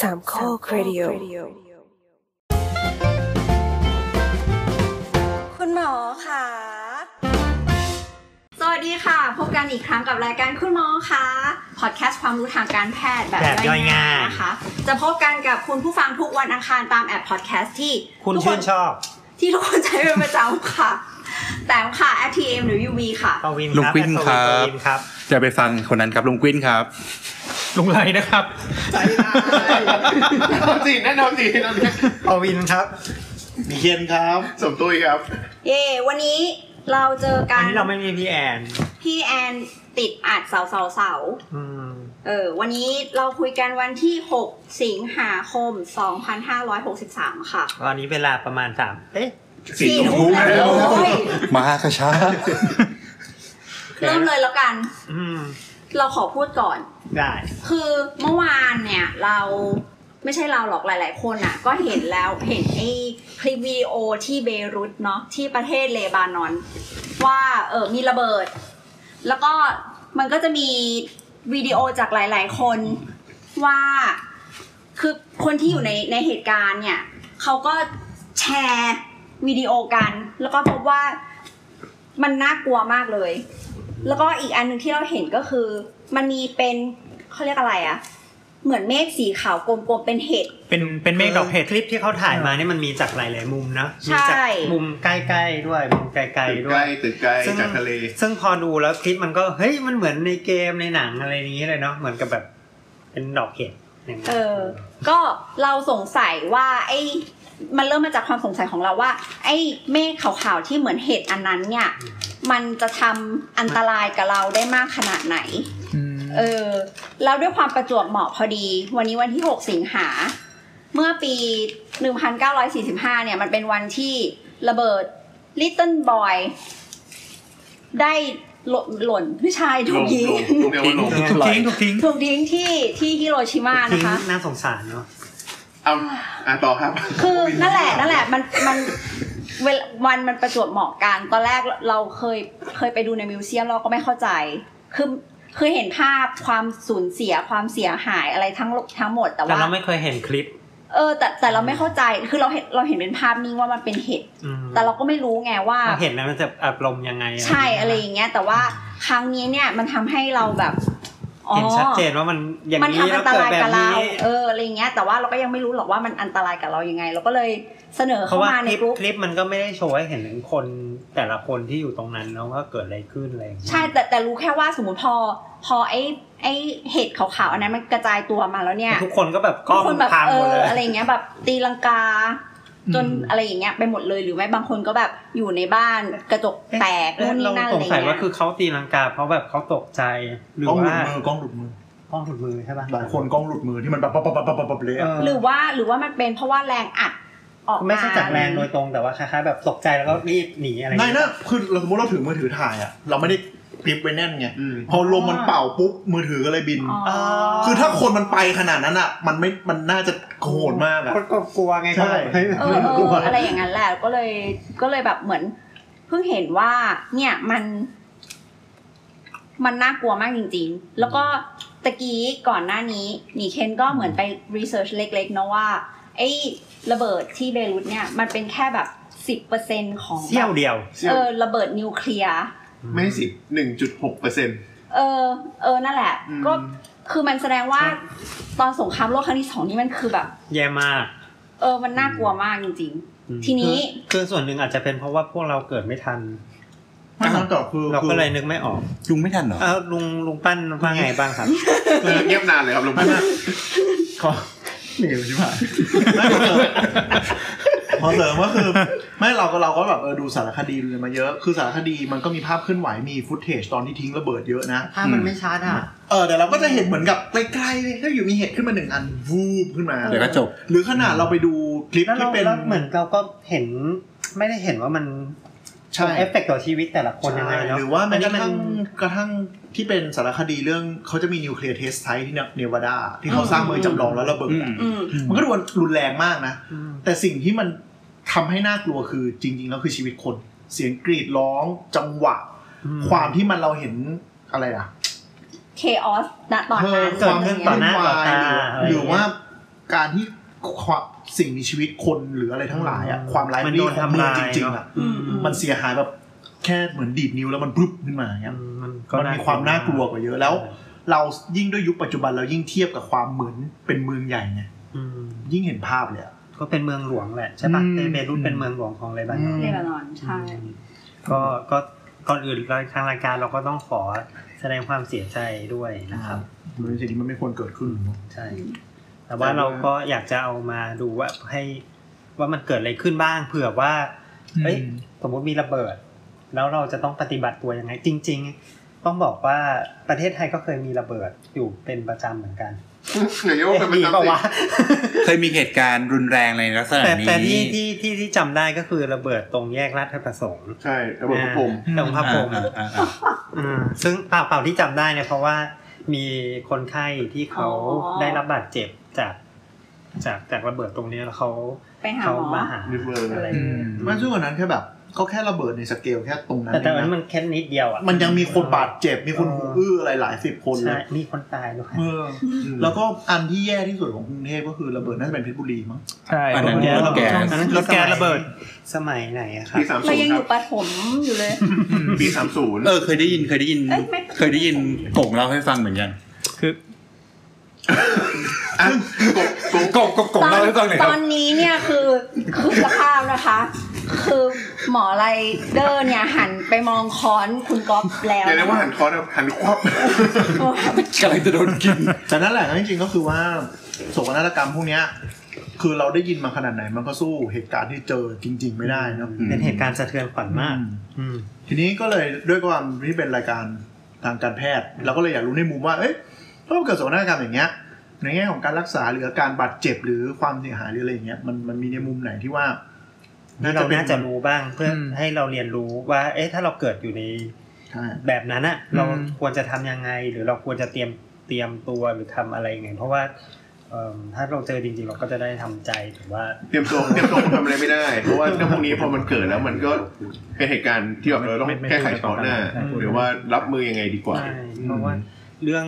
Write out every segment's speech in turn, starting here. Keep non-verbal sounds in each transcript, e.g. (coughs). สามข้อครดิโอ คุณหมอค่ะ สวัสดีค่ะ พบกันอีกครั้งกับรายการคุณหมอค่ะ พอดแคสต์ความรู้ทางการแพทย์แบบ แบบย่อยง่าย นะคะ จะพบกันกับคุณผู้ฟังทุกวันอังคารตามแอปพอดแคสต์ที่ คุณ ทุก ชื่นชอบ ที่ทุกคนใช้เป็นประจำค่ะ แต่ค่ะ ATM หรือ UV ค่ะ ปวิน ลุ ค ง รับ กวิ้น แอดป ครับ วินปวินครับ อย่าไปฟังคนนั้นครับลุงกวิ้นครับ ลุงไรนะครับ แนะนำสิแนะนำสิแนะนำสิ ปวินครับ เคียนครับ สมตุ้ยครับ เย่วันนี้เราเจอกั อัน น นี้เราไม่มีพี่แอน พี่แอนติดอัดเสาเสาเสาๆๆ อืม เออวันนี้เราคุยกันวันที่ 6 สิงหาคม 2563 ค่ะ วันนี้เวลาประมาณสามเอ๊ะ สี่ทุ่มแล้ว โอ้ย มาค่ะช้า เริ่มเลยแล้วกัน อืม เราขอพูดก่อน ได้ คือเมื่อวานเนี่ยเราไม่ใช่เราหรอกหลาย ๆ คนอ่ะ ก็เห็นแล้วเห็นไอ้คลิปวิดีโอที่เบรุตเนาะที่ประเทศเลบานอน ว่าเออมีระเบิด แล้วก็มันก็จะมีวิดีโอจากหลาย ๆ คนว่าคือคนที่อยู่ในในเหตุการณ์เนี่ยเขาก็แชร์วิดีโอกัน แล้วก็พบว่ามันน่ากลัวมากเลย แล้วก็อีกอันหนึ่งที่เราเห็นก็คือ มันมีเป็นเขาเรียกอะไรอะเหมือนเมฆสีขาวกลมๆเป็นเห็ด เป็นเป็นเมฆดอกเห็ดคลิปที่เขาถ่ายมาเนี่ยมันมีจากหลาย ๆ มุมนะมีจาก ใช่ มุมใกล้ๆด้วยมุมไกลๆตึกด้ ใก ว ล้ ย ตึกใกล้ ซึ่ง จากทะเล ซึ่งพอดูแล้วคลิปมันก็เฮ้ยมันเหมือนในเกมในหนังอะไรอย่างเงี้ยเลยเนาะเหมือนกับแบบเป็นดอกเห็ดอย่างงี้ย เออ ก็เราสงสัยว่าไอ้มันเริ่มมาจากความสงสัยของเราว่า ไอ้เมฆขาวๆที่เหมือนเห็ดอันนั้นเนี่ย มันจะทำอันตรายกับเราได้มากขนาดไหน เออ แล้วด้วยความประจวบเหมาะพอดี วันนี้วันที่ 6 สิงหา เมื่อปี 1945 เนี่ย มันเป็นวันที่ระเบิด Little Boy ได้หล่นหล่นผู้ชาย ล ถูก ง ยิง ลงเรียกว่าลง ถูกทิ้งถูกทิ้ง ถูกยิงที่ที่ฮิโรชิมา ทิ้ นะ ง คะ น่าสงสารเนาะ เอาอ่ะต่อครับ คือนั่นแหละนั่นแหละมันมันเวลาวันมันประจวบเหมาะกันตอนแรกเราเคยเคยไปดูในมิวเซียมเราก็ไม่เข้าใจคือคือเห็นภาพความสูญเสียความเสียหายอะไรทั้งทั้งหมดแต่ แต่ ว่า เราไม่เคยเห็นคลิป เออ แต่แต่เราไม่เข้าใจคือเราเห็นเราเห็นเป็นภาพนิ่งว่ามันเป็นเห็ด อืม แต่เราก็ไม่รู้ไงว่า เราเห็นแล้วมันจะอารมณ์ยังไงย่างเงี้ย ใช่อะไรอย่างเงี้ย แต่ว่าครั้งนี้เนี่ยมันทำให้เราแบบอ๋อ เห็นชัดเจนว่ามันอย่าง มัน นี้ ทำอั แล้ว นต เกิด ราย แบบ กับเรา นี้ เอออะไรอย่างเงี้ย แต่ว่าเราก็ยังไม่รู้หรอกว่ามันอันตรายกับเรายังไง เราก็เลยเสนอ เพ เข้า ราะว่า มา ค ใน ลิป กลุ่ม คลิปมันก็ไม่ได้โชว์ให้เห็นถึงคนแต่ละคนที่อยู่ตรงนั้นเนอะว่าเกิดอะไรขึ้นอะไรอย่างเงี้ย ใช่แต่แต่รู้แค่ว่าสมมติพอ พอไอ้ไอ้เห็ดขาวๆอันนั้นมันกระจายตัวมาแล้วเนี่ย ทุกคนก็แบบกล้อง คนแบบ พัง เอ หมด อ เลย อะไรอย่างเงี้ยแบบตีลังกา จน อืม อะไรอย่างเงี้ยไปหมดเลยหรือไม่บางคนก็แบบอยู่ในบ้านกระจกแตก เอ๊ะ นู่น เรา นี่นั่น ส อะไร งสัย เงี้ ว่าย คือเขาตีลังกา เพราะแบบเขาตกใจหรือก ล้องหลุ ว่า ดมือกล้องหลุดมือ กล้องถุดมือใช่ป่ะ หลายคนกล้องหลุดมือที่มันแบบปั๊บปั๊บปั๊บปั๊บปั๊บเละ เอ อะ อ หรือว่าหรือว่ามันเป็นเพราะว่าแรงอัดออก ไม่ใช่จากแรงโดยตรงแต่ว่าคล้ายๆแบบตกใจแล้วก็รีบหนีอะไรอย่า ใน งเงี้ย นะคือเราสมมติเราถือมือถือถ่ายอ่ะ เราไม่ได้กริปไว้แน่นไง อืม พอลมมันเป่าปุ๊บ มือถือก็เลยบิน อ๋อ คือถ้าคนมันไปขนาดนั้นอ่ะ มันไม่ มันน่าจะโหดมากอ่ะ คนก็กลัวไง ใช่ เฮ้ย เออเอออะไรอย่างนั้นแหละก็เลยก็เลยแบบเหมือน เพิ่งเห็นว่า เนี่ยมัน มันน่ากลัวมากจริง ๆ แล้วก็ตะกี้ก่อนหน้านี้หนีเคนก็เหมือนไปรีเสิร์ชเล็กๆเนาะว่าไอ้ระเบิดที่เบรุตเนี่ย มันเป็นแค่แบบสิบเปอร์เซ็นของ เสี้ยวเดียว เออระเบิดนิวเคลียร์ ไม่สิหนึ่งจุดหกเปอร์เซ็นต์ เออ เออ นั่นแหละ อืม ก็ คือมันแสดงว่า ตอนสงครามโลกครั้งที่สองนี่มันคือแบบ แย่มาก เออ มันน่ากลัวมากจริง อืม ๆ ทีนี้ คือส่วนหนึ่งอาจจะเป็นเพราะว่าพวกเราเกิดไม่ทัน ไม่คำตอบคือ เรา คือ ก็เลยนึกไม่ออก ลุงไม่ทันเหรอ เออลุงลุงปั้นว่าไงบ้างครับ เงียบนานเลยครับลงไป ขอเหนียวใช่ไหมขอเสริมก็คือ ไม่เราก็เราก็แบบเออดูสารคดีมาเยอะ คือสารคดีมันก็มีภาพเคลื่อนไหว มีฟุตเทจตอนที่ทิ้งระเบิดเยอะนะ ภาพมันไม่ชัดอ่ะ เออแต่เราก็จะเห็นเหมือนกับไกลๆเลยแล้วอยู่มีเห็ดขึ้นมาหนึ่งอันวูบขึ้นมา เดี๋ยวก็จบ หรือขนาดเราไปดูคลิป แล้วเรา ที่เป็น แล้วเหมือนเราก็เห็นไม่ได้เห็นว่ามัน ใช่ เอฟเฟกต์ต่อชีวิตแต่ละคนยังไงเนาะ หรือว่าแม้กระอันนีทั่ง้มัน กระทั่งที่เป็นสารคดีเรื่องเขาจะมีนิวเคลียร์เทสไซต์ที่เนวาดา ที่เขาสร้างเมืองจำลองแล้วระเบิดอะ อืม มันก็ดูรุนแรงมากนะ อืม แต่สิ่งที่มันทำให้น่ากลัวคือจริงๆแล้วคือชีวิตคน เสียงกรีดร้องจังหวะ อื ความที่มันเราเห็นอะไรอะ เคออสณตอนนั้น เออความ เกิดขึ้นต่อหน้าต่อตา หรือว่า การที่ความสิ่งมีชีวิตคนหรืออะไรทั้งหลายอะความร้าย มัน รี โดน ของ ทำ เมือง ลาย จริงๆ เน อะ อะ อืมอืม มันเสียหายแบบแค่เหมือนดีดนิ้วแล้วมันปุ๊บขึ้นมาอย่างเงี้ย มัน มันมีความน่ากลัวกว่าเยอะแล้ว เรายิ่งด้วยยุคปัจจุบันเรายิ่งเทียบกับความเหมือนเป็นเมืองใหญ่ไง อืม ยิ่งเห็นภาพเลยอะ ก็เป็นเมืองหลวงแหละใช่ปะ อืม เอเบรุตเป็นเมืองหลวงของเลบานอน อืม เลบานอนใช่ ก็ก็ก่อนอื่นทางรายการเราก็ต้องขอแสดงความเสียใจด้วยนะครับ มันเป็นสิ่งที่มันไม่ควรเกิดขึ้น ใช่ แต่ว่าเราก็อยากจะเอามาดูว่าให้ว่ามันเกิดอะไรขึ้นบ้าง เผื่อว่า เฮ้ย สมมติมีระเบิด แล้วเราจะต้องปฏิบัติตัวยังไง จริง ๆ ต้องบอกว่าประเทศไทยก็เคยมีระเบิดอยู่เป็นประจำเหมือนกัน ไหนว่าเป็นประ ดี จำ เปล่า สิ วะ เคยมีเหตุการณ์รุนแรงในลักษณะ แต่ นี้ แต่ที่ที่ที่ที่จำได้ก็คือระเบิดตรงแยกราชประสงค์ ใช่ระบบพระพรหม อ่าตรงพระพรหม อ่าอ่าอ่า อืมซึ่งเปล่าเปล่าที่จำได้เนี่ยเพราะว่ามีคนไข้ที่เขา อ๋อ ได้รับบาดเจ็บจาก จากจากระเบิดตรงเนี้ยแล้วเขา ไปหา เขา หมอ มาหา นิเวอร์ อะไร ไม่ช่วงนั้นแค่แบบก็แค่ระเบิดในสเกลแค่ตรงนั้น แต่แต่ เอ อัน ง นั้น นะ มันแค่นิดเดียวอ่ะ มันยังมีคนบาดเจ็บมีคน เออ หูอื้ออะไรหลายสิบคนเล ใช่ ย มีคนตายด้วย เอออแล้วก็อันที่แย่ที่สุดของกรุงเทพก็คือระเบิดน่าจะเป็นเพชรบุรีมั้ง ใช่ อันนั้น รถแก๊ส อันนั้นคือ รถแก๊สสมัย ระเบิด สมัยไหนอะครับ ปีสาม เรา ศูน ยัง ย์ค อ รับ ยู่ปฐมอยู่เลย ปีสามศูนย์ เออเคยได้ยินเคยได้ยิน เอ้ยไม่ เคยได้ยินกงเล่าให้ฟังเหมือนกัน คือ อ่ะกบกบ กงกงกงเล่าให้ฟังหน่อย ต ครับ อนนี้เนี่ยคือคือสภาพนะคะ คือหมอไรเดอร์เนี่ยหันไปมองค้อนคุณก๊อฟแล้ว อย่าเรียกว่าหันคอนะหันควับ โอ้ย กำลังจะโดนกิน แต่นั่นแหละจริงๆก็คือว่าโศกนาฏกรรมพวกเนี้ยคือเราได้ยินมาขนาดไหนมันก็สู้เหตุการณ์ที่เจอจริง ๆ ไม่ได้เนอะ อืม เป็นเหตุการณ์สะเทือนขวัญมาก อืม ทีนี้ก็เลยด้วยความที่เป็นรายการทางการแพทย์เราก็เลยอยากรู้ในมุมว่าเอ๊ะถ้ามันเกิดโศกนาฏกรรมอย่างเงี้ยในแง่ของการรักษาหรืออาการบาดเจ็บหรือความเสียหายหรืออะไรอย่างเงี้ยมันมันมีในมุมไหนที่ว่า นี่เราน่าจะรู้บ้างเพื่ออ ม ให้เราเรียนรู้ว่า เอ๊ะ ถ้าเราเกิดอยู่ใน ใช่ แบบนั้นอะเราควรจะทำยังไง หรือเราควรจะเตรียมเตรียมตัวหรือทำอะไรยังไง เพราะว่าเอิ่มถ้าเราเจอจริงๆ เราก็จะได้ทำใจถือว่า เตรียมตัวเตรียมตัวมันทำอะไรไม่ได้ เพราะว่าเรื่องพวกนี้พอมันเกิดแล้วมันก็เป็นเหตุการณ์ที่แบบเราต้องแก้ไขเฉพาะหน้า หรือว่ารับมือยังไงดีกว่า ใช่เพราะว่าเรื่อง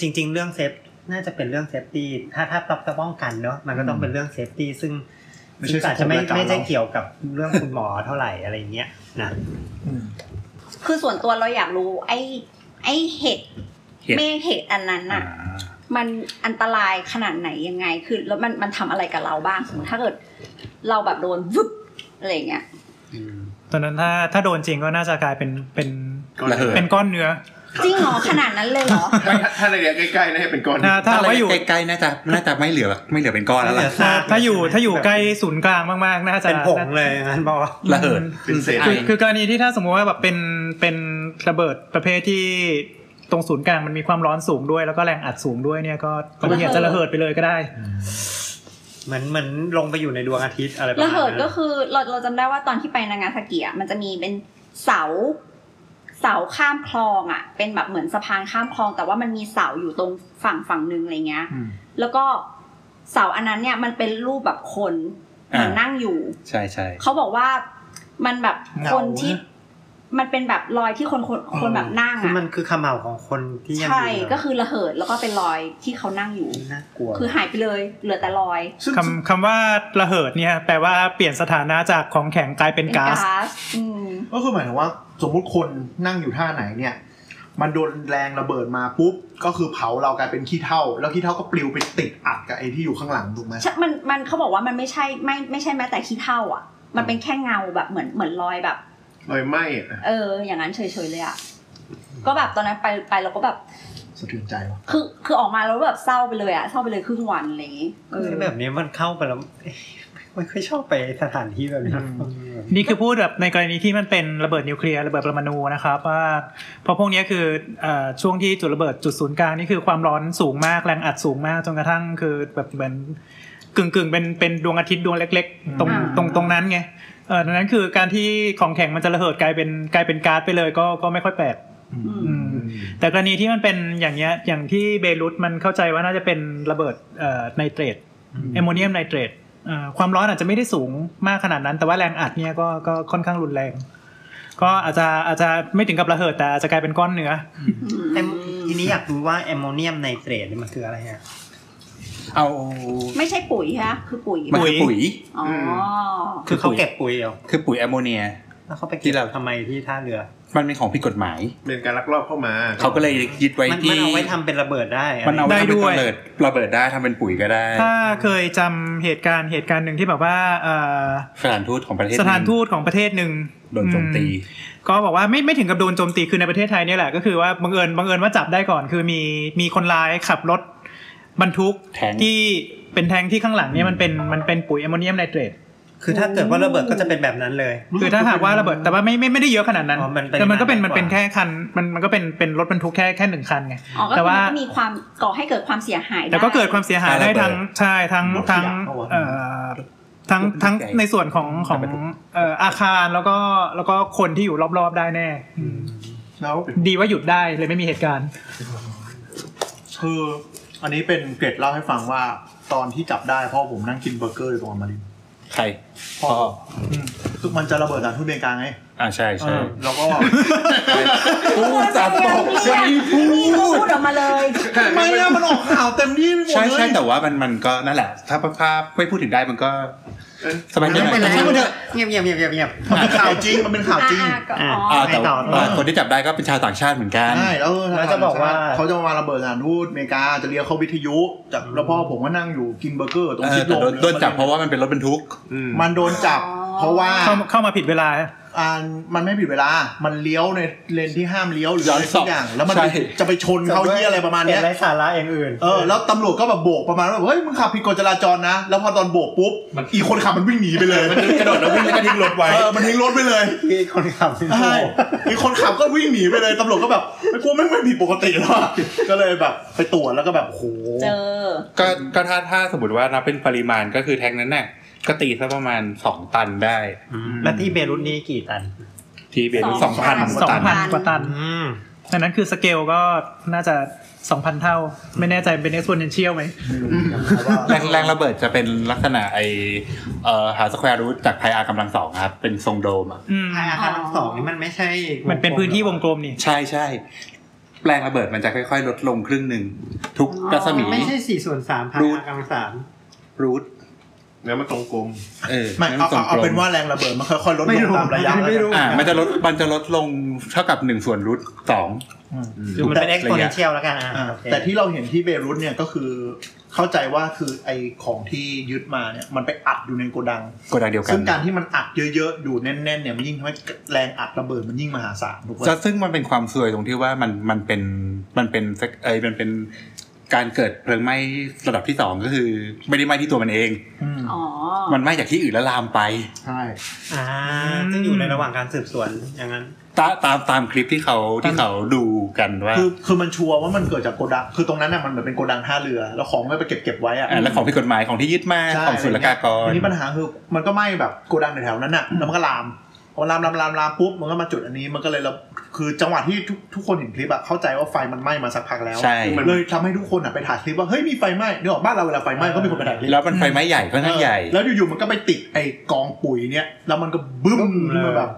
จริง ๆ เรื่องเซฟน่าจะเป็นเรื่องเซฟตี้ถ้าถ้าปรับจะป้องกันเนอะมันก็ต้องเป็นเรื่องเซฟตี้ซึ่ง ไม่ใช่ ซึ่งอาจจะไม่ สังคมรายการ ไม่ได้ เรา เกี่ยวกับเรื่องคุณหมอเท่าไหร่อะไรเงี้ยนะ คือส่วนตัวเราอยากรู้ ไอ้ไอ้เห็ด เห็ด เมฆเห็ดอันนั้นน่ะ มันอันตรายขนาดไหนยังไง คือแล้วมันมันทำอะไรกับเราบ้างสมมติถ้าเกิด เราแบบโดนวึบอะไรอย่างเงี้ย อืม ตอนนั้นถ้าถ้าโดนจริงก็น่าจะกลายเป็นเป็น ระเหิด เป็นก้อนเนื้อ จริงเหรอขนาดนั้นเลยเหรอ ถ้าถ้าในระยะใกล้ๆนะให้เป็นก้อน ถ้าถ้า ถ้า เอาไว้อยู่ ใกล้ๆน่าจะน่าจะไม่เหลือไม่เหลือเป็นก้อนแล้วล่ะ ถ้าถ้าอยู่ถ้าอยู่ใกล้ศูนย์กลางมากๆน่าจะ เป็นผงเลยงั้นบอกว่า ระเหิด เป็นเศษ ไอ คือคือกรณีที่ถ้าสมมติว่าแบบเป็นเป็นระเบิดประเภทที่ตรงศูนย์กลางมันมีความร้อนสูงด้วย แล้วก็แรงอัดสูงด้วยเนี่ยก็ก็ ระเหิด เหยียดจะระเหิดไปเลยก็ได้ เหมือนเหมือนลงไปอยู่ในดวงอาทิตย์อะไรประมาณ ระ นั้น เหิดก็คือเราเราจำได้ว่าตอนที่ไปนางาซากิอ่ะมันจะมีเป็นเสา เสาข้ามคลองอ่ะ เป็นแบบเหมือนสะพานข้ามคลอง แต่ว่ามันมีเสาอยู่ตรงฝั่งฝั่งหนึ่งอะไรเงี้ย อืม แล้วก็เสาอันนั้นเนี่ยมันเป็นรูปแบบคน อ่า มันนั่งอยู่ ใช่ใช่ เขาบอกว่ามันแบบ เงา คนที่ นะ มันเป็นแบบรอยที่คนคนคน เออ แบบนั่ง คือมัน อ่ะ คือขมเหลาของคนที่ยัง ใช่ อยู่ ก็คือระเหิดแล้วก็เป็นรอยที่เขานั่งอยู่ น่ากลัว คือหายไปเลย เหลือแต่รอย ซึ่ง คำคำว่าระเหิดเนี่ยแปลว่าเปลี่ยนสถานะจากของแข็งกลายเป็น เป็น ก๊าซ ก๊าซอืม ก็คือหมายถึงว่าสมมุติคนนั่งอยู่ท่าไหนเนี่ย มันโดนแรงระเบิดมาปุ๊บ ก็คือเผาเรากลายเป็นขี้เท่า แล้วขี้เท่าก็ปลิวไปติดอัดกับไอ้ที่อยู่ข้างหลังถูกไหม ใช่มัน มันเขาบอกว่ามันไม่ใช่ ไม่ ไม่ใช่แม้แต่ขี้เท่าอ่ะ มันเป็นแค่เงาแบบเหมือน เหมือนรอยแบบ รอยไหม้อะ เออ อย่างนั้นเฉยๆเลยอ่ะ ก็แบบตอนนั้นไป ไปเราก็แบบ สะเทือนใจวะ คือ คือออกมาแล้วแบบเศร้าไปเลยอ่ะ เศร้าไปเลยครึ่งวันอะไรอย่างงี้เออ แบบนี้มันเข้าไปแล้วเอ๊ะไม่ค่อยชอบไปสถานที่แบบนี้ นี่คือพูดแบบในกรณีที่มันเป็นระเบิดนิวเคลียร์ระเบิดปรมาณูนะครับว่าเพราะพวกเนี้ยคือเอ่อช่วงที่จุดระเบิดจุดศูนย์กลางนี่คือความร้อนสูงมากแรงอัดสูงมากจนกระทั่งคือแบบเหมือนกึ่งกึ่งๆเป็นเป็นดวงอาทิตย์ดวงเล็ก ๆ ตรง อ่า ตรงตรงนั้นไงเออดังนั้นคือการที่ของแข็งมันจะระเหิดกลายเป็นกลายเป็นก๊าซไปเลยก็ก็ไม่ค่อยแปลก อืม อืมแต่กรณีที่มันเป็นอย่างเงี้ยอย่างที่เบรุตมันเข้าใจว่าน่าจะเป็นระเบิดเอ่อไนเตรตแอมโมเนียมไนเตรตเอ่อความร้อนอาจจะไม่ได้สูงมากขนาดนั้น แต่ว่าแรงอัดเนี่ยก็ก็ค่อนข้างรุนแรง ก็อาจจะอาจจะไม่ถึงกับระเหิดแต่อาจจะกลายเป็นก้อนเนื้อ แอมทีนี้อยากรู้ว่าแอมโมเนียมไนเตรตเนี่ยมันคืออะไรฮะ เอา ไม่ใช่ปุ๋ยฮะคือปุ๋ย มันคือปุ๋ย อ๋อ คือเขาเก็บปุ๋ยเหรอ คือปุ๋ยแอมโมเนีย แล้วเขาไปเก็ที่บ เรา ทำไมที่ท่าเรือ มันเป็นของผิดกฎหมาย เป็นการลักลอบเข้ามา เขาก็เลยยึดไว้ มัน ที่ มันเอาไว้ทำเป็นระเบิดได้อะไร มันเอาไว้ ได้ ทำเป็น ด้วย ระเบิดระเบิดได้ทำเป็นปุ๋ยก็ได้ ถ้าเคยจำเหตุการณ์เหตุการณ์หนึ่งที่แบบว่าเอ่อ สถานทูตของประเทศ สถานทูตของประเทศหนึ่ง โดนโจมตี อืก็บอกว่าไม่ไม่ถึงกับโดนโจมตีคือในประเทศไทยเนี่ยแหละก็คือว่าบังเอิญบังเอิญว่าจับได้ก่อน คือมีมีคนร้ายขับรถบรรทุก แท้ง ที่เป็นแทงที่ข้างหลังเนี่ยมันเป็นมันเป็นปุ๋ยแอมโมเนียมไนเตรต คือถ้าเกิดว่าระเบิดก็จะเป็นแบบนั้นเลย คือถ้าหากว่าระเบิดแต่ว่าไม่ไม่ไม่ได้เยอะขนาดนั้น อ๋อมันเป็น แต่มันก็เป็น ขนาด มันเป็น กว่า แค่คันมันมันก็เป็นเป็นรถบรรทุกแค่แค่หนึ่งคันไง อ๋อก็ แต่ คือมั ว่า นก็มีความก่อให้เกิดความเสียหายได้ แต่ก็เกิดความเสียหายได้ทั้งใช่ทั้ง รถขยะ ทั้ง เอาวะ เอ่อทั้งทั้ง ใหญ่ ในส่วนของของ รถบรรทุก เอ่ออาคารแล้วก็แล้วก็คนที่อยู่รอบๆได้แน่ แล้ว ดีว่าหยุดได้เลยไม่มีเหตุการณ์ คืออันนี้เป็นเกร็ดเล่าให้ฟังว่าตอนที่จับได้พ่อผมนั่งกินเบอร์เกอร์อยู่ตรงอมารินทร์ ใคร พ่ออืมคือมันจะระเบิดสถานทุนอเมริกาไง อ่าใช่ใช่ แล้วก็ พูดสามบอกจะมีพู พู ด ดออกมาเลย ไม่อะมันออกข่าวเต็มที่ไปหมดเลย ใช่ใช่แต่ว่ามันมันก็นั่นแหละ ถ้าภาพไม่พูดถึงได้มันก็สบายใจหน่อย ไม่ ใช่ เป็ มันไรนเถอะ เงียบเงียบเงียบเงียบเงียบ มันเป็นข่าวจริงมันเป็นข่าวจริง อ่ะก็อ๋ออ อ่าแต่ ต่อต่อ คนที่จับได้ก็เป็นชาวต่างชาติเหมือนกัน ใช่แล้ว แล้วจะบอกว่า เขาจะมาระเบิดสถานทูตอเมริกาจะเรียกเขาวิทยุจากแล้วพ่อผมก็นั่งอยู่กินเบอร์เกอร์ตรง เอ ชิ อ ดล แต่ ม โดนโดนจับเพราะว่ามันเป็นรถบรรทุก อืม มันโดนจับ เพราะว่า เข้าเข้ามาผิดเวลา อ่ามันไม่ผิดเวลา มันเลี้ยวในเลนที่ห้ามเลี้ยวหรือ ย้อนอะไร ส สั อก บ อย่าง แล้วมัน ใช่ จะไปชนเขาเยี่ยอะไรประมาณเนี้ย ไร้สาระอย่างอื่น เออแล้วตำรวจก็แบบโบกประมาณว่าเฮ้ยมึงขับผิดกฎจราจรนะ แล้วพอตอนโบกปุ๊บ มัน อีกคนขับมันวิ่งหนีไปเลยมันกระโดดแล้ววิ่งแล้วก็ทิ้งรถไว้เออมันทิ้งรถไปเลย ที่คนขับที่โง่ ใช่อีกคนขับก็วิ่งหนีไปเลยตำรวจก็แบบไม่กลัวไม่ไม่ผิดปกติหรอกก็เลยแบบไปตรวจแล้วก็แบบโอ้โห เจอ ก็ก็ถ้าถ้าสมมติว่านับเป็นปริมาณก็คือแทงนั้นน่ะก็ตีสักประมาณสองตันได้ และที่เบรุตนี่กี่ตัน ที่เบรุ ส ส อ อง ง พั พั น น สอง ตัน พันกว่าตัน อืม ดังนั้นคือสเกลก็น่าจะสองพันเท่า ไม่แน่ใจเป็น exponential ไหม แรงแรงระเบิดจะเป็นลักษณะไอเอ่อหาสแควร์รูทจากไพอาร์กำลังสองครับ เป็นทรงโดมอะ อืม ไออาคารทั้งสองนี่มันไม่ใช่ มันเป็นพื้นที่วงกลมนี่ ใช่ใช่แรงระเบิดมันจะค่อยๆ ลดลงครึ่งหนึ่ง ทุกรัศมี ไม่ใช่สี่ส่วนสามพัน รูท กำลังสาม รูท แล้วมันตรงกลม เออ ไม่เอา ทรงกเอาเอา ลม เป็นว่าแรงระเบิดมันค่อยๆลดลงตามระยะแล้ว ไม่ กัน รู้ อ่ามันจะลดมันจะลดลงเท่ากับหนึ่งส่วนรูทสอง คือมันเป็นเอ็กซ์โพเนเชียลแล้วกันอ่ะ อ่า โอเค แต่ที่เราเห็นที่เบรุตเนี่ยก็คือเข้าใจว่าคือไอของที่ยึดมาเนี่ยมันไปอัดอยู่ในโกดัง กดดันเดียวกั ซึ่งกาน รที่มันอัดเยอะๆ ดูแน่นๆ เนี่ยมันยิ่งทำให้แรงอัดระเบิดมันยิ่งมหาศาลถูกไหม จะซึ่งมันเป็นความซวยตรงที่ว่ามันมันเป็นมันเป็นเอยมันเป็นการเกิดเพลิงไหม้ระดับที่สองก็คือ ไม่ได้ไหม้ที่ตัวมันเอง อ๋อ มันไหม้จากที่อื่นแล้วลามไป ใช่ อ่าซึ่งอยู่ในระหว่างการสืบสวนอย่างนั้น ตาตามตามคลิปที่เขาที่เขาดูกันว่า คือคือมันชัวร์ว่ามันเกิดจากโกดัง คือตรงนั้นน่ะมันเหมือนเป็นโกดังท่าเรือ แล้วของก็ไปเก็บเก็บๆไว้อะ อ่าแล้วของผิดกฎหมายของที่ยึดมา ใช่ ของศุลกากร ทีนี้ปัญหาคือมันก็ไหม้แบบโกดังแถวๆนั้นน่ะ แล้วมันก็ลามพอลามลามลามลามปุ๊บ มันก็มาจุดอันนี้ มันก็เลยระคือจังหวะที่ทุกทุกคนเห็นคลิปอะเข้าใจว่าไฟมันไหม้มาสักพักแล้ว ใช่ มัน เลยทำให้ทุกคนอะไปถ่ายคลิปว่า เฮ้ยมีไฟไหม้เดี๋ยวบ้านเราเวลาไฟไหม้ก็มีคนไปถ่ายคลิป แล้วมันไฟไหม้ใหญ่ค่อนข้างใหญ่ แล้วอยู่ๆมันก็ไปติดไอ้กองปุ๋ยเนี่ย แล้วมันก็บึ้ม บึ้ม ขึ้นมา เลย แบบ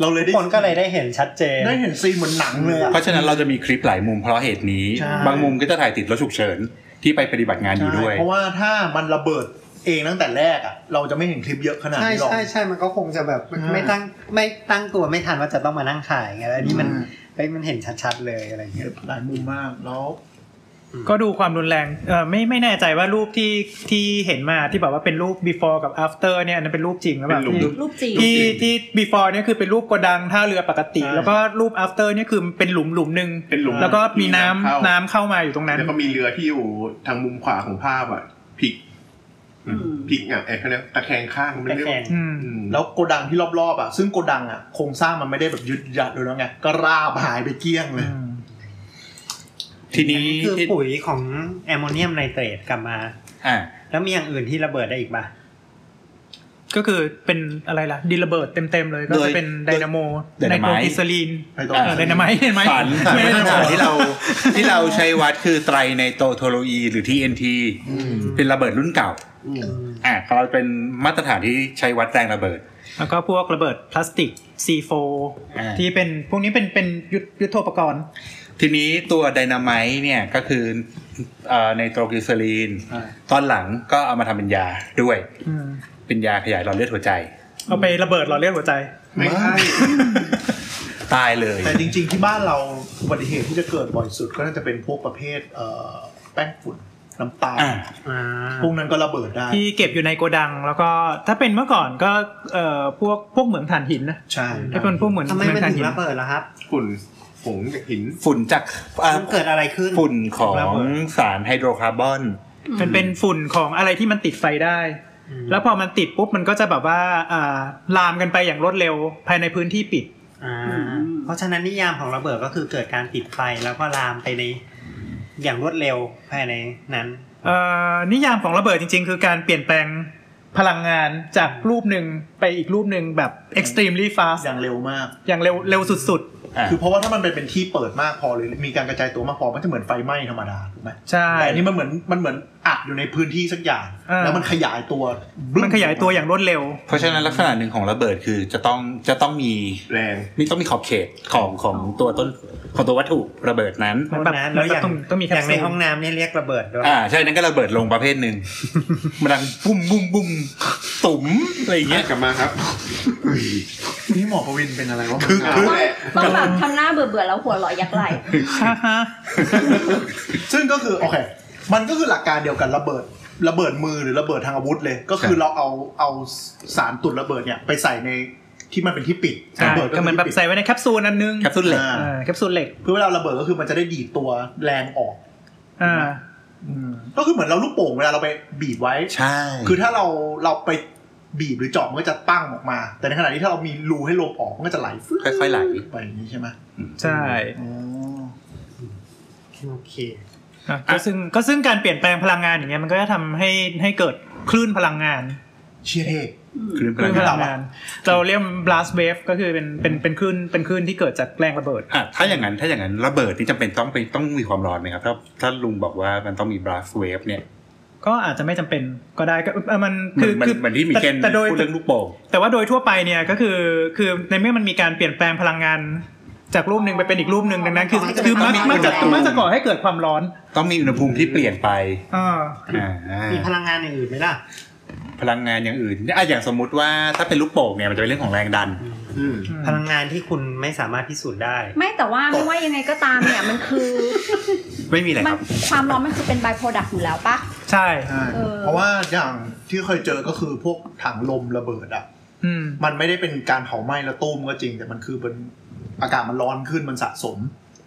เราเลย ทุ ได้ กคนก็เลยได้เห็นชัดเจน ได้เห็นซีนเหมือนหนังเลยอะ เพราะฉะนั้นเราจะมีคลิปหลายมุมเพราะเหตุนี้ ใช่ บางมุมก็จะถ่ายติดรถฉุกเฉินที่ไปปฏิบัติงานอยู่ด้วย ใช่เพราะว่าถ้ามันระเบิดเองตั้งแต่แรกอะเราจะไม่เห็นคลิปเยอะขนาด ใช่ นี้หรอก ใช่ใช่มันก็คงจะแบบ อืม ไม่ตั้งไม่ตั้งตัวไม่ทันว่าจะต้องมานั่งขายไงแล้วอันนี่มันเฮ้ยมันเห็นชัดๆเลยอะไรอย่างเงี้ย หลายมุมมากแล้ว ก็ดูความรุนแรง เออไม่ไม่แน่ใจว่ารูปที่ที่เห็นมาที่แบบว่าเป็นรูป before กับ after เนี่ยอันนั้นเป็นรูปจริงหรือเปล่า เป็นรูป ที่ รูปจริง ที่ที่ before เนี่ยคือเป็นรูปโกดังท่าเรือปกติ แล้วก็รูป after เนี่ยคือเป็นหลุมหลุมหนึ่ง เป็นหลุม แล้วก็มีน้ำ เข้า น้ำเข้ามาอยู่ตรงนั้น แล้วก็มีเรือที่อยู่ทางมุมขวาของภาพอ่ะพลิก อืม พลิกอ่ะไอ้เขาเรียกตะแคงข้างไม่ แต่ เรียก แขน อืม อืม แล้วโกดังที่รอบๆอะซึ่งโกดังอะโครงสร้างมันไม่ได้แบบยึดยัดเลยแล้วไงก็ราบหายไปเกลี้ยงเลย ทีนี้ คือ ที่ ปุ๋ยของแอมโมเนียมไนเตรตกลับมา อ่า แล้วมีอย่างอื่นที่ระเบิดได้อีกป่ะ ก็คือเป็นอะไรล่ะดินระเบิดเต็ม ๆ เลยก็จะเป็นไดนาโมไนโตรกิซลีน ไอ้ตัว เออไดนาไมต์เห็นไหม สารสาร ไม่ พั ได้ ฒ ไดนา นา โม ที่เราที่เราใช้วัดคือไตรในโตโทโลอีหรือ TNT เป็นระเบิดรุ่นเก่าอ่าเขาเป็นมาตรฐานที่ใช้วัดแรงระเบิด แล้วก็พวกระเบิดพลาสติก C4 อ่า ที่เป็นพวกนี้เป็นเป็นยุทธยุทโธปกรณ์ ทีนี้ตัวไดนาไมต์เนี่ยก็คือเอ่อไนโตรกิวเซอรีน อ่า ตอนหลังก็เอามาทำเป็นยาด้วย อืม เป็นยาขยายหลอดเลือดหัวใจ เอาไประเบิดหลอดเลือดหัวใจ ไม่ใช่ ตายเลย แต่จริงๆที่บ้านเราอุบัติเหตุที่จะเกิดบ่อยสุดก็น่าจะเป็นพวกประเภทเอ่อแป้งฝุ่นน้ำตาล อ่า อ่า พวกนั้นก็ระเบิดได้ ที่เก็บอยู่ในโกดัง แล้วก็ถ้าเป็นเมื่อก่อนก็เอ่อพวกพวกเหมืองถ่านหินนะ ใช่ ถ้าเป็นพวกเหมือง ทำไม เหมือ มัน งถ่าน ถึ หิ ง น ระเบิดล่ะครับ ฝุ่นผงจากหิน ฝุ่นจากอ่า มันเกิดอะไรขึ้น ฝุ่นของ ระเบิด สารไฮโดรคาร์บอน มันเป็นฝุ่นของอะไรที่มันติดไฟได้ แล้วพอมันติดปุ๊บมันก็จะแบบว่าอ่าลามกันไปอย่างรวดเร็วภายในพื้นที่ปิด อ่าเพราะฉะนั้นนิยามของระเบิดก็คือเกิดการติดไฟแล้วก็ลามไปในอย่างรวดเร็วภายในนั้น เอ่อนิยามของระเบิดจริงๆ คือการเปลี่ยนแปลงพลังงานจากรูปหนึ่งไปอีกรูปหนึ่งแบบ extremely fast อย่างเร็วมาก อย่างเร็วเร็วสุด อ่ะ คือเพราะว่าถ้ามันเป็นเป็นที่เปิดมากพอหรือมีการกระจายตัวมากพอมันจะเหมือนไฟไหม้ธรรมดาถูกไหม ๆ ใช่ แต่อันนี่มันเหมือนมันเหมือนอัดอยู่ในพื้นที่สักอย่าง เออ แล้วมันขยายตัวบึ้ม มันขยายตัวอย่างรวดเร็ว เพราะฉะนั้นลักษณะหนึ่งของระเบิดคือจะต้องจะต้องมี แรง มีต้องมีขอบเขตของของตัวต้นของตัววัตถุระเบิดนั้น มันแบบ นะแล้วอย่าง มันก็ต้องต้องมีแคอปซูลย่างในห้องน้ำเนี่ยเรียกระเบิดด้วย อ่าใช่นั่นก็ระเบิดลงประเภทหนึ่ง มันดังบุ้มบุ้มบุ้มตุ๋มอะไรอย่างเงี้ย กลับมาครับ นี่หมอประวินเป็นอะไรวะ คือคือแหละ ต้องแบบทำหน้าเบื่อเบื่อๆแล้วหัวเราะยักไหล ซึ่งก็คือโอเค มันก็คือหลักการเดียวกันระเบิดระเบิดมือหรือระเบิดทางอาวุธเลย ก็คือเราเอาเอาสารตุดระเบิดเนี่ยไปใส่ในที่มันเป็นที่ปิด ใช่ ระเบิด ก็เหมือนแบบ ที่ปิด ใส่ไว้ในแคปซูลอันนึง แคปซูลเหล็ก อ่า เออแคปซูลเหล็ก เพื่อเวลาระเบิดก็คือมันจะได้ดีดตัวแรงออก อ่า ก็คือเหมือนเราลูกโป่งเวลาเราไปบีบไว้ ใช่ คือถ้าเราเราไปบีบหรือเจาะมันก็จะปั้งออกมา แต่ในขณะที่ถ้าเรามีรูให้ลมออกมันก็จะไหลฟึ๊บ ค่อยๆไหล ไปอย่างนี้ใช่ไหม ใช่ อ๋อ โอเค อ่ะก็ซึ่งก็ซึ่งการเปลี่ยนแปลงพลังงานอย่างเงี้ยมันก็จะทำให้ให้เกิดคลื่นพลังงาน เชี่ยเท่ คลื่นพ คลื่ ลังนพ งาน ลังงาน เราเรียก blast wave ก็คือเป็นเป็นเป็นคลื่นเป็นคลื่นที่เกิดจากแรงระเบิด อ่ะถ้าอย่างนั้นถ้าอย่างนั้นระเบิดที่จำเป็นต้องไปต้องมีความร้อนไหมครับ ถ้าถ้าลุงบอกว่ามันต้องมีบลัสเวฟเนี่ย ก็อาจจะไม่จำเป็นก็ได้ก็เอ่อมัน เหมื คือ อน เหมือน คือ เหมือนที่มีเกน แต่แต่โดย พูดเรื่องลูกโป่ง แต่ว่าโดยทั่วไปเนี่ยก็คือคือในเมื่อมันมีการเปลี่ยนแปลงพลังงาน จากรูปหนึ่งไปเป็นอีกรูปหนึ่งดังนั้นคือ มันจะ คือมัก มี มักจะ อุณหภูมิ มักจะก่อให้เกิดความร้อน ต้องมีอุณหภูมิที่เปลี่ยนไป อ่า อ่า มีพลังงานอย่างอื่นไหมล่ะ พลังงานอย่างอื่นอ่ะอย่างสมมุติว่าถ้าเป็นลูกโป่งเนี่ยมันจะเป็นเรื่องของแรงดัน พลังงานที่คุณไม่สามารถพิสูจน์ได้ ไม่แต่ว่าไม่ว่ายังไงก็ตามเนี่ยมันคือ ไม่มีอะไร มั คน รับ ความร้อนมันคือเป็น by product อยู่แล้วปะ ใช่ ใช่ เออ เพราะว่าอย่างที่เคยเจอก็คือพวกถังลมระเบิดอ่ะ อืม มันไม่ได้เป็นการเผาไหม้แล้วตุ้มก็จริง แต่มันคือเป็นอากาศมันร้อนขึ้นมันสะสม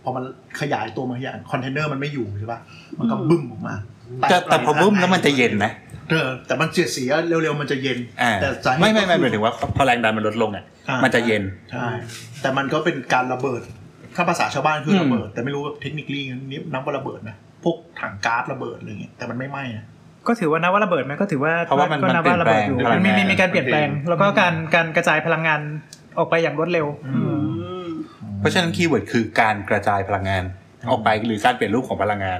พอมันขยายตัวมันขยายคอนเทนเนอร์มันไม่อยู่ใช่ปะมันก็บึ้มออกมา แต่แต่พอบุ้มแล้วมันจะเย็นนะ เออแต่มันเสียดสีอะเร็วๆมันจะเย็น อ่า แต่สาเหตุ ไม่ไม่ไม่ห ก็ มา คื ย อ ถึงว่าพอแรงดันมันลดลงอ่ะ อ่ามั มันจะเย็น ใช่แต่มันก็เป็นการระเบิด ถ้าภาษาชาวบ้านคือระเบิด แต่ไม่รู้เทคนิคลีนี้นับว่าระเบิดนะพวกถังก๊าซระเบิดอะไรเงี้ยแต่มันไม่ไหม้นะ ก็ถือว่านะว่าระเบิดไหมก็ถือว่า เพราะว่ามัน ก็ มันเปลี่ยน ระเบิดอยู่ แปลง มันพมีลังงาน มีมีการเปลี่ยนแปลง แล้วก็การการกระจายพลังงานออกไปอย่างรวดเร็ว เพราะฉะนั้นคีย์เวิร์ดคือการกระจายพลังงานออกไปหรือการเปลี่ยนรูปของพลังงาน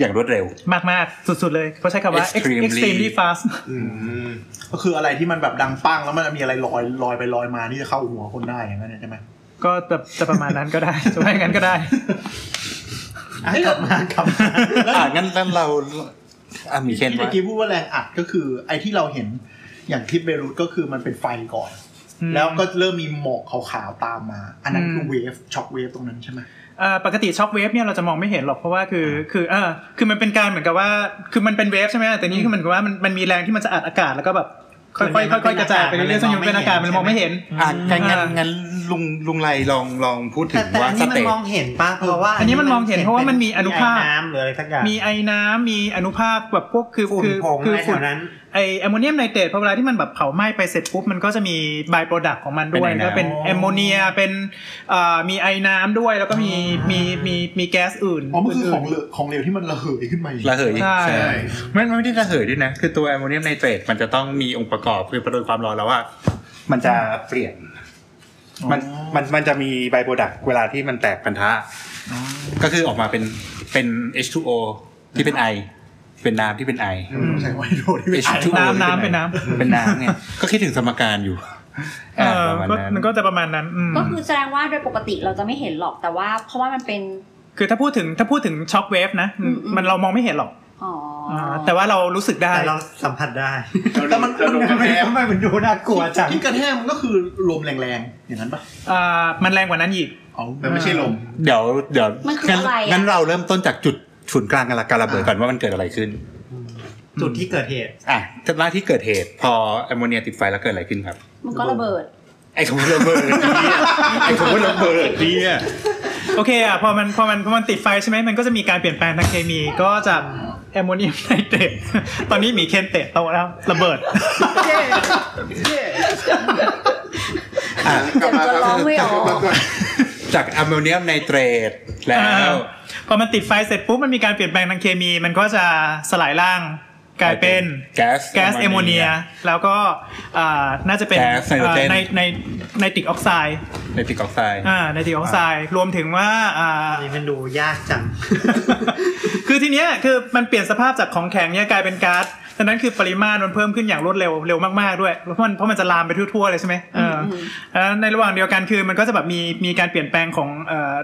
อย่างรวดเร็ว มากมากๆสุด ๆ เลยเขาใช้คำว่า Extremely extremely fast ก็คืออะไรที่มันแบบดังปั้งแล้วมันมีอะไรลอยลอยไปลอยมาที่จะเข้าหัวคนได้อย่างนั้นใช่ไหม ก็จะจะประมาณนั้นก็ได้ จะว่าอย่างนั้นก็ได้ อ่ะกลับมากลับมา อ่างั้นงั้นเราอ่ะ (laughs) มีเคน ที่เมื่ ว่า อกี้พูดว่าแรงอัดก็คือ ไอ้ที่เราเห็นอย่างคลิปเบรุตก็คือมันเป็นไฟก่อน อืม แล้วก็เริ่มมีหมอกขาวๆตามมา อันนั้นคือเวฟช็อคเวฟตรงนั้นใช่ไหม เอ่อปกติช็อคเวฟเนี่ยเราจะมองไม่เห็นหรอกเพราะว่าคือคือเออคือมันเป็นการเหมือนกับว่าคือมันเป็นเวฟใช่ไหมแต่นี่คือเหมือนกับว่ามันมันมีแรงที่มันจะอัดอากาศแล้วก็แบบค่อยๆค่อยๆกระจายไปเรื่อยๆจนมันเป็นอากาศมันมองไม่เห็น อ่ะงั้นงั้น อ่างั้ งั้นลุงลุงไรลองลองพูดถึ แต่ ง แต่ ว่า อัน ส นี้มั เต็ น ป มองเห็นปะเพราะว่า อันนี้มันมองเห็นเพราะว่ามันมีอนุภาค ไน้ำหรืออะไรสักอย่าง มีไอน้ำมีอนุภาคแบบพวกคือ ฝุ่น คื ผง คื อะไรแถ ฝุ่น วนั้น ไอแอมโมเนียมไนเตรตพอเวลาที่มันแบบเผาไหม้ไปเสร็จปุ๊บมันก็จะมีบายโปรดักต์ของมันด้วยก็เป็นแอมโมเนียเป็นเอ่อมีไอน้ำด้วยแล้วก็มีมีมีมีแก๊สอื่น อ๋อมันคือของเหลวของเหลวที่มันระเหยขึ้นมาอย่างนี้ ระเหย ใช่ ไม่ไม่ได้ระเหยด้วยนะ คือตัวแอมโมเนียมไนเตรตมันจะต้องมีองค์ประกอบคือประโดยความร้อนแล้วว่า มันจะเปลี่ยน มัน อ๋อ มันมันจะมีไบโปรดักต์เวลาที่มันแตกพันธะก็คือออกมาเป็นเป็น H2O ที่เป็นไอเป็นน้ำที่เป็นไอ ใช้ไวโรที่เป็น H2O น้ำน้ำ ที่ เป็นน้ำ เป็นน้ำไงก็คิดถึงสมการอยู่ เอ อ่า อ ประมาณ ก็ นั้น มันก็จะประมาณนั้นอืม ก็คือแสดงว่าโดยปกติเราจะไม่เห็นหรอกแต่ว่า เพราะว่ามันเป็น คือถ้าพูดถึงถ้าพูดถึงช็อคเวฟนะมัน อืมอืม มันเรามองไม่เห็นหรอก อ๋ออา แต่ว่าเรารู้สึกได้ แต่เราสัมผัสได้ แต่มัน ทำไมทำไมทำไมมันดูน่ากลัวจัง ที่กระแทกมันก็คือลมแรงๆอย่างนั้นปะ อ่ามันแรงกว่านั้นอีก เอา แต่ไม่ใช่ลม เดี๋ยวเดี๋ยว มันคือ งั้น อะไรอะ งั้นเราเริ่มต้นจากจุดศูนย์กลางกันละการระเบิดก่อนว่ามันเกิดอะไรขึ้น จุดที่เกิดเหตุ อ่ะถ้าหน้าที่เกิดเหตุพอแอมโมเนียติดไฟแล้วเกิดอะไรขึ้นครับ มันก็ระเบิด ไอ้คำว่าระเบิดเนี่ยไอ้คำว่าระเบิดเนี่ย โอเคอ่ะพอมันพอมันพอมันติดไฟใช่ไหมมันก็จะมีการเปลี่ยนแปลงทางเคมี ก็จากแอมโมเนียมไนเตรต (laughs) ตอนนี้หมีเคนเตะโตแล้วระเบิด อ่ะ เดี๋ยวจะร้องไม่ออก จากแอมโมเนียมไนเตรตแล้ว อ่า (laughs) พอมันติดไฟเสร็จปุ๊บมันมีการเปลี่ยนแปลงทางเคมี มันก็จะสลายร่างกลายเป็น แก๊ส แก๊สแอมโมเนีย แล้วก็อ่าน่าจะเป็น แก๊สไนโตรเจน อ่าในในในติกออกไซด์ ในติกออกไซด์ อ่าในติกออกไซด์รวมถึงว่าอ่า อันนี้มันดูยากจัง (laughs) คือทีเนี้ยคือมันเปลี่ยนสภาพจากของแข็งเนี่ยกลายเป็นก๊าซดังนั้นคือปริมาณมันเพิ่มขึ้นอย่างรวดเร็วเร็วมากๆด้วย เพราะมันเพราะมันจะลามไปทั่วๆเลยใช่ไหมเออ ม แล้วในระหว่างเดียวกันคือมันก็จะแบบมีมีการเปลี่ยนแปลงของเอ่อ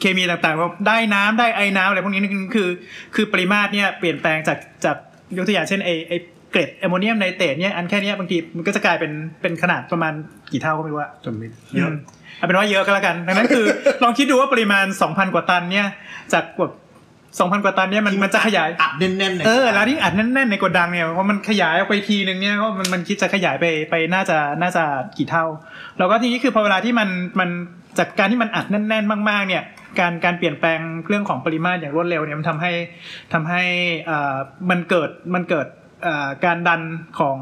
เคมีต่างๆว่าได้น้ำได้ไอน้ำอะไรพวกนี้นี่คือคือปริมาตรเนี่ยเปลี่ยนแปลงจากจากยกตัวอย่างเช่นไอไอเกรดแอมโมเนียมไนเตรตเนี่ยอันแค่เนี้ยบางทีมันก็จะกลายเป็นเป็นขนาดประมาณกี่เท่าก็ไม่รู้อะ จนมิด เยอะเอาเป็นว่าเยอะก็แล้วกัน ดังนั้นคือ ลองคิดดูว่าปริมาณ 2,000 กว่าตันเนี่ย จากกว่า2,000 กว่าตันเนี่ยมันมันจะขยาย อัดแน่นๆเลย เออ แล้วที่อัดแน่นๆในโกดังเนี่ยเพราะมันขยายออกไปทีนึงเนี่ยก็มันมันคิดจะขยายไปไปน่าจะน่าจะกี่เท่า แล้วก็ทีนี้คือพอเวลาที่มันมันจากการที่มันอัดแน่น ๆ มาก ๆ เนี่ย การการเปลี่ยนแปลงเรื่องของปริมาตรอย่างรวดเร็วเนี่ยมันทำให้ทำให้อ่ามันเกิดมันเกิดอ่าการดันของ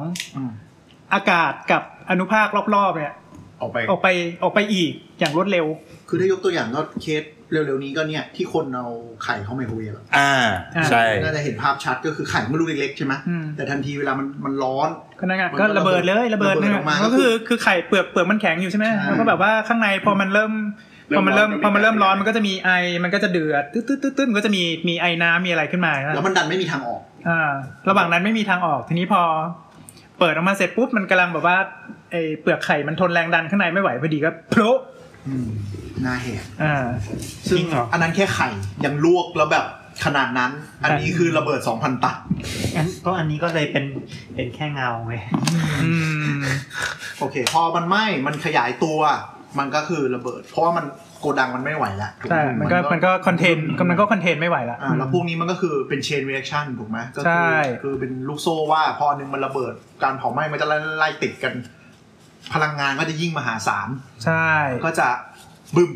อากาศกับอนุภาครอบๆเนี่ย ออกไป ออกไปออกไปอีกอย่างรวดเร็ว คือถ้ายกตัวอย่างก็เคสเร็วๆนี้ก็เนี่ยที่คนเอาไข่เข้าไมโครเวฟอะ อ่า ใช่ น่าจะเห็นภาพชัดก็คือไข่มันลูกเล็กๆใช่ไหม อืม แต่ทันทีเวลามันมันร้อน ก็นั่นไง มันก็ ก็ระเบิดเลยระเบิด ระเบิด นะ ออกมา ก็คือคือไข่เปลือกเปลือกมันแข็งอยู่ใช่ไหม ใช่ แล้วก็แบบว่าข้างในพอมันเริ่ม เริ่ พอ ม มันเริ่ม ร้อน พอมันเริ่ม มันก็ ร้อนมันก็จะมีไอมันก็จะเดือดตึ๊ดตึ๊ดตึ๊ดตึ๊ดมันก็จะมีมีไอน้ำมีอะไรขึ้นมา แล้วมันดันไม่มีทางออก อ่าระหว่างนั้นไม่มีทางออกทีนี้พอ เปิดออกมาเสร็จปุ๊บมันกำลังแบบว่าไอเปลือกไข่มันทนแรงดันข้างในไม่ไหวพอดีก็โผล่ อืมหน้าแหก อ่า ซึ่ง จริงเหรอ อันนั้นแค่ไข่ยังลวกแล้วแบบขนาดนั้น อันนี้คือระเบิด 2,000 ตัน งั้นก็อันนี้ก็เลยเป็นเป็นแค่เงาไง อืม โอเค พอมันไหม้มันขยายตัว มันก็คือระเบิด เพราะว่ามันโกดังมันไม่ไหวแล้วถูกไห ใช่มันก็มันก็คอนเทนมันก็คอนเทนไม่ไหวละ อ่าแล้วพวกนี้มันก็คือเป็นเชนเรีแอคชั่นถูกไหมก็ ใช่ คืคือเป็นลูกโซ่ว่าพออันหนึงมันระเบิด การเผาไหม้มันจะไล่ไล่ติดกัน พลังงานก็จะยิ่งมหาศาล ใช่ ก็จะบึ้ม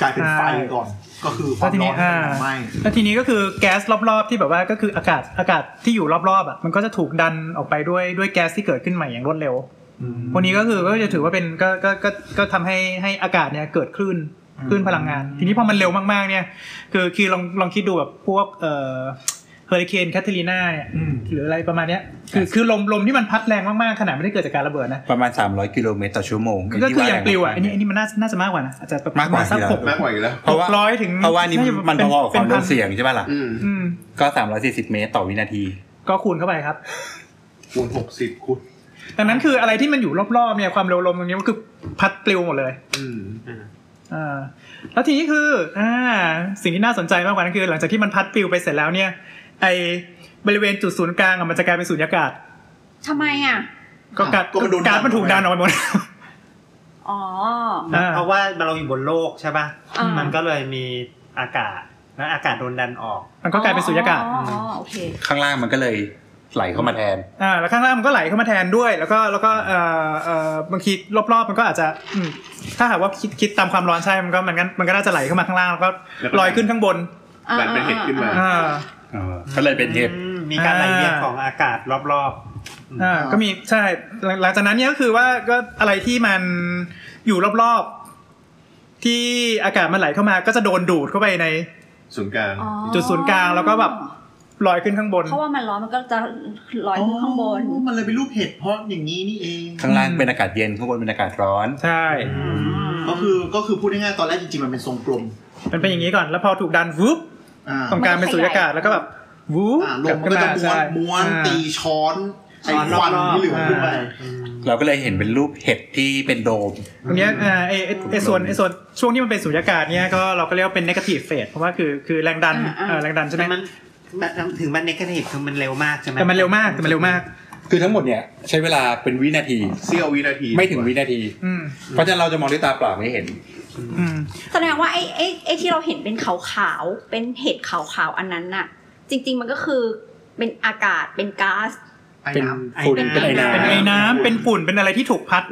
กลายเป็นไฟ ใช่ ก่อน ก็คือแล้คาวว ม ที ร้อ นี้ น อ่า ของไหม้ แล้วทีนี้ก็คือแก๊สรอบๆ ที่แบบว่าก็คืออากาศอากาศที่อยู่รอบๆอ่ะมันก็จะถูกดันออกไปด้วยด้วยแก๊สที่เกิดขึ้นใหม่อย่างรวดเร็วพวกนี้ก็คือก็จะถือว่าเป็นก็ก็ก็ก็ทำให้ให้อากาศเนี่ยเกิดคลื่นคลื่นพลังงาน ทีนี้พอมันเร็วมากๆเนี่ยคือคือลองลองคิดดูแบบพวกเอ่อเฮอริเคนแคทเธอรีนาเนี่ยหรืออะไรประมาณเนี้ยคือคือลมลมที่มันพัดแรงมากๆขนาดไม่ได้เกิดจากการระเบิดนะ ประมาณ 300 กิโลเมตรต่อชั่วโมง ก็คืออย่างปลิวอ่ะอัน ที่ว่านี้อันนี้มันน่าน่าจะมากกว่านะอาจจะแบบ มากกว่า สัก ที่เรา หก มากกว่าอีกแล้ว เพราะว่า หกร้อยถึง เพราะว่านี่ น่าจะ มันพอๆกับความ เป็นพัเร็วนเสียงใช่ป่ะล่ะ อืม อืม ก็ 340 เมตรต่อวินาที ก็คูณเข้าไปครับ คูณหกสิบคูณ ดังนั้นคืออะไรที่มันอยู่รอบๆเนี่ยความเร็วลมตรงนี้มันคือพัดปลิวหมดเลย อืม อ่าแล้วทีนี้คืออ่าสิ่งที่น่าสนใจมากกว่านั้นคือ หลังจากที่มันพัดปลิวไปเสร็จแล้วเนี่ย ไอบริเวณจุดศูนย์กลางอะมันจะกลายเป็นสุญญากาศ ทำไมอ่ะ ก็การ ก็มันโดน การมันถูกดันออกไปหมด อ๋อ อ่า เพราะว่าเราอยู่บนโลกใช่ป่ะ อ่ามั มันก็เลยมีอากาศแล้วอากาศโดนดันออก (laughs) มันก็กลายเป็นสุญญากาศ อ๋ออ๋อโอเค ข้างล่างมันก็เลยไหลเข้ามาแทน อ่าแล้วข้างล่างมันก็ไหลเข้ามาแทนด้วย แล้วก็แล้วก็เอ่อเอ่อบางทีรอบๆ มันก็อาจจะอืมถ้าหากว่าคิดคิดตามความร้อนใช่มันก็มันก็มันก็น่าจะไหลเข้ามาข้างล่างแล้วก็ลอยขึ้นข้างบน ดันเป็นเห็ดขึ้นมา อ่า ก็เลยเป็นเหตุ อืมมีการไหลเวียนของอากาศรอบ อ่าก็มีใช่หลังหลังจากนั้นเนี่ยก็คือว่าก็อะไรที่มันอยู่รอบๆ ที่อากาศมันไหลเข้ามาก็จะโดนดูดเข้าไปใน ศูนย์กลาง อ๋อ จุดศูนย์กลางแล้วก็แบบ ลอยขึ้นข้างบน เพราะว่ามันร้อนมันก็จะลอยขึ้นข้างบน อ๋อมันเลยเป็นรูปเห็ดเพราะอย่างนี้นี่เอง ข้างล่างเป็นอากาศเย็นข้างบนเป็นอากาศร้อน ใช่ ก็คือก็คือพูดง่ายๆตอนแรกจริงๆ มันเป็นทรงกลม มันเป็นอย่างนี้ก่อนแล้วพอถูกดันวุ๊บ อ่า ตรงกลางเป็นสุญญากาศแล้วก็แบบวุ๊บ อ่าก ลมมัลับน ขึ้น ก็จะ มา ม้วนม้วใช่น อ่า ตีช้อน ไอ้ควันที่เหลือขึ้นไป เราก็เลยเห็นเป็นรูปเห็ดที่เป็นโดม ตรงเนี้ยเอ่อไอไอ้ไอส่วนไอส่วนช่วงที่มันเป็นสุญญากาศเนี่ยก็เราก็เรียกว่าเป็น negative phase เพราะว่าคือคือแรงดัน อ่าอ่า เอ่อแรงดันใช่ไหม แต่มันแต่ถึงมันเนกาทีฟคือมันเร็วมากใช่ไหม แต่มันเร็วมากแต่มันเร็วมาก คือทั้งหมดเนี่ยใช้เวลาเป็นวินาที เสี้ยววินาที ไม่ถึงวินาที อืม เพราะฉะนั้นเราจะมองด้วยตาเปล่าไม่เห็น อืม แสดงว่าไอ้ไอ้ไอ้ที่เราเห็นเป็นขาวๆ เป็นเห็ดขาวๆ อันนั้นน่ะ จริง ๆ มันก็คือเป็นอากาศเป็นก๊าซ เป็นฝุ่นเป็นไอน้ เป็นไอ้น้ำเป็นฝุ่นเป็นอะไรที่ถูกพัด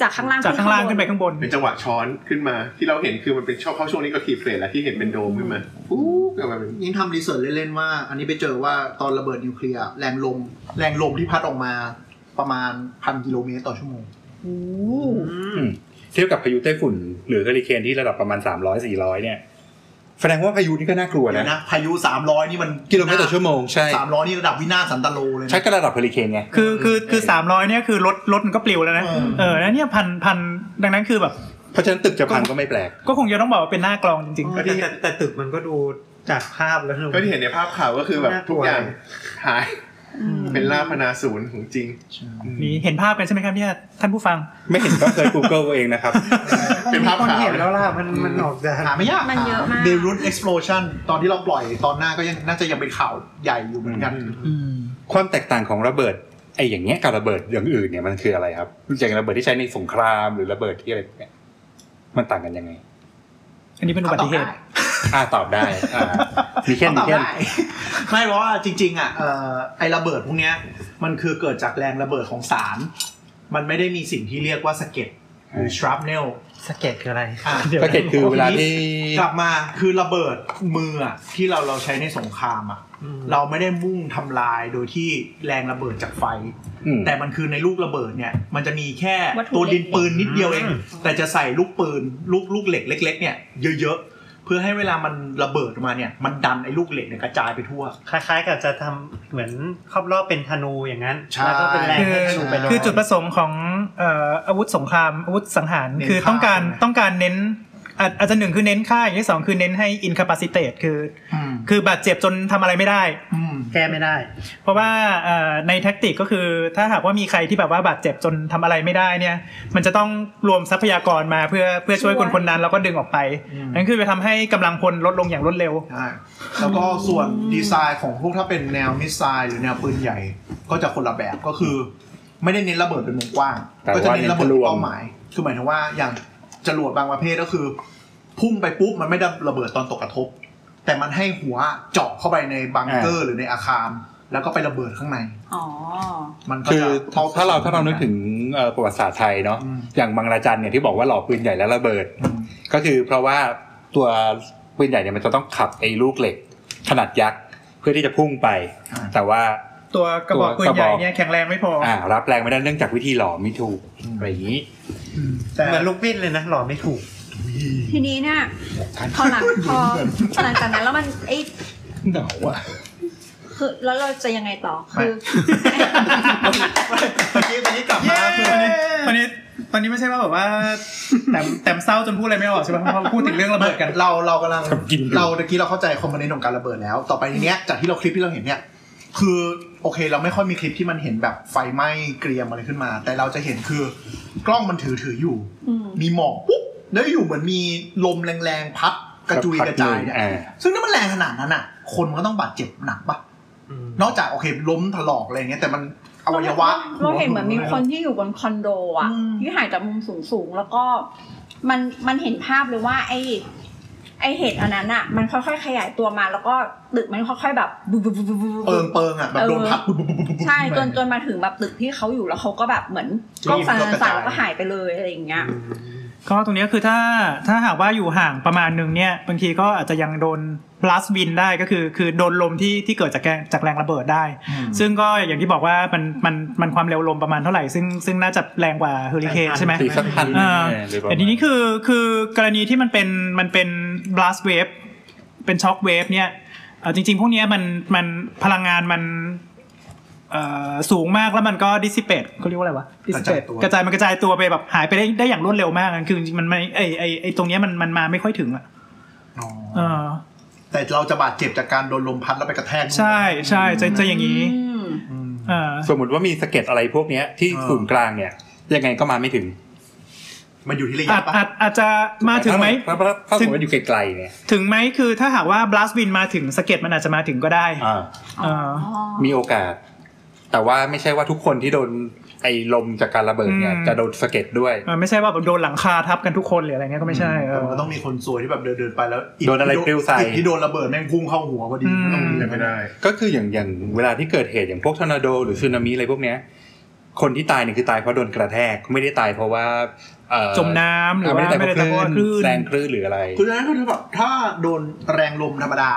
จากข้างล่าง จากข้างล่างขึ้นไปข้างบน เป็นจังหวะช้อนขึ้นมา ที่เราเห็นคือมันเป็นชอบเข้าช่วงนี้ก็ทีเฟรแล้วที่เห็นเป็นโดมขึ้นมาปุ๊บกลับมาเป็น นี่ทำรีเสิร์ชเล่นๆว่า อันนี้ไปเจอว่าตอนระเบิดนิวเคลียร์แรงลม แรงลมที่พัดออกมาประมาณพันกิโลเมตรต่อชั่วโมง ำเทียบกับพายุไต้ฝุ่น หรือเฮอริเคนที่ระดับประมาณ 300 400 เนี่ย แสดงว่าพายุนี่ก็น่ากลัว เดี๋ย นะ วนะ พายุสามร้อยนี่มัน กิโลเมตรต่อชั่วโมงใช่ สามร้อยนี่ระดับวินาศสันตโลเลยนะ ใช้ก็ระดับเฮอริเคนไง คือคือคือสามร้อยเนี่ยคือรถรถมันก็ปลิวแล้วนะ เออ เออแล้วเนี่ยพันพันดังนั้นคือแบบ เพราะฉะนั้นตึกจะพังก็ไม่แปลก ก็คงจะต้องบอกว่าเป็นหน้ากลองจริง แต่แต่แต่ตึกมันก็ดูจากภาพแล้ว ก็ที่เห็นในภาพข่าวก็คือแบบทุกอย่างหายเป็นลาพนาศูนย์ของจริง ๆ นี่เห็นภาพกันใช่ไหมครับเนี่ยท่านผู้ฟัง ไม่เห็นก็เคย Google เอาเองนะครับ เป็นภาพ คน ข่าว เห็นแล้วล่ะมันมันออกจะ หาไม่ยาก มันเยอะมาก เบรุต explosion ตอนที่เราปล่อยตอนหน้าก็ยังน่าจะยังเป็นข่าวใหญ่อยู่เหมือนกัน ความแตกต่างของระเบิดไอ้อย่างเงี้ยกับระเบิดอย่างอื่นเนี่ยมันคืออะไรครับอย่างระเบิดที่ใช้ในสงครามหรือระเบิดที่อะไรเนี่ยมันต่างกันยังไง อันนี้เป็นอุบัติเหตุ อ่าตอบได้อ่ามีเค่นมี (laughs) ตอบ เค่น ได้ ไม่เพราะว่าจริง ๆ อ่ะเอ่อไอระเบิดพวกเนี้ย มันคือเกิดจากแรงระเบิดของสาร มันไม่ได้มีสิ่งที่เรียกว่าสะเก็ดหรือ shrapnel สเก็ตคืออะไร อ่ะ ก็เก็ตคือเวลาที่ กลับมาคือระเบิดมืออะที่เราเราใช้ในสงครามอ่ะ อืม เราไม่ได้มุ่งทำลายโดยที่แรงระเบิดจากไฟ อืม แต่มันคือในลูกระเบิดเนี่ย มันจะมีแค่ วัตถุ ตัวดินปืนนิดเดียวเอง แต่จะใส่ลูกปืนลูกลูกเหล็กเล็ก ๆ เนี่ยเยอะๆเพื่อให้เวลามันระเบิดออกมาเนี่ย มันดันไอ้ลูกเหล็กเนี่ยกระจายไปทั่ว คล้ายๆกับจะทำเหมือนครอบรอบเป็นธนูอย่างนั้น ใช่ แล้วก็เป็นแรง คือ ให้ธนูไปลง คือจุดประสงค์ของเอ่ออาวุธสงครามอาวุธสังหาร เน้น คือ ฆ่า ต้องการ ใช่ไหม ต้องการเน้นอาจอาจจะหนึ่งคือเน้นค่าอย่างที่สองคือเน้นให้ incapacitate คือ อืม คือบาดเจ็บจนทำอะไรไม่ได้ อืม แก้ไม่ได้ เพราะว่าเอ่อในแท็กติกก็คือถ้าหากว่ามีใครที่แบบว่าบาดเจ็บจนทำอะไรไม่ได้เนี่ย มันจะต้องรวมทรัพยากรมาเพื่อเพื่อช่วยคนคนนั้นแล้วก็ดึงออกไปนั่นคือจะทำให้กำลังพลลดลงอย่างรวดเร็ว ใช่แล้วก็ส่วนดีไซน์ของพวกถ้าเป็นแนวมิสไซล์หรือแนวปืนใหญ่ก็จะคนละแบบก็คือ ไม่ได้เน้นระเบิดเป็นวงกว้าง แต่ว่า ก็จะเน้นระเบิด เน้นทะลวง เป้าหมาย คือหมายถึงว่าอย่างจรวดบางประเภทก็คือ พุ่งไปปุ๊บมันไม่ได้ระเบิดตอนตกกระทบ แต่มันให้หัวเจาะเข้าไปในบังเกอร์หรือในอาคาร แล้วก็ไประเบิดข้างใน อ๋อ มันก็ คือ จะ ถ้าถ้าเราถ้าเรานึกถึงเอ่อประวัติศาสตร์ไทยเนาะอย่างบางราจันเนี่ยที่บอกว่าหล่อปืนใหญ่และระเบิด ก็คือเพราะว่าตัวปืนใหญ่เนี่ยมันจะต้องขับไอ้ลูกเหล็ก ขนาดยักษ์เพื่อที่จะพุ่งไป แต่ว่า ตัวกระบอกปื ตัวก น ระบอก ใหญ่เนี่ยแข็งแรงไม่พอ อ่ารับแรงไม่ได้เนื่องจากวิธีหล่อไม่ถูกอะไรอย่างนี้ แต่ เหมือนลูกปิ้นเลยนะหล่อไม่ถูก ทีนี้เนี่ยพอหลังพอหลังจากนั้นแล้วมันไอ้ หนาวอ่ะ คือแล้วเราจะยังไงต่อ (laughs) คือ เมื่อกี้ตอนนี้กลับมาคือ ตอนนี้ตอนนี้ไม่ใช่ว่าแบบ (laughs) ว่าแต่แต่เศร้าจนพูดอะไรไม่ออกใช่ไหมเพราะพูดถึงเรื่องระเบิดกัน เราเรากำลัง กินอยู่ เราเมื่อกี้เราเข้าใจคอมโพเนนต์ของการระเบิดแล้ว ต่อไปทีเนี้ยจากที่เราคลิปที่เราเห็นเนี่ย คือโอเคเราไม่ค่อยมีคลิปที่มันเห็นแบบไฟไหม้เกรียมอะไรขึ้นมา แต่เราจะเห็นคือกล้องมันถือถืออยู่ อืม มีหมอกปุ๊บแล้วอยู่เหมือนมีลมแรงๆพัดกระจุยกระจายเนี่ย อ่า ซึ่งถ้ามันแรงขนาดนั้นอ่ะ คนมันก็ต้องบาดเจ็บหนักปะนอกจากโอเคล้มถลอกอะไรเงี้ยแต่มันอวัยวะ เราเห็นเหมือนมีคนที่อยู่บนคอนโดอ่ะ อืม ที่ถ่ายจากมุมสูงสูงๆแล้วก็มันมันเห็นภาพเลยว่า ไอ้ไอ้เห็ดอันนั้นอ่ะ มันค่อยๆขยายตัวมา แล้วก็ตึกมันค่อยๆแบบบูบูบูบูบู เปิงเปิงๆอ่ะแบบโดนพัดปุ๊บปุ๊บปุ๊บปุ๊บปุ๊บ ใช่จนจนมาถึงแบบตึกที่เขาอยู่แล้วเขาก็แบบเหมือนกล้องสั่น รีบก็กระ สั่ จาน ย แล้วก็หายไปเลยอะไรอย่างเงี้ย ก็ตรงเนี้ยคือถ้าถ้าหากว่าอยู่ห่างประมาณหนึ่งเนี่ยบางทีก็อาจจะยังโดน plus wind ได้ก็คือคือโดนลมที่ที่เกิดจากแรงจากแรงระเบิดได้ ซึ่งก็อย่างที่บอกว่ามันมันมันความเร็วลมประมาณเท่าไหร่ ซึ่งซึ่งน่าจะแรงกว่าเฮอริเคนใช่ไหม สี่สักพัน อ่า หรือประมาณ แต่ทีนี้คือคือกรณีที่มันเป็นมันเป็น blast wave เป็นช็อคเวฟเนี่ยเอ่อจริง ๆ พวกเนี้ยมันมันพลังงานมันเอ่อสูงมากแล้วมันก็ดิส i เ a ตเขาเรียกว่าอะไรวะดิส i เ a ต กระจายตัว กระจายมันกระจายตัวไปแบบหายไปได้ได้อย่างรวดเร็วมากอะคือจริงๆมันไม่ไอไอไอตรงเนี้ยมันมันมาไม่ค่อยถึงอ่ะ อ๋อ เออ แต่เราจะบาดเจ็บจากการโดนลมพัดแล้วไปกระแทก ใช่ใช่จะจะอย่างนี้ อืม ม อ่า สมมติว่ามีสะเก็ดอะไรพวกเนี้ยที่ อ่า ศูนย์กลางเนี่ย ยังไงก็มาไม่ถึง มันอยู่ที่อายระะ จ ปะ อาจอาจจะมาถึงไหม ถ้าถ้าถ้าสมมติว่าอยู่ไกลๆเนี่ย ถึงไหมคือถ้าหากว่า blast wind มาถึงสะเก็ตมันอาจจะมาถึงก็ได้ อ่า เอ่อ มีโอกาส แต่ว่าไม่ใช่ว่าทุกคนที่โดนไอ้ลมจากการระเบิดเนี่ย อืม จะโดนสะเก็ดด้วย เอ่อไม่ใช่ว่าแบบโดนหลังคาทับกันทุกคนหรืออะไรเงี้ยก็ไม่ใช่เอ แต่ อ มันก็ต้องมีคนซวยที่แบบเดินเดินๆไปแล้วก โดนอะไร ที่ ปลิวใส่ อีกที่โดนระเบิดแม่งพุ่งเข้าหัวพอดี อืม มันต้องมี เป็ แต่ นไม่ ไม่ได้ ได้ ก็คืออย่างอย่างเวลาที่เกิดเหตุอย่างพวกทอร์นาโด หรือสึนามิอะไรพวกเนี้ย คนที่ตายเนี่ยคือตายเพราะโดนกระแทกไม่ได้ตายเพราะว่าเอ่อ จมน้ำหรือว่า ไม่ได้ตาย ไม่ได้ตะ เพ โก ราะ น ค ค ลื่ ลื่ น น แรงคลื่นหรืออะไร คือนั้นคือแบบถ้าโดนแรงลมธรรมดา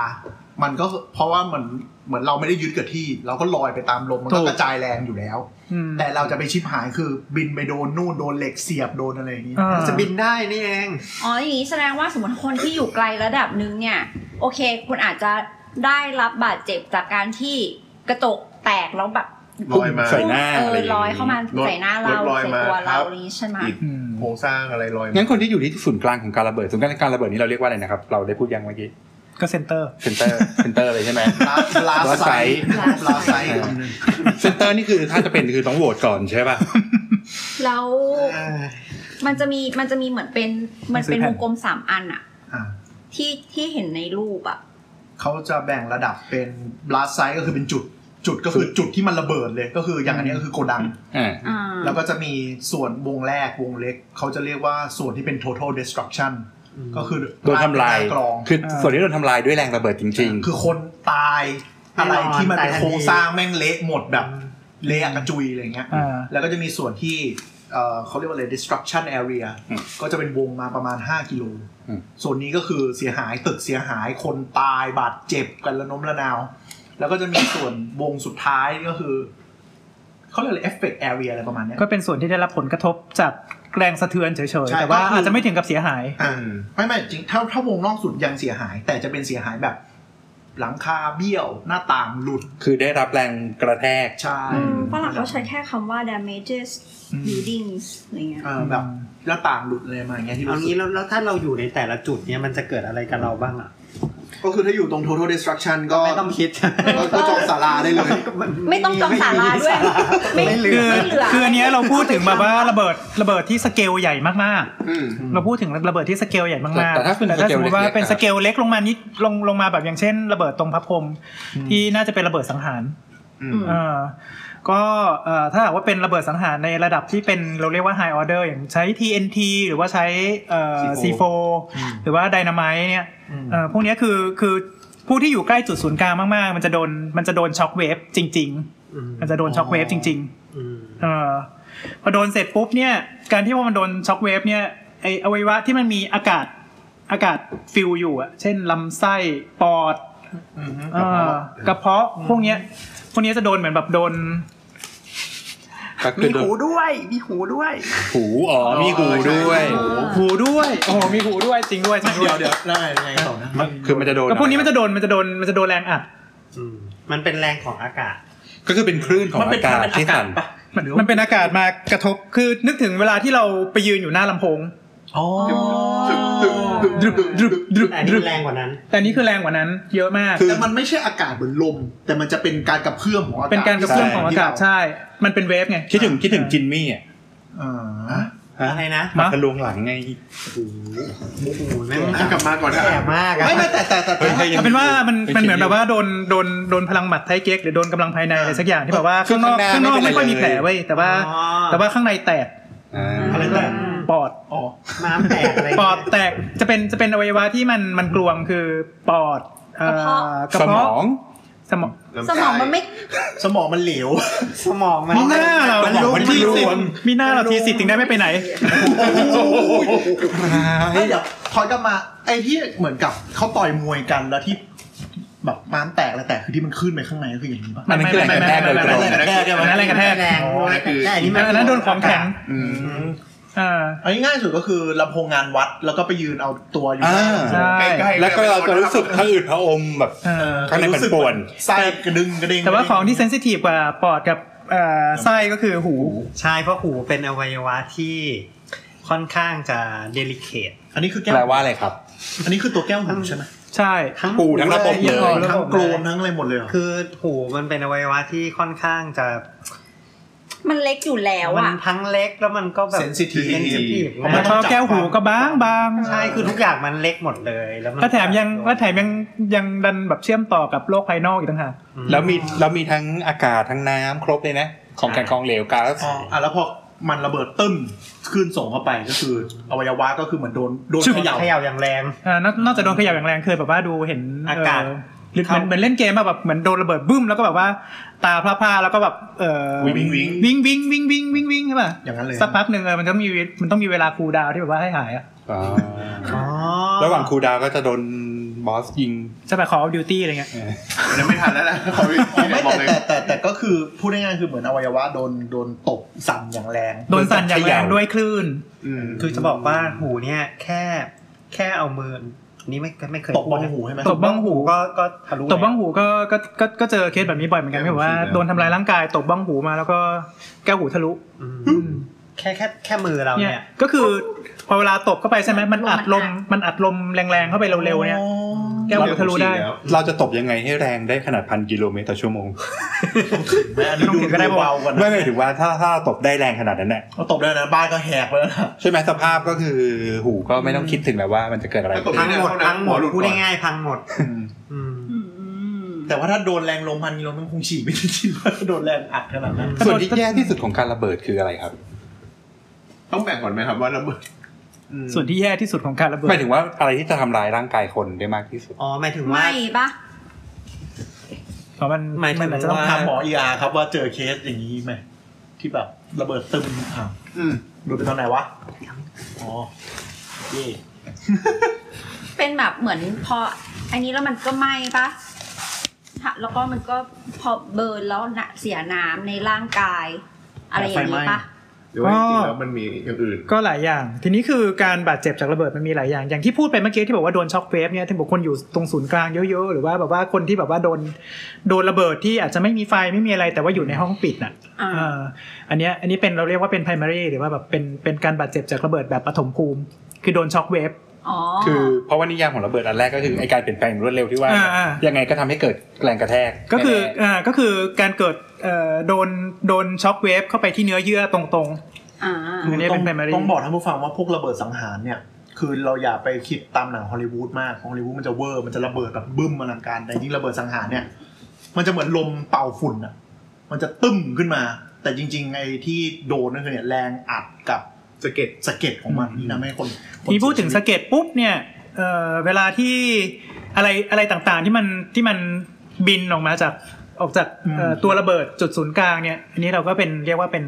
มันก็เพราะว่าเหมือนเหมือนเราไม่ได้ยึดกับที่ เราก็ลอยไปตามลมมัน ถู ก็ ก กระจายแรงอยู่แล้ว อืม แต่เราจะไปชิปหายคือบินไปโดนนู่นโดนเหล็กเสียบโดนอะไรอย่างนี้ อ่า จะบินได้นี่เอง อ๋ออย่างนี้แสดงว่าสมมติคนที่อยู่ไกลระดับหนึงเนี่ย โอเค คุณอาจจะได้รับบาดเจ็บจากการที่กระจกแตกแล้วแบบ ลอยมา ใส่หน้า เอ อะไร อ อย่างงี้ ลอยเข้ามาใส่หน้าร ถ เรา ลอย ใส่ มา ตัว ครั เรา บ อะไรอย่างนี้ใช่ไหม อิฐ อืม โครงสร้างอะไรลอยมา งั้นคนที่อยู่ที่ศูนย์กลางของการระเบิดศูนย์กลางการระเบิดนี่เราเรียกว่าอะไรนะครับ เราได้พูดยังเมื่อกี้ ก็เซนเตอร์ เซนเตอร์เซนเตอร์เลยใช่ไหม (laughs) ลา ลาไซ ไซ ส์ ลาไซส์คำหนึง เซนเตอร์นี่คือถ้าจะเป็นคือต้องโหวตก่อนใช่ป่ะ แล้วมันจะมีมันจะมีเหมือนเป็นมันเป็นวงกลมสามอันอะ อ่า ที่ที่เห็นในรูปอะ เขาจะแบ่งระดับเป็นลาไซส์ก็คือเป็นจุด จุดก็คือจุดที่มันระเบิดเลย ก็คืออย่างอันนี้ก็คือโกดัง อ่า อ่า แล้วก็จะมีส่วนวงแรกวงเล็ก เขาจะเรียกว่าส่วนที่เป็น total destruction ก็คือ โดนทำลาย กรอง คือส่วนที่โดนทำลายด้วยแรงระเบิดจริง คือคนตายอะไรที่มันเป็น ตายทันที โครงสร้างแม่งเละหมดแบบเละกระจุยอะไรเงี้ย อ่า แล้วก็จะมีส่วนที่เอ่อเขาเรียกว่าอะไร destruction area อืม ก็จะเป็นวงมาประมาณ 5 กิโล อืม ส่วนนี้ก็คือเสียหายตึกเสียหายคนตายบาดเจ็บกันระนมระนาว แล้วก็จะมีส่วนวงสุดท้ายก็คือเขาเรียกอะไร effect area อะไรประมาณเนี้ย ก็เป็นส่วนที่ได้รับผลกระทบจากแรงสะเทือนเฉย ใช่ ๆ แต่ว่า ก็คืออ อาจจะไม่ถึงกับเสียหาย อ่าไม่ไม่จริงถ้าถ้าวงนอกสุดยังเสียหาย แต่จะเป็นเสียหายแบบ หลังคาเบี้ยวหน้าต่างหลุด ๆ คือได้รับแรงกระแทก ใช่ อืมฝรั่งเขาใช้แค่คำว่า damages buildings อะไรเงี้ย เออแบบหน้าต่างหลุดอะไรมาอย่างเงี้ยที่ เอา รู้สึ งี้ ก แล้วแล้วถ้าเราอยู่ในแต่ละจุดเนี่ยมันจะเกิดอะไรกับเราบ้างอ่ะ ก็คือถ้าอยู่ตรง total destruction ก็ ไม่ต้อง (laughs) คิด ก็ก็จองศาลาได้เลย (laughs) ไม่ต้องจองศาลาด้วย ไม่ ไม่เหลื คือ อ ไม่เหลือ คืออันเนี้ยเราพูดถึงแบบว่าระเบิดระเบิดที่สเกลใหญ่มากๆ เราพูดถึงระเบิดที่สเกลใหญ่มากๆ แต่ถ้าเป็นสเกล สมมติว่า เล็กๆ เป็น อะ สเกลเล็กลงมานิดลงลงมาแบบอย่างเช่น ระเบิดตรงพระพรหมที่น่าจะเป็นระเบิดสังหาร เอ่อก็เอ่อถ้าหากว่าเป็นระเบิดสังหารในระดับที่เป็นเราเรียกว่า high order อย่างใช้ TNT หรือว่าใช้เอ่อ C4 หรือว่า dynamite เนี่ยเอ่อพวกเนี้ยคือคือผู้ที่อยู่ใกล้จุดศูนย์กลางมากๆ มันจะโดนมันจะโดนช็อคเวฟจริง ๆ มันจะโดนช็อคเวฟจริง ๆเอ่อพอโดนเสร็จปุ๊บเนี่ยการที่ว่ามันโดนช็อคเวฟเนี่ยไออวัยวะที่มันมีอากาศอากาศฟิลอยู่อะเช่นลำไส้ปอด เอ่อกระเพาะพวกเนี้ย พวกเนี้ยจะโดนเหมือนแบบโดน ก็คือโดน มีหูด้วย หูอ๋อมีหูด้วย หูด้วย โอ้โหมีหูด้วยจริงด้วยจริงด้ เดี๋ยวยวเดี๋ยวได้ยังไงต่อนะ คือมันจะโดน ก็พวกนี้มันจะโดนมันจะโดนมันจะโดนแรงอัด อืมมันเป็นแรงของอากาศ ก็คือเป็นคลื่นของอากาศที่สั่น มันมันเป็นอากาศมากระทบคือนึกถึงเวลาที่เราไปยืนอยู่หน้าลำโพง อ๋อ ดรึบดรึบดรึบ แต่อัน ดรึ นี่ บ แรงกว่านั้น แต่อันนี้คือแรงกว่านั้น เยอะมาก แต่มันไม่ใช่อากาศเหมือนลม แต่มันจะเป็นการกระเพื่อมของอากาศ เป็นการกระเพื่อม ใช่ ของอากาศใช่ มันเป็นเวฟไง คิดถึงคิดถึงจินมี่อ่ะ อ่า อะไรนะ มาทะลวงหลังไง โอ้โหแม่ง กลับมาก่อนนะ แสบมากอะ ไม่ไม่แต่แต่แต่แต่ เฮ้ย เอาเป็นว่ามันมันเหมือนแบบว่าโดนโดนโดนพลังหมัดไทยเก๊กหรือโดนกำลังภายในอะไรสักอย่างที่แบบว่าข้างนอก ข้า ข้างหงน น้า อก ไม่เป็นไร ไม่ค่อยมีแผล เลย เว้ยแต่ว่า อ๋อ แต่ว่าข้างในแตก อ่า อะไรแต่ ปอด อ๋อ น้ำแตกอะไร ปอดแตกจะเป็นจะเป็นอวัยวะที่มันมันกลวงคือปอดเอ่อกระ สม เพาะ อง สมอง สมองมันไม่ สมองมันเหลว สมองมัน มองหน้าเรา มันรู้ ทีสิทธิ์มีหน้าเราทีสิทธิ์ถึงได้ไม่ไปไหน เฮ้ยเดี๋ (laughs) ยวถอยกลับมาไอ้ที่เหมือนกับเขาต่อยมวยกันแล้วที่แบบม้ามแตกอะไรแตกคือที่มันขึ้นไปข้างในก็คืออย่างนี้ปะ อันนั้นคือแรงกระแทกโดยตรง ไม่ไม่ไม่ เดี๋ยว อันนั้นแรงกระแทก แรง คือ แต่อันนี้มั อั น นนั้นโดนของแข็ง อืม อ่า อันนี้ง่ายสุดก็คือลำโพงงานวัดแล้วก็ไปยืนเอาตัวอยู่ อ่า ใช่ ใกล้ๆ แล้วก็เราจะรู้สึกพระอืดพระอมแบบ เออ ข้างในมันปวน ไส้กระดึงกระเด้ง แต่ว่าของที่เซนซิทีฟกว่าปอดกับเอ่อไส้ก็คือหู ใช่เพราะหูเป็นอวัยวะที่ค่อนข้างจะเดลิเคท อันนี้คือแก้ว แปลว่าอะไรครับ อันนี้คือตัวแก้วหูใช่ไหม ใช่ ทั้ง ปูทั้งระบบเลย ทั้งโกลนทั้งอะไรหมดเลยเหรอ คือหูมันเป็นอวัยวะที่ค่อนข้างจะ มันเล็กอยู่แล้ว มัน อ่ะ ทั้งเล็กแล้วมันก็แบบ Sensitive เซนซิทีฟ เพราะมั แล้ น ว ต้ ก็ อง แก้วหูก็บางบาง ใช่คือทุกอย่างมันเล็กหมดเลยแล้วมัน ก็แถมยังก็แถมยังยังดันแบบเชื่อมต่อกับโลกภายนอกอีกต่างหาก อื แล้วมีแล้วมีทั้งอากาศทั้งน้ำครบเลยนะ ของแข็งของเหลวก๊าซ อ๋ออ่ะแล้วพอมันระเบิดตึ้มคลื่นส่งเข้าไปก็คืออวัยวะก็คือเหมือนโดนโดนเขย่า เขย่าอย่างแรง อ่านอกนอกจากโดนเขยับอย่างแรงเคยแบบว่าดูเห็น อากาศ เหรือเหมือนเหมือนเล่นเกมอะแบบเหมือนโดนระเบิดบึ้มแล้วก็แบบว่าตาพร่าๆแล้วก็แบบเออ วิ่งวิ่ง วิ่งวิ่งวิ่งวิ่งวิ่งวิ่งใช่ป่ะ อย่างนั้นเลย สักพักหนึ่งเออมันก็มีมันต้องมีเวลาคูลดาวน์ที่แบบว่าให้หายอะ อ๋อ อ๋อ ระหว่างครูดาวก็จะโดนบอสยิง ใช่ป่ะคอร์ดิวตี้อะไรเงี้ย อันนั้นไม่ทันแล้วล่ะ (laughs) ขอ อ๋อไม่ บอกแต่เลย แต่แต่แต่ก็คือพูดง่ายๆคือเหมือนอวัยวะโดนโดนตบสั่นอย่างแรง โดนสั่นอย่างแรง เขย่า ด้วยคลื่น อืม คือจะบอกว่าหูเนี่ยแค่แค่เอามือนี่ไม่ไม่เคย ตบบ้องหูใช่ไหม ตบบ้องหูก็ก็ทะลุ ตบบ้องหูก็ก็ก็ก็เจอเคสแบบนี้บ่อยเหมือนกันแบบว่าโดนทำลายร่างกายตบบ้องหูมาแล้วก็แก้วหูทะลุ อืมแค่แค่แค่มือเรา เนี่ เนี่ย ย ก็คือพอเวลาตบเข้าไปใช่ไหมมันอัดลมมันอัดลมแรงๆเข้าไปเร็วๆเนี่ย แก้วหูทะลุได้ เราจะตบยังไงให้แรงได้ขนาดพันกิโลเมตรต่อชั่วโมง ไม่อันนี้ดูก็ได้เบาๆกัน ไม่ไม่ถึงว่าถ้าถ้าตบได้แรงขนาดนั้นน่ะ เอาตบแล้วนะบ้านก็แหกไปแล้วนะ ใช่ไหมสภาพก็คือหูก็ไม่ต้องคิดถึงแล้วว่ามันจะเกิดอะไรขึ้น พังหมดพังหมด ลุด พูด ก่อน ง่ายๆพังหมด อืม อืม แต่ว่าถ้าโดนแรงลมพันกิโลมันคงฉี่ไม่ได้จริงว่าโดนแรงอัดขนาดนั้น ส่วนที่แย่ที่สุดของการระเบิดคืออะไรครับ ต้องแบ่งก่อนไหมครับว่าระเบิด ส่วนที่แย่ที่สุดของการระเบิด หมายถึงว่าอะไรที่จะทำร้ายร่างกายคนได้มากที่สุด อ๋อหมายถึงว่า ไม่ปะ เพราะมัน หมายถึง มันอาจจะต้อง ถาม ทำ หมอเออาครับว่าเจอเคสอย่างนี้ไหมที่แบบระเบิดตึมอ่ะ อืม โดนไปตอนไหนวะอ๋อเย่ เป็นแบบเหมือนพออันนี้แล้วมันก็ไหม้ปะฮะแล้วก็มันก็พอเบิร์นแล้วนะเสียน้ำในร่างกาย อะไรอย่างนี้ปะ หรือว่าจริงๆแล้วมันมีอย่างอื่น ก็หลายอย่าง ทีนี้คือการบาดเจ็บจากระเบิดมันมีหลายอย่าง อย่างที่พูดไปเมื่อกี้ที่บอกว่าโดนช็อคเวฟเนี่ยที่บอกคนอยู่ตรงศูนย์กลางเยอะๆหรือว่าแบบว่าคนที่แบบว่าโดนโดนระเบิดที่อาจจะไม่มีไฟไม่มีอะไรแต่ว่าอยู่ในห้องปิดน่ะ อ่า เอ่ออันเนี้ยอันนี้เป็นเราเรียกว่าเป็น primary หรือว่าแบบเป็นเป็นการบาดเจ็บจากระเบิดแบบปฐมภูมิ คือโดนช็อคเวฟ อ๋อ คือเพราะว่านิยามของระเบิดอันแรกก็คือไอการเปลี่ยนแปลงอย่างรวดเร็วที่ว่า อ่าอ่า ยังไงก็ทำให้เกิดแรงกระแทก ก็คือ แน่ อ่าก็คือการเกิดเอ่อโดนโดนช็อคเวฟเข้าไปที่เนื้อเยื่อตรง อ่า อันนี้ ต้ เป็ อง น primary ต้องบอกท่านผู้ฟังว่าพวกระเบิดสังหารเนี่ย คือเราอย่าไปคิดตามหนังฮอลลีวูดมากฮอลลีวูดมันจะเวอร์มันจะระเบิดแบบบึ้มอลังการแต่จริงๆระเบิดสังหารเนี่ย มันจะเหมือนลมเป่าฝุ่นอ่ะ มันจะตึ้มขึ้นมา แต่จริงๆไอ้ที่โดนนั่นคือเนี่ยแรงอัดกับ สะเก็ด สะเก็ดของมันที่ทำให้คน ๆ ที่พูดถึงสะเก็ดปุ๊บเนี่ยเอ่อเวลาที่อะไรอะไรต่างๆที่มันที่มันบินออกมาจากออกจากเอ่อตัวระเบิดจุดศูนย์กลางเนี่ยอันนี้เราก็เป็นเรียกว่าเป็น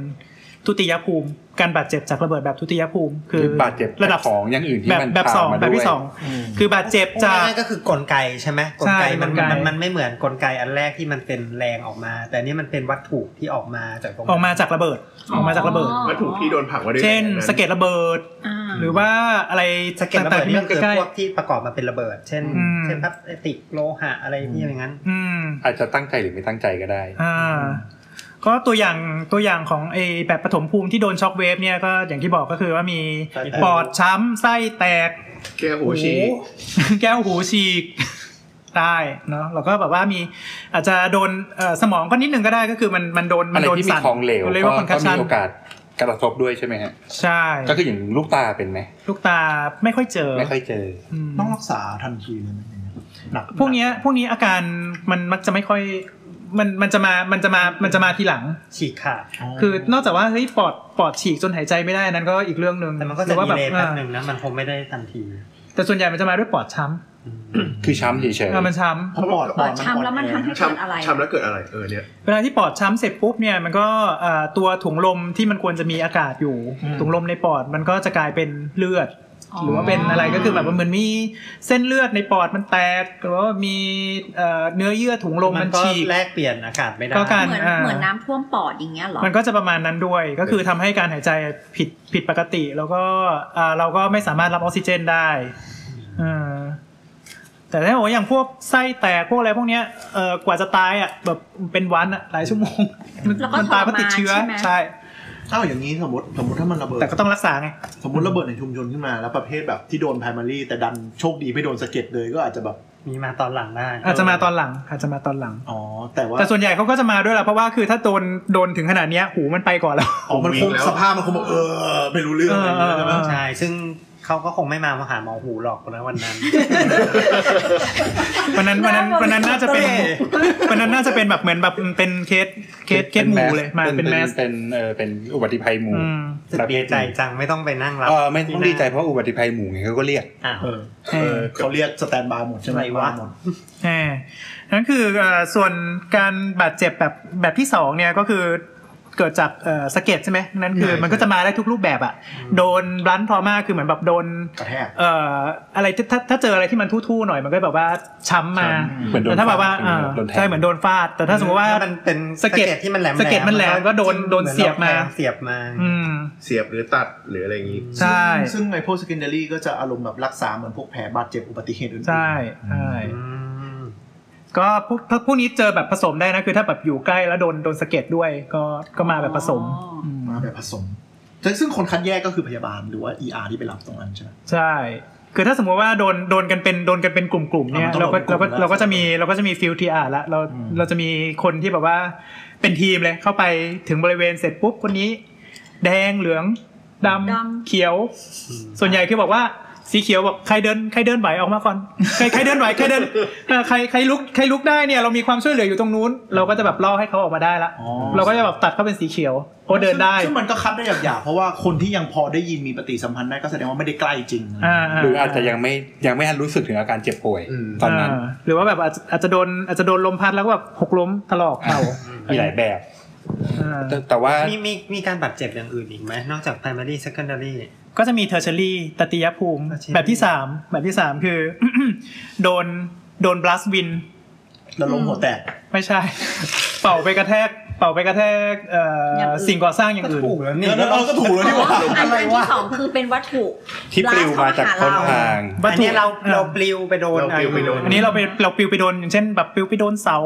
ทุติยภูมิ การบาดเจ็บจากระเบิดแบบทุติยภูมิ คือบาดเจ็บ ระดับ ของอย่างอื่นที่ แบบ มัน แบบสอง ตามมา แบบ ด้ว ที่ ย สอง อืม คือบาดเจ็บ พูด จาก ง่ายๆก็คือกลไกใช่ไหมกลไก ใช่ มัน กลไก มันมันไม่เหมือนกลไกอันแรกที่มันเป็นแรงออกมา แต่นี่มันเป็นวัตถุที่ออกมาจากตรงนั้น ออกมาจากระเบิดออกมาจากระเบิด วัตถุที่โดนผลักมาด้วย เช่น แรงนั้น สะเก็ดระเบิด อ่า หรือว่าอะไร สะเก็ดระเบิด ต่างๆที่ นี่ มั ก็ น คือ ใกล้ พวกที่ประกอบมาเป็นระเบิด เช่น อืม เช่นพลาสติกโลหะอะไรที่อย่างนั้น ๆอืม อาจจะตั้งใจหรือไม่ตั้งใจก็ได้ อ่าก็ตัวอย่างตัวอย่างของไอแบบปฐมภูมิที่โดนช็อคเวฟเนี่ยก็อย่างที่บอกก็คือว่ามี ไส้แตก ปอดช้ำไส้แตก แก้วหูฉีก หูแก้ว (laughs) หูฉีกได้เนาะแล้วก็แบบว่ามีอาจจะโดนเอ่อสมองก็นิดนึงก็ได้ก็คือมันมันโดน อะ มัน ไร โดน ที่มี สั่น ของเหลว เรียก ก็ ว่าคอนคัส ก็ ชั มี น โอกาสกระทบด้วยใช่ไหมฮะ ใช่ ก็คืออย่างลูกตาเป็นไหม ลูกตาไม่ค่อยเจอ ไม่ค่อยเจอ อืม ต้องรักษาทันทีเลยไหมอย่างเงี้ยหนัก พวกเนี้ยพวกนี้อาการมันมักจะไม่ค่อยมันมันจะมามันจะมามันจะมาทีหลัง ฉีกขาด คือนอกจากว่าเฮ้ยปอดปอดฉีกจนหายใจไม่ได้นั้นก็อีกเรื่องหนึ่ง แต่มันก็ ห จะ รือว่า ดี แบบ เลยแป๊บหนึ่ อ่าง นะมันคงไม่ได้ทันที แต่ส่วนใหญ่มันจะมาด้วยปอดช้ คือช้ำเฉย ำอ่ามันช้ เพราะปอด ปอดช้ำแล้วมันทำให้เกิดอะไร ช้ำช้ำแล้วเกิดอะไร เออเนี่ย ำเวลาที่ปอดช้ำเสร็จปุ๊บเนี่ยมันก็อ่าตัวถุงลมที่มันควรจะมีอากาศอยู่ ถุงลมในปอดมันก็จะกลายเป็นเลือด หรือว่าเป็นอะไรก็คือแบบว่าเหมือนมีเส้นเลือดในปอดมันแตกหรือว่ามีเอ่อเนื้อเยื่อถุงลมมัน ก็ ฉีก แลกเปลี่ยนอากาศไม่ได้ ก็การ เหมือน อ่า เหมือนน้ำท่วมปอดอย่างเงี้ยเหรอ มันก็จะประมาณนั้นด้วยก็คือทำให้การหายใจผิดผิดปกติ แล้วก็อ่าเราก็ไม่สามารถรับออกซิเจนได้เออแต่ถ้าบอกว่าอย่างพวกไส้แตกพวกอะไรพวกเนี้ยเออกว่าจะตายอ่ะแบบเป็นวันอ่ะหลายชั่วโมงมันมันตายเพราะติดเชื้อใช่ เอ้าอย่างนี้สมมติสมมติถ้ามันระเบิด แต่ก็ต้องรักษาไง สมมติระเบิดในชุมชนขึ้นมา แล้วประเภทแบบที่โดนไพรมารีแต่ดันโชคดีไม่โดนสะเก็ดเลยก็อาจจะแบบ มีมาตอนหลังได้ อาจจะมาตอนหลังอาจจะมาตอนหลัง อ๋อ แต่ว่า แต่ส่วนใหญ่เขาก็จะมาด้วยแหละเพราะว่าคือถ้าโดนโดนถึงขนาดเนี้ยหูมันไปก่อนแล้ว อ๋อมันคงสภาพมันคงบอกเออไม่รู้เรื่องอะไรอย่างเงี้ยใช่ไหม ใช่ซึ่งเขาก็คงไม่มามาหาหมอหูหรอกนะวันนั้น วันนั้นวันนั้นวันนั้นน่าจะเป็นวันนั้นน่าจะเป็นแบบเหมือนแบบเป็นเคสเคสเคสหมูเลยมาเป็นแมส เป็นเออเป็นอุบัติภัยหมู อืม สุดดีใจจังไม่ต้องไปนั่งรับ เออไม่ต้องดีใจเพราะอุบัติภัยหมูไงเขาก็เรียก อ้าว เออเออเขาเรียกสแตนบายหมดใช่ไหม อะไรวะ หมด แหมนั่นคือเอ่อส่วนการบาดเจ็บแบบแบบที่สองเนี่ยก็คือเกิดจากเอ่อสะเก็ดใช่ไหมนั่นคือ ใช่ มันก็จะมาได้ทุกรูปแบบอ่ะโดนบลันทรมาคือเหมือนแบบโดน กระแทก เอ่ออะไรที่ถ้าถ้าเจออะไรที่มันทู่ๆหน่อยมันก็แบบว่าช้ำมา เหมือนโดน แต่ถ้าแบบว่า ฟาด เอ่อ โดนแทง ใช่เหมือนโดนฟาด แต่ถ้าสมมติว่า นเป็น สะเก็ด ที่มันแหลมๆ สะเก็ดมันแหลมก็โดนโดนเสียบมา หอนเรแทงเสียบมา อืม เสียบหรือตัดหรืออะไรอย่างงี้ ใช่ ซึ่งไอพวกสกินเดอรี่ก็จะอารมณ์แบบรักษาเหมือนพวกแผลบาดเจ็บอุบัติเหตุอื่นๆ ใช่ใช่ อืม ก็พวกพวกนี้เจอแบบผสมได้นะ คือถ้าแบบอยู่ใกล้แล้วโดนโดนสะเก็ดด้วย ก็ก็มาแบบผสม อ๋ออื ม มาแบบผสมซึ่งซึ่งคนคัดแยกก็คือพยาบาลหรือว่า ER ที่ไปรับตรงนั้นใช่ไหม ใช่ คือถ้าสมมติว่าโดนโดนกันเป็นโดนกันเป็นกลุ่มๆเนี่ย อ่ะมันต้อง เราก็ เป็นกลุ่ เรา ม ก็ แล้ว เราก็จะมีเราก็จะมีฟิลทีอาร์ละเรา อืม เราจะมีคนที่แบบว่าเป็นทีมเลยเข้าไปถึงบริเวณเสร็จปุ๊บคนนี้ แดงเหลืองด ดำ ำเขียว ส่วนใหญ่คือบอกว่าสีเขียวบอกใครเดินใครเดินไหวออกมาก่อน (laughs) ใครใครเดินไหวใครเดินเอ่อใครใครลุกใครลุกได้เนี่ยเรามีความช่วยเหลืออยู่ตรงนู้น เราก็จะแบบล่อให้เขาออกมาได้ละ อ๋อ เราก็จะแบบตัดเขาเป็นสีเขียวโอ้เดินได้ ซึ่งซึ่งมันก็คัดได้หยาบๆเพราะว่าคนที่ยังพอได้ยินมีปฏิสัมพันธ์ได้ก็แสดงว่าไม่ได้ใกล้จริง อ่า หรืออาจจะยังไม่ยังไม่ทันรู้สึกถึงอาการเจ็บป่วย อืม ตอนนั้น อ่าหรือว่าแบบอาจอาจจะโดนอาจจะโดนลมพัดแล้วก็แบบหกล้มถลอกเข่า มีหลายแบบ อ่า แต่แต่ว่า มีมีมีการบาดเจ็บอย่างอื่นอีกไหมนอกจาก primary secondary ก็จะมีเทอร์เชอรี่ตติยภูมิ tertiary แบบที่สามแบบที่สามคือ (coughs) โดนโดนบลัสวิน แล้วล้มหัวแตก ไม่ใช่ (laughs) เป่าไปกระแทก เป่าไปกระแทกเอ่อ อย่างอื่น สิ่งก่อสร้างอย่างอื่น ถูกแล้วนี่ แล้วเราก็ถูกแล้วที่ว่า อันที่สองคือเป็นวัตถุ ที่ปลิวมาจากต้นทาง วัตถุ อันเนี้ยเรา อ่า เราปลิวไปโดน เราปลิวไปโดน อันนี้เราไปเราปลิวไปโดนอย่างเช่นแบบปลิวไปโดนเสา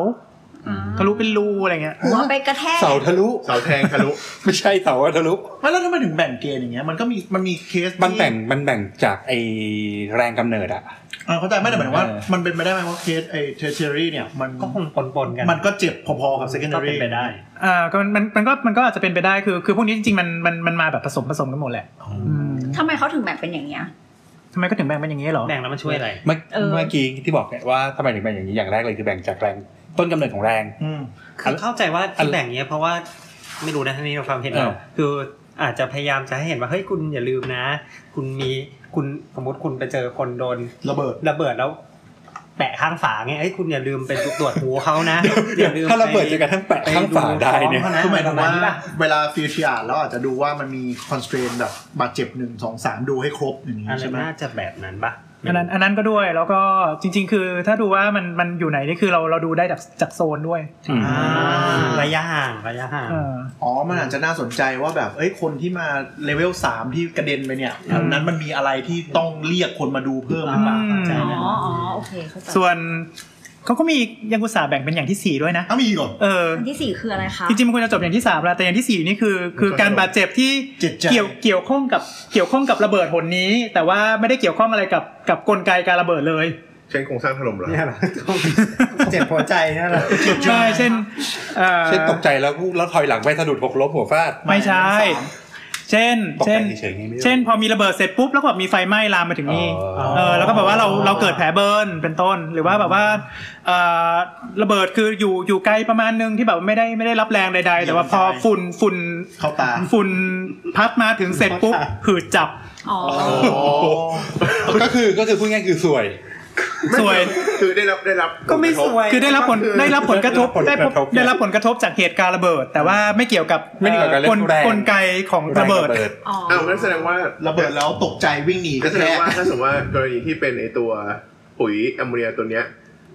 อ่า ทะลุเป็นรูอะไรเงี้ย หัวไปกระแทก เสาทะลุ เสาแทงทะลุ ไม่ใช่เสาทะลุ ไม่แล้วทำไมถึงแบ่งเกณฑ์อย่างเงี้ยมันก็มีมันมีเคสที่ มันแบ่งมันแบ่งจากไอแรงกำเนิดอะ อ่าเข้าใจไหม่ได้หมายถึงว่า เออ มันเป็นไปได้ไหมว่าเคสไอ้เทอร์เชอรี่เนี่ยมัน ก็คงปนปนๆกัน มันก็เจ็บพอๆกับเซคัน ก็ ดา เป็ รี นไปได้ อ่าก็มันมันก็มันก็อาจจะเป็นไปได้คือคือพวกนี้จริงๆมันมันมันมาแบบผสมผสมกันหมดแหละม ทำไมเขาถึงแบ่งเป็นอย่างเงี้ย ทำไมก็ถึงแบ่งเป็นอย่างนี้เหรอ แบ่งแล้วมันช่วยอะไร เมื่อ เออ เมื่อกี้ที่บอกเนี่ยว่าทำไมถึงแบ่งอย่างนี้อย่างแรกเลยคือแบ่งจากแรงต้นกำเนิดของแรง อืม คือเข้าใจว่า อัน ที่แบ่งเนี้ยเพราะว่าไม่รู้นะท่านนี้เราความเห็น เออ เราคืออาจจะพยายามจะให้เห็นว่าเฮ้ยคุณอย่าลืมนะ คุณมีคุณสมมติคุณไปเจอคนโดน ระเบิด ระเบิดแล้ว แปะข้างฝาเงี้ยไอ้ยคุณอย่าลืมไปตรวจหูเขานะอย่าลืม ถ้าระเบิดจนกระทั่งแปะ ไป ข้างฝาได้เนี่ย ท้อข คือหมายถึงปว่าระณนี้ป่ะ เวลาฟิวเชียเราอาจจะดูว่ามันมีคอนส a i n นแบบบาดเจ็บหนึ่งสองสามดูให้ครบอย่างนี้ อัน ใช่ นั้น ไหม น่าจะแบบนั้นปะ อันนั้นอันนั้นก็ด้วยแล้วก็จริง ๆ คือถ้าดูว่ามันมันอยู่ไหนนี่คือเราเราดูได้จากจากโซนด้วย อ่าระยะห่างระยะห่าง อ่า อ๋อ มันอาจจะน่าสนใจว่าแบบเอ้ยคนที่มาเลเวลสามที่กระเด็นไปเนี่ย อืม นั้นมันมีอะไรที่ต้องเรียกคนมาดูเพิ่มหรือเปล่าเข้าใจ อ๋อ ไหม อ๋อโอเคเข้าใจ ส่วนเขาก็มียังกุตสาห์แบ่งเป็นอย่างที่สี่ด้วยนะ อ้าวมีอีกเหรอ เออ อันที่สี่คืออะไรคะ จริงๆมันควรจะจบอย่างที่สามแล้วแต่อย่างที่สี่นี่คือคือการบาดเจ็บที่ เจ็บใจ เกี่ยวเกี่ยวข้องกับเกี่ยวข้องกับระเบิดหนนี้ แต่ว่าไม่ได้เกี่ยวข้องอะไรกับกับกลไกการระเบิดเลย เช่นโครงสร้างถล่มเหรอ เนี่ยเหรอเจ็บหัวใจเนี่ยเหรอ ใช่เช่นเอ่อ เช่นตกใจแล้วแล้วถอยหลังไปสะดุดหกล้มหัวฟาด ไม่ใช่ เช่น ตกใจ เช่น เฉยๆไงไม่รู้ เช่นพอมีระเบิดเสร็จปุ๊บแล้วก็แบบมีไฟไหม้ลามมาถึงนี่ อ๋อ เออแล้วก็แบบว่าเราเราเกิดแผลเบิร์นเป็นต้น หรือว่าแบบว่าเอ่อระเบิดคืออยู่อยู่ไกลประมาณนึงที่แบบไม่ได้ไม่ได้รับแรงใด ๆ แต่ว่าพอฝุ่นฝุ่น เข้าตา ฝุ่นพัดมาถึงเสร็จปุ๊บหืดจับ อ๋อ ก็คือก็คือพูดง่ายๆคือสวย สวย คือได้รับได้รับ ก็ไม่สวย คือได้รับผลได้รับผลกระทบ ผลก ได้ ระทบ พบได้รับผลกระทบจากเหตุการณ์ระเบิด แต่ว่าไม่เกี่ยวกับ ไม่เกี่ยวกับเรื่ ก อ ล งแรง กลไกของระเบิด อ๋อ อ้าวงั้นแสดงว่า ระเบิดแล้วตกใจวิ่งหนี ก็ ก็ แส แส ด ด ง ง ว่า ว่า ถ้าสมมติว่ากรณีที่เป็นไอตัวปุ๋ยแอมโมเนียตัวเนี้ย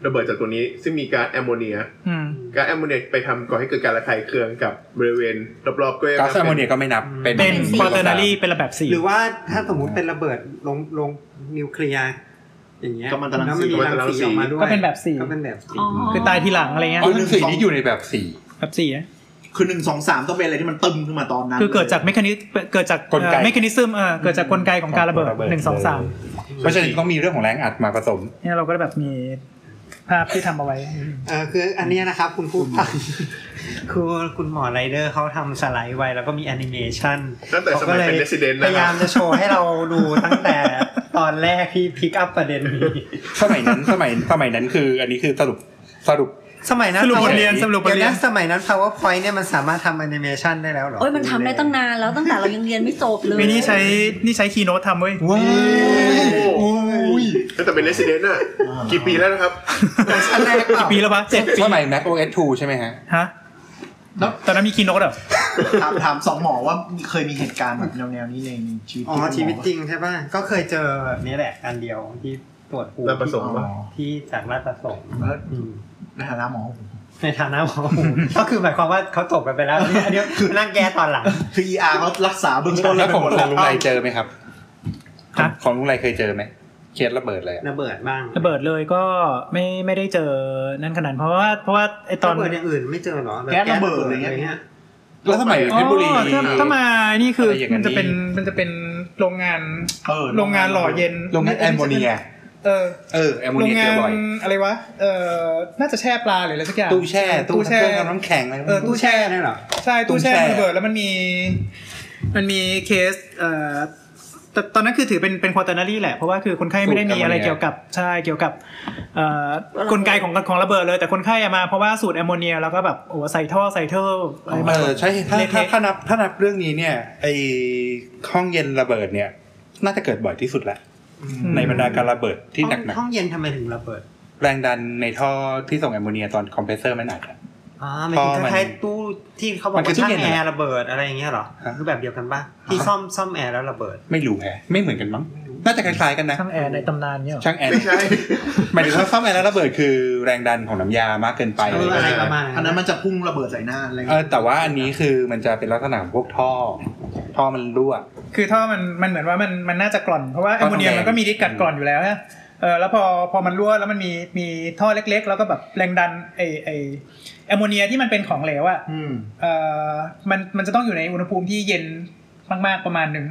ระเบิดจากตัวนี้ซึ่งมีก๊าซแอมโมเนีย อืม ก๊าซแอมโมเนียไปทำก่อให้เกิดการระคายเคืองกับบริเวณรอบๆก็ยัง ก๊าซแอมโมเนียก็ไม่นับเป็น เป็นควอเตอร์นารีเป็นระแบบสี่ หรือว่าถ้าสมมุติเป็นระเบิดลงลงนิวเคลียร์อย่างเงี้ยแล้วมันมีรังสีออกมาด้วย ก็เป็นแบบสี่ ก็เป็นแบบสี อ๋อ คือตายทีหลังอะไรเงี้ย อ๋อหนึ่งสีนี้อยู่ในแบบสี่ แบบสี่นะ คือหนึ่งสองสามต้องเป็นอะไรที่มันตึมขึ้นมาตอนนั้น คือเกิดจากเมคานิเกิดจาก กลไก เมคานิซึมเออเกิดจากกลไกของการระเบิดหนึ่งสองสาม เพราะฉะนั้นต้องมีเรื่องของแรงอัดมาผสม เนี่ยเราก็แบบมีภาพที่ทำเอาไว้ เออคืออันเนี้ยนะครับ คุณผู้ฟังคือคุณหมอไรเดอร์เขาทำสไลด์ไว้แล้วก็มีแอนิเมชัน ตั้งแต่สมัยเป็น Resident พ นะ ยา ครั ยา บ มจะโชว์ให้เราดูตั้งแต่ตอนแรกที่พิกอัพประเด็นนี้ สมัยนั้น (laughs) สมัยสมัยนั้นคือ อันนี้คือสรุปสรุป สมัยนั้น สรุปบท PowerPoint เรียนสรุปบทเรียน ดี๋วะสมัยนั้น PowerPoint เนี่ยมันสามารถทำแอนิเมชันได้แล้วเหรอ โอ้ยมันทำได้ตั้งนานแล้วตั้งแต่เรายังเรียนไม่จบเลย นี่ใช้นี่ใช้คีโนตทำเว้ย ว้ายโอ้ย ตั้งแต่เป็น Resident น่ะกี่ปีแล้วนะครับ อันแรกเปล่า กี่ปีแล้ววะเจ็ดปี สมัย Mac OS 2 ใช่ไหมฮะ ฮะตอนนั้นมีคีโนตเหรอ ถามถามสองหมอว่าเคยมีเหตุการณ์แบบแนวๆนี้ในชีวิต อ๋อชีวิตจริงใช่ป่ะ ก็เคยเจอนี่แหละอันเดียวที่ตรวจภูมิ เราประสงค์ว่า ที่จากราชประสงค์ แล้ว อืม ในฐานะหมอ ในฐานะของผม (laughs) ก็คือหมายความว่าเขาจบกันไปแล้วเนี่ยอันนี้ (laughs) คือนั่งแก้ตอนหลัง คือ ER เขารักษาเบื้องต้น แล้ว ไป ของ หมด ข แล้ องวลุงไรเจอไหมครับ ฮะ ของลุงไรเคยเจอไหมเคสระเบิดเลยอะ ระเบิดบ้าง ระเบิดเลยก็ไม่ไม่ได้เจอนั่นขนาดเพราะว่าเพราะว่าไอตอน ระเบิดอย่างอื่นไม่เจอเหรอบบ แก๊สระเบิดอะไรเงี้ย แล้วสมัยอยู่เพชรบุรี อ๋อถ้าถ้ามานี่คืออะไร อย่างนั้ มัน นจะเป็นมันจะเป็นโรงงาน เออ โรงงานหล่อเย็น โรงงานแอมโมเนีย เออ เออแอมโม โร เนี ง ยเจ งา อน บ่อย อะไรวะ เออน่าจะแช่ปลาหรืออะไรสักอย่าง ตู้แช่ตู้ ตู้ เค แช่ รื่องทำน้ำแข็งอะไรพวก เออ นี้ ตู้แช่เนี่ยเหรอ ใช่ตู้แช่ ตู้แช่ มันระเบิดแล้วมันมี มันมีเคส เอ่อแต่ตอนนั้นคือถือเป็นเป็นควอเตอนารี่แหละ เพราะว่าคือคนไข้ไม่ได้มีอะไรเกี่ยวกับใช่เกี่ยวกับเอ่อกลไกของของระเบิดเลย แต่คนไข้อะมาเพราะว่าสูตรแอมโมเนียแล้วก็แบบโอ้ใส่ท่อใส่เทอร์อะไรมา เออใช่ถ้า เละ ถ้า เทะ ถ้านับถ้านับเรื่องนี้เนี่ยไอห้องเย็นระเบิดเนี่ย น่าจะเกิดบ่อยที่สุดละในบรรดาการระเบิดที่หนัก ห้องเย็นทำไมถึงระเบิด ๆแรงดันในท่อที่ส่งแอมโมเนียตอนคอมเพรสเซอร์มันอัดอะ อ๋อมันคือ พอมัน คล้ายๆตู้ที่เขาบอก มันคือ ว่าช่าง ตู้เย็น แอ เหรอ ร์ระเบิดอะไรอย่างเงี้ยเหรอ ฮะ คือแบบเดียวกันป่ะที่ซ่อมซ่อมแอร์แล้วระเบิด ไม่รู้แฮะไม่เหมือนกันมั้งน่าจะคล้ายๆกันนะ ช่างแอร์ในตำนานเนี่ยหรอ ช่างแอร์ ไม่ใช่ หมายถึงว่าซ่อมแอร์แล้วระเบิดคือแรงดันของน้ำยามากเกินไป เอออะไรประมาณนั้น อันนั้นมันจะพุ่งระเบิดใส่หน้าอะไร เอ เงี้ อยแต่ว่าอันนี้คือมันจะเป็นลักษณะของพวกท่อ ท่อมันรั่ว คือท่อมันมันเหมือนว่ามันมันน่าจะกร่อนเพราะว่า ท่ แอ อ มโมเนีย ทองแดง มันก็มีฤทธิ์กัดกร่อนอยู่แล้วนะเออแล้วพอพอมันรั่วแล้วมันมีมีท่อเล็ก ๆ แล้วก็แบบแรงดันไอไอแอมโมเนียที่มันเป็นของเหลวอะ อืม เอ่อมันมันจะต้องอยู่ในอุณหภูมิที่เย็นมากๆประมาณหนึ่ง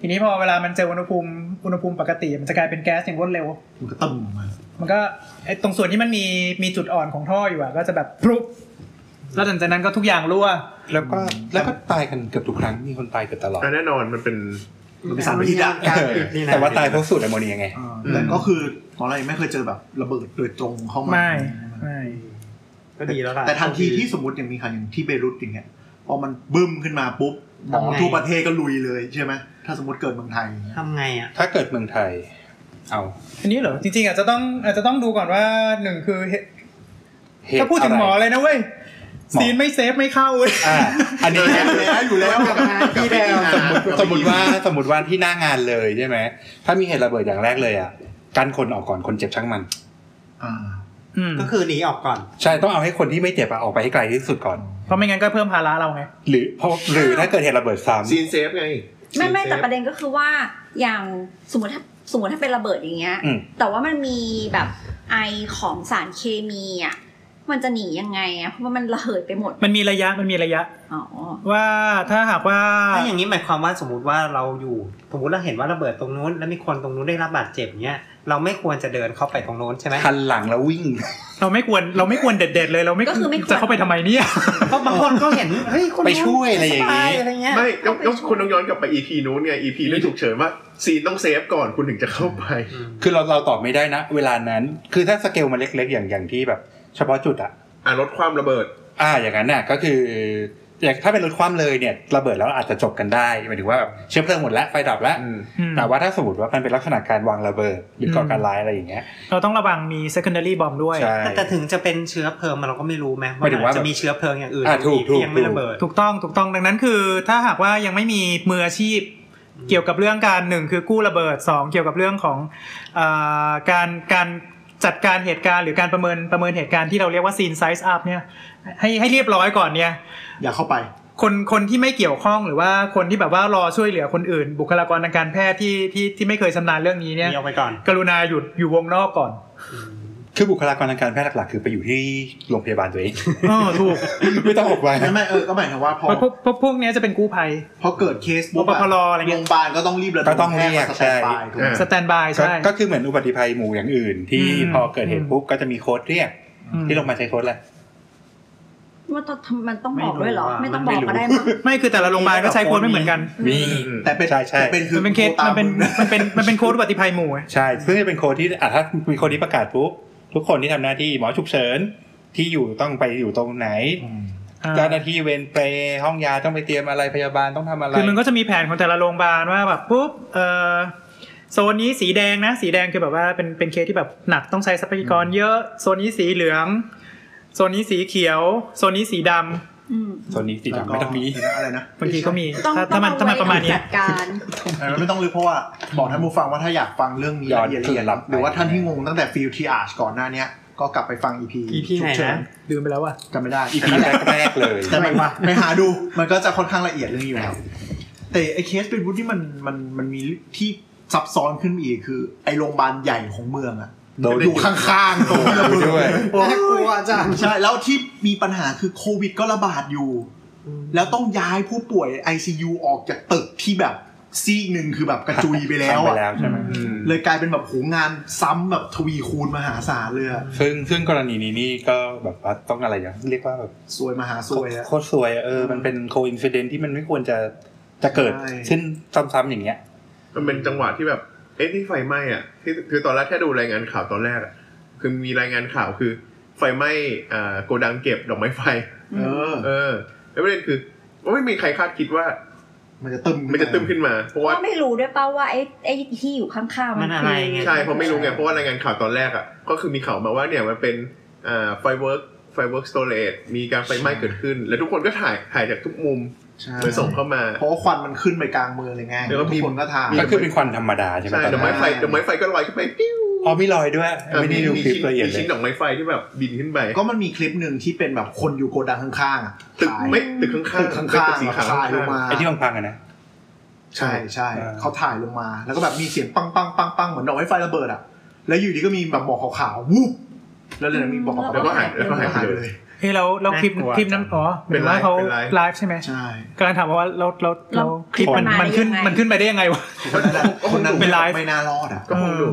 ทีนี้พอเวลามันเจออุณหภูมิอุณหภูมิปกติ มันจะกลายเป็นแก๊สอย่างรวดเร็ว มันก็ตึมออกมา มันก็ไอตรงส่วนที่มันมีมีจุดอ่อนของท่ออยู่อะก็จะแบบพรุบแล้วหลังจากนั้นก็ทุกอย่างรั่ว แล้วก็แล้วก็ตายกันเกือบทุกครั้งมีคนตายเกือบตลอด แต่แน่นอนมันเป็น มันเป็นสารพิษอะ การปิดนี่นะ แต่ว่าตายเพราะสูตรแอมโมเนียไง เออแต่ก็คือหมออะไรไม่เคยเจอแบบระเบิดโดยตรงเข้ามา ไม่ไม่ ก็ดีแล้วล่ะ แต่ทันทีที่สมมติอย่างมีข่าวอย่างที่เบรุตอย่างเงี้ยพอมันบึ้มขึ้นมาปุ๊บหมอ ทำไง ทั่วประเทศก็ลุยเลยใช่ไหมถ้าสมมติเกิดเมืองไทยอย่างเงี้ย ทำไงอ่ะ ถ้าเกิดเมืองไทย เอา อันนี้เหรอจริงๆอาจจะต้องอาจจะต้องดูก่อนว่าหนึ่งคือเหตุ เหตุ ถ้าพูดถึงหมอ อะไร เลยนะเว้ย หมอ ซีนไม่เซฟไม่เข้าเว้ย อ่าอันนี้ แล้วอยู่แล้วกับที่แดง สมมติสมมติว่าสมมติว่าที่หน้างานเลยใช่ไหมถ้ามีเหตุระเบิดอย่างแรกเลยอ่ะกันคนออกก่อนคนเจ็บช่างมัน อ่า อืม ก็คือหนีออกก่อน ใช่ต้องเอาให้คนที่ไม่เจ็บอะออกไปให้ไกลที่สุดก่อน เพราะไม่งั้นก็เพิ่มภาระเราไง หรือเพราะ (laughs) หรือถ้าเกิดเหตุระเบิดซ้ำ ซีนเซฟไง ไม่ไม่แต่ประเด็นก็คือว่าอย่างสมมติถ้าสมมติถ้าเป็นระเบิดอย่างเงี้ย อืม แต่ว่ามันมีแบบไอของสารเคมีอ่ะมันจะหนียังไงอ่ะเพราะว่ามันระเหยไปหมด มันมีระยะมันมีระยะ อ๋อ ว่าถ้าหากว่า ถ้าอย่างนี้หมายความว่าสมมติว่าเราอยู่สมมติเราเห็นว่าระเบิดตรงนู้น แล้วมีคนตรงนู้นได้รับบาดเจ็บเนี้ยเราไม่ควรจะเดินเข้าไปตรงนู้นใช่ไหม คันหลังแล้ววิ่ง (laughs) เราไม่ควรเราไม่ควรเด็ดๆเลยเราไม่ ก็คือไม่ควร จะเข้าไปทำไมเนี่ย (laughs) เพราะบางคนก็เห็นเฮ้ยคนนู้น ไปช่วยอะไรอย่างงี้ สบอะไรเงี้ย ไม่ต้องต้องคุณต้องย้อนกลับไป EP นู้นไง EP เรื่องฉุกเฉินว่าซีนต้องเซฟก่อนคุณถึงจะเข้าไป คือเราเราตอบไม่ได้นะ เวลานั้น คือถ้าสเกลมันเล็กๆ อย่างอย่างที่แบบ เฉพาะจุดอะ อ่ะลดความระเบิด อ่าอย่างนั้นน่ะก็คืออย่างถ้าเป็นรถคว่ำเลยเนี่ยระเบิดแล้วอาจจะจบกันได้หมายถึงว่าแบบเชื้อเพลิงหมดแล้วไฟดับแล้ว อืม แต่ว่าถ้าสมมติว่ามันเป็นลักษณะการวางระเบิดหรือก่อการร้ายอะไรอย่างเงี้ย เราต้องระวังมี secondary bomb ด้วย ใช่ แต่แต่ถึงจะเป็นเชื้อเพลิงมันเราก็ไม่รู้แม้ หมายถึงว่า อาจจะมีเชื้อเพลิงอย่างอื่น อ่ะถูก ที่ยังไม่ ถูก ระเบิด ถูกต้องถูกต้องดังนั้นคือ ถ้าหากว่ายังไม่มีมืออาชีพ เกี่ยวกับเรื่องการหนึ่งคือกู้ระเบิดสองเกี่ยวกับเรื่องของเออการการจัดการเหตุการณ์หรือการประเมินประเมินเหตุการณ์ที่เราเรียกว่า scene size up เนี่ยให้ให้เรียบร้อยก่อนเนี่ย อย่าเข้าไป คนคนที่ไม่เกี่ยวข้องหรือว่าคนที่แบบว่ารอช่วยเหลือคนอื่น บุคลากรทางการแพทย์ที่ที่ที่ไม่เคยชำนาญเรื่องนี้เนี่ย นี่เอาไปก่อน กรุณาหยุดอยู่วงนอกก่อน (laughs) คือบุคลากรทางการแพทย์หลักๆคือไปอยู่ที่โรงพยาบาลตัวเอง (laughs) อ๋อถูก ไม่ต้องออกไป ไม่ไม่เออก็หมายถึงว่าพอ เพราะพวกพวกพวกเนี้ยจะเป็นกู้ภัย พอเกิดเคสปุ๊บ ปปลอะไรเงี้ย โรงพยาบาลก็ต้องรีบระดม ก็ต้องเรียก แพทย์ใช่มาสแตนบายถูกไหม สแตนบาย ก็ ใช่ ก็คือเหมือนอุบัติภัยหมู่อย่างอื่น ที่ อืม พอเกิดเหตุ อืม ปุ๊บก็จะมีโค้ดเรียก ที่ลงมาลใช้โค้ดแหละไร ว่าต้องทำมันต้องบอกด้วยเหรอ ไม่ ไม่ รู้อะ ต้องบอกก็ได้มั้ง ไม่คือแต่ละโรงพยาบาลก็ใช้โค้ดไม่เหมือนกัน มี แต่เป็น ใช่ใช่ แต่เป็นคือ มันเป็นเคสมันเป็น โทรตา มันเป็นมันเป็นโค้ดอุบัติภัยหมู่ไง ใช่ซึ่งจะเป็นโค้ดที่อ่ะถ้ามีโค้ดนี้ประกาศปุ๊บทุกคนที่ทำหน้าที่หมอฉุกเฉินที่อยู่ต้องไปอยู่ตรงไหน อ่า เจ้าหน้าที่เวรเปรย์ห้องยาต้องไปเตรียมอะไรพยาบาลต้องทำอะไร คือมันก็จะมีแผนของแต่ละโรงพยาบาลว่าแบบปุ๊บเออโซนนี้สีแดงนะ สีแดงคือแบบว่าเป็นเป็นเคสที่แบบหนักต้องใช้ทรัพยากรเยอะ โซนนี้สีเหลือง โซนนี้สีเขียว โซนนี้สีดำ อืม โซนนี้สี แล้ว ดำ ก็ ไม่ต้องมี อะไรนะ บางทีก็มี ต้อง ถ้า ต้อ ถ้าง มันถ้ามันประมาณเนี้ย จัดการ เออไม่ต้องลืมเพราะว่าบอกท่านผู้ฟังว่าถ้าอยากฟังเรื่องนี้ ย้อน ละเอียดละเอียด กลับไป หรือว่าท่านที่งงตั้งแต่ฟิลทีอาร์ชก่อนหน้าเนี้ยก็กลับไปฟังอีพี EP ไหนนะ ลืมไปแล้วอ่ะ จำไม่ได้ อี (laughs) พีแรกๆเลย แต่มันไปหาดูมันก็จะค่อนข้างละเอียดเรื่องนี้อยู่แล้วแต่ไอ้เคสเป็นวุฒิที่มันมันมันมีที่ซับซ้อนขึ้นอีกคือ ไอ้โรงพยาบาลใหญ่ของเมืองอะ โดน อยู่ข้างๆตรงระเบิด ด้วย น่ากลัวจังใช่แล้วที่มีปัญหาคือโควิดก็ระบาดอยู่ แล้วต้องย้ายผู้ป่วย ICU ออกจากตึกที่แบบซีกหนึ่งคือแบบกระจุยไปแล้ว ทำไป อะ แล้วใช่ไหม เลยกลายเป็นแบบโหงานซ้ำแบบทวีคูณมหาศาลเลยอะ ซึ่งซึ่งกรณีนี้นี่ก็แบบว่าต้องอะไรอย่างเรียกว่าแบบ ซวยมหาซวยอะ โคตรซวยอะเออมันเป็นโคอินฟิเดนที่มันไม่ควรจะจะเกิด ใช่ ขึ้นซ้ำๆอย่างเงี้ย มันเป็นจังหวะที่แบบ เอ๊ะนี่ไฟไหม้อ่ะที่คือตอนแรกแค่ดูรายงานข่าวตอนแรกอะคือมีรายงานข่าวคือ ไฟไหม้อ่าโกดังเก็บดอกไม้ไฟ เออ เออแล้วประเด็นคือไม่มีใครคาดคิดว่า มันจะตึม มันจะตึมขึ้นมา เพราะว่า ก็ไม่รู้ด้วยเป้าว่าไอ้ไอ้ที่อยู่ข้างๆ มั มัน น อะ คื ไร อ ไง ใช่เพราะไม่รู้ไงเพราะว่ารายงานข่าวตอนแรกอ่ะก็คือมีข่าวมาว่าเนี่ยมันเป็นอ่าไฟเวิร์กไฟเวิร์กสโตรจมีการไฟไหม้เกิดขึ้น แล้วทุกคนก็ถ่ายถ่ายจากทุกมุม ใช่ เพื่อส่งเข้ามา เพราะว่าควันมันขึ้นไปกลางเมืองเลยไง แล้วก็มี ทุกคนก็ทาน ก็คือเป็นควันธรรมดาใช่ไหม ใช่ ตอน ดอกไม้ นั้น ไฟดอกไม้ไฟก็ลอยขึ้นไปปิ้ว อ๋อมีรอยด้วย อ่ะ ไม่ได้ดูคลิป ชิ้น ละเอียด มี เล ชิ้ ย นดอกไม้ไฟที่แบบบินขึ้นไป ก็มันมีคลิปหนึ่งที่เป็นแบบคนอยู่โกดังข้างๆอะ ตึก ถ่าย ไม่ตึกข้างๆ ตึกข้าง เป็นตึก ๆ สีขาว ถ่ายลง ข้าง มา ไอ้ที่พังๆอะนะ ใช่ใช่ อ่า เขาถ่ายลงมา แล้วก็แบบมีเสียงปังปังปังปังเหมือนดอกไม้ไฟระเบิดอ่ะ แล้วอยู่ดีก็มีแบบหมอกขาวๆวูบแล้วเลยมีหมอกขาวๆ แล้วก็หายแล้วก็หายไปเลย เลย เฮ้ยเราเราคลิป น่ากลัว คลิปนั้นอ๋อหมายถึงเป็นไลว่าฟ์ เขา เป็นไลฟ์ ไลฟ์ใช่ไหม ใช่ กำลังถามว่าเราเราเราคลิปมันมันขึ้นมันขึ้นไปได้ยังไงวะ คนนั้นอะคนนั้น เป็นไลฟ์ ไม่น่ารอดอ่ะ ๆก็คงดูด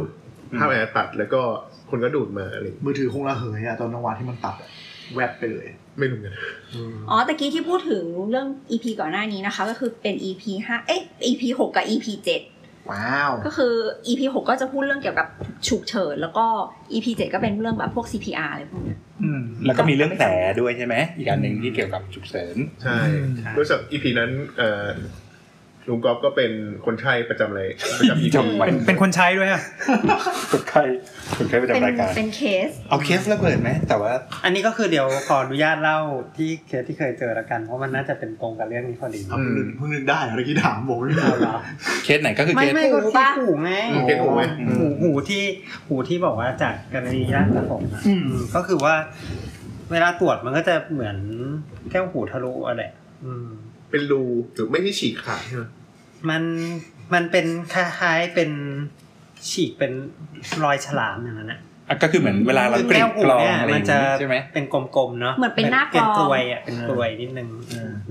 ภาพแอร์ตัดแล้วก็คนก็ดูดมาอะไรอย่างเงี้ย มือถือคงระเหยอะตอนจังหวะที่มันตัดอะแวบไปเลย ไม่รู้เหมือนกัน อ๋อตะกี้ที่พูดถึงเรื่อง EP ก่อนหน้านี้นะคะ ก็คือเป็น EP ห้าเอ๊ะ EP หกกับ EP เจ็ด ว้าว ก็คือ EP 6 ก็จะพูดเรื่องเกี่ยวกับฉุกเฉิน แล้วก็ EP 7 ก็เป็นเรื่องแบบพวก CPR อะไรพวกเนี้ย อืม แล้วก็มีเรื่องแผลด้วยใช่ไหม อีกอันหนึ่งที่เกี่ยวกับฉุกเฉิน ใช่ อืม รู้สึกอีพีนั้นเอ่อลุงกอล์ฟก็เป็นคนใช้ประจำเลยประจำ EP จบไป เป็นเป็นคนใช้ด้วยอะ คนไข้คนไข้ประ เป็น จำรายการ เป็นเคส เอาเคสระเบิดไหม แต่ว่า อันนี้ก็คือเดี๋ยวขออนุญาตเล่าที่เคสที่เคยเจอละกันเพราะมันน่าจะเป็นตรงกับเรื่องนี้พอดี เอาเพิ่งนึกเพิ่งนึกได้เมื่อกี้ถามบอกไม่ เอา รู้ เหรอ เคสไหนก็คือ ไม่ เคส ไม่ก็ หู ที่ ปะ หูไง หูเป็นหูไหม หูหูที่หูที่บอกว่าจากกรณีย่านประสงค์อะ อืม ก็คือว่า เวลาตรวจมันก็จะเหมือนแก้วหูทะลุอะไรอืม เป็นรูหรือไม่ใช่ฉีกขาดใช่ไหม มันมันเป็นคล้ายๆเป็นฉีกเป็นรอยฉลามอย่างนั้นนะ อ่ะก็คือเหมือนเวลาเรา คือก รี แก้วดหู กรอง เนี่ย อะไรอ มั ย่าน ง จะ งี้ใช่ไหม เป็นกลมๆเนาะ เหมือนเป็นหน้ากลอง เป็นกลวยอ่ะเป็นกลวยนิดนึง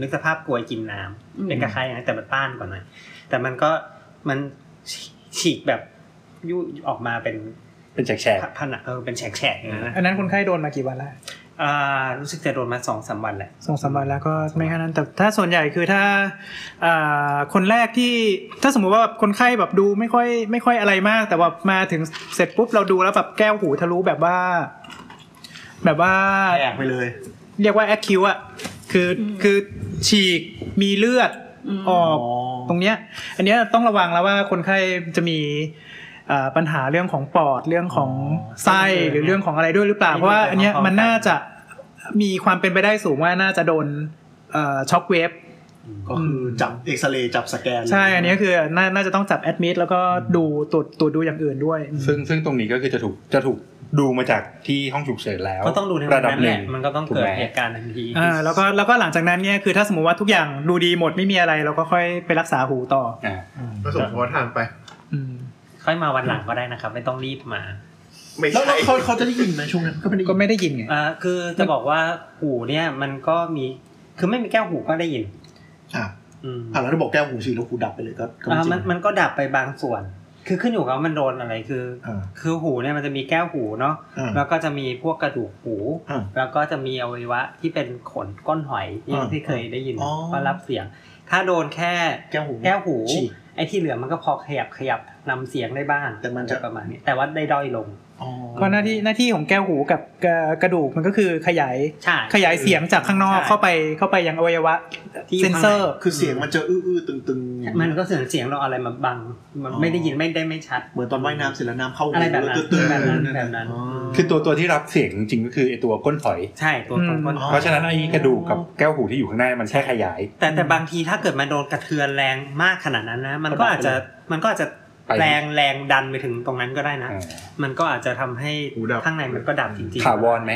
นึกสภาพกลวยกินน้ำ อืม เป็นคล้ายๆอย่างนั้นแต่มันต้านกว่าหน่อย แต่มันก็มันฉีฉีกแบบยุออกมาเป็น เป็นแฉก ผนังเออเป็นแฉกๆอย่างนั้นนะ อันนั้นคนไข้โดนมากี่วันแล้ว อ่ารู้สึกจะโดนมาสองสามวันแหละ สองสามวันแล้วก็ไม่แค่นั้นแต่ถ้าส่วนใหญ่คือถ้าอ่าคนแรกที่ถ้าสมมุติว่าแบบคนไข้แบบดูไม่ค่อยไม่ค่อยอะไรมาก แต่ว่ามาถึงเสร็จปุ๊บเราดูแล้วแบบแก้วหูทะลุแบบว่า แบบว่า แตกไปเลย เรียกว่าแอคคิวอะคืออคือฉีกมีเลือด อืม ออก อ๋อ ตรงเนี้ย อันเนี้ยต้องระวังแล้วว่าคนไข้จะมีเอ่อปัญหาเรื่องของปอดเรื่องของไส้หรือเรื่องของอะไรด้วยหรือเปล่า เพราะว่าอันเนี้ยมันน่าจะมีความเป็นไปได้สูงว่าน่าจะโดนช็อคเวฟ ก็คือจับเอ็กซเรย์จับสแกน ใช่ อันเนี้ยคือน่าน่าจะต้องจับแอดมิดแล้วก็ดูตรวจตรวจดูอย่างอื่นด้วยอืม ๆซึ่งซึ่งตรงนี้ก็คือจะถูกจะถูกดูมาจากที่ห้องฉุกเฉินแล้ว ก็ต้องดูในวั ระ น ดับ นั้น ห แห นึ่ง ละมันก็ต้อง ถู เกิด ไหม เหตุการณ์ทันที อ่าแล้วก็แล้วก็หลังจากนั้นเนี่ยคือถ้าสมมติว่าทุกอย่างดูดีหมดไม่มีอะไร เราก็ค่อยไปรักษาหูต่อ อ่า ผสมเฉพาะทางไป อืม ค่อยมาวันหลังก็ได้นะครับ ไม่ต้องรีบมา ไม่ แล้ว ใช่ แล้วเขาเขาจะได้ยินไหมช่วงนั้นก็ไม่ได้ยิ ก็ น ไม่ได้ยินไง อ่าคือจะบอกว่าหูเนี่ยมันก็มีคือไม่มีแก้วหูก็ได้ยิน อ่ะ อืม อ่ะแล้วถ้าบอกแก้วหูสีแล้วหูดับไปเลยก็ก็ไม่ อ่า จริง มันมันก็ดับไปบางส่วน คือขึ้นอยู่กับว่ามันโดนอะไรคือ อ่า คือหูเนี่ยมันจะมีแก้วหูเนาะ อ่า แล้วก็จะมีพวกกระดูกหู อ่า แล้วก็จะมีอวัยวะที่เป็นขนก้นหอยที่ อ่า ที่เคยได้ยิน อ๋อ ก็รับเสียง ถ้าโดนแค่ แก้วหู แก้วหู ฉีก ไอ้ที่เหลือมันก็พอขยับขยับนำเสียงได้บ้าง แต่มันจะ อไรประมาณนี้แต่ว่าได้ด้อยลง อ๋อ ก็หน้าที่หน้าที่ของแก้วหูกับกระกระดูกมันก็คือขยาย ใช่ ขยายเสียงจากข้างนอก ใช่ เข้าไปเข้าไปยังอวัยวะ ที่ เซนเซอร์ ข้างใน คือเสียงมันจะอื้อๆตึงๆ มันก็เสียงเสียงเราเอาอะไรมาบัง มัน อ๋อ ไม่ได้ยินไม่ได้ไม่ชัด เหมือนตอนว่ายน้ำเสร็จแล้วน้ำเข้าหู อะไรแบบนั้น แล้วตึงๆ แบบนั้นแบบนั้น อ๋อ คือตัวตัวที่รับเสียงจริงๆก็คือไอตัวก้นหอย ใช่ตัวตรงก้น อ๋อ เพราะฉะนั้นไอกระดูกกับแก้วหูที่อยู่ข้างหน้ามันแค่ขยาย แต่แต่บางทีถ้าเกิดมันโดนกระเทือนแรงมากขนาดนั้นนะ มันก็อาจจะมันก็อาจจะ ไป แรงแรงดันไปถึงตรงนั้นก็ได้นะ อ่า มันก็อาจจะทำให้ หูดับ ข้างในมันก็ดับจริง ถาวรไหม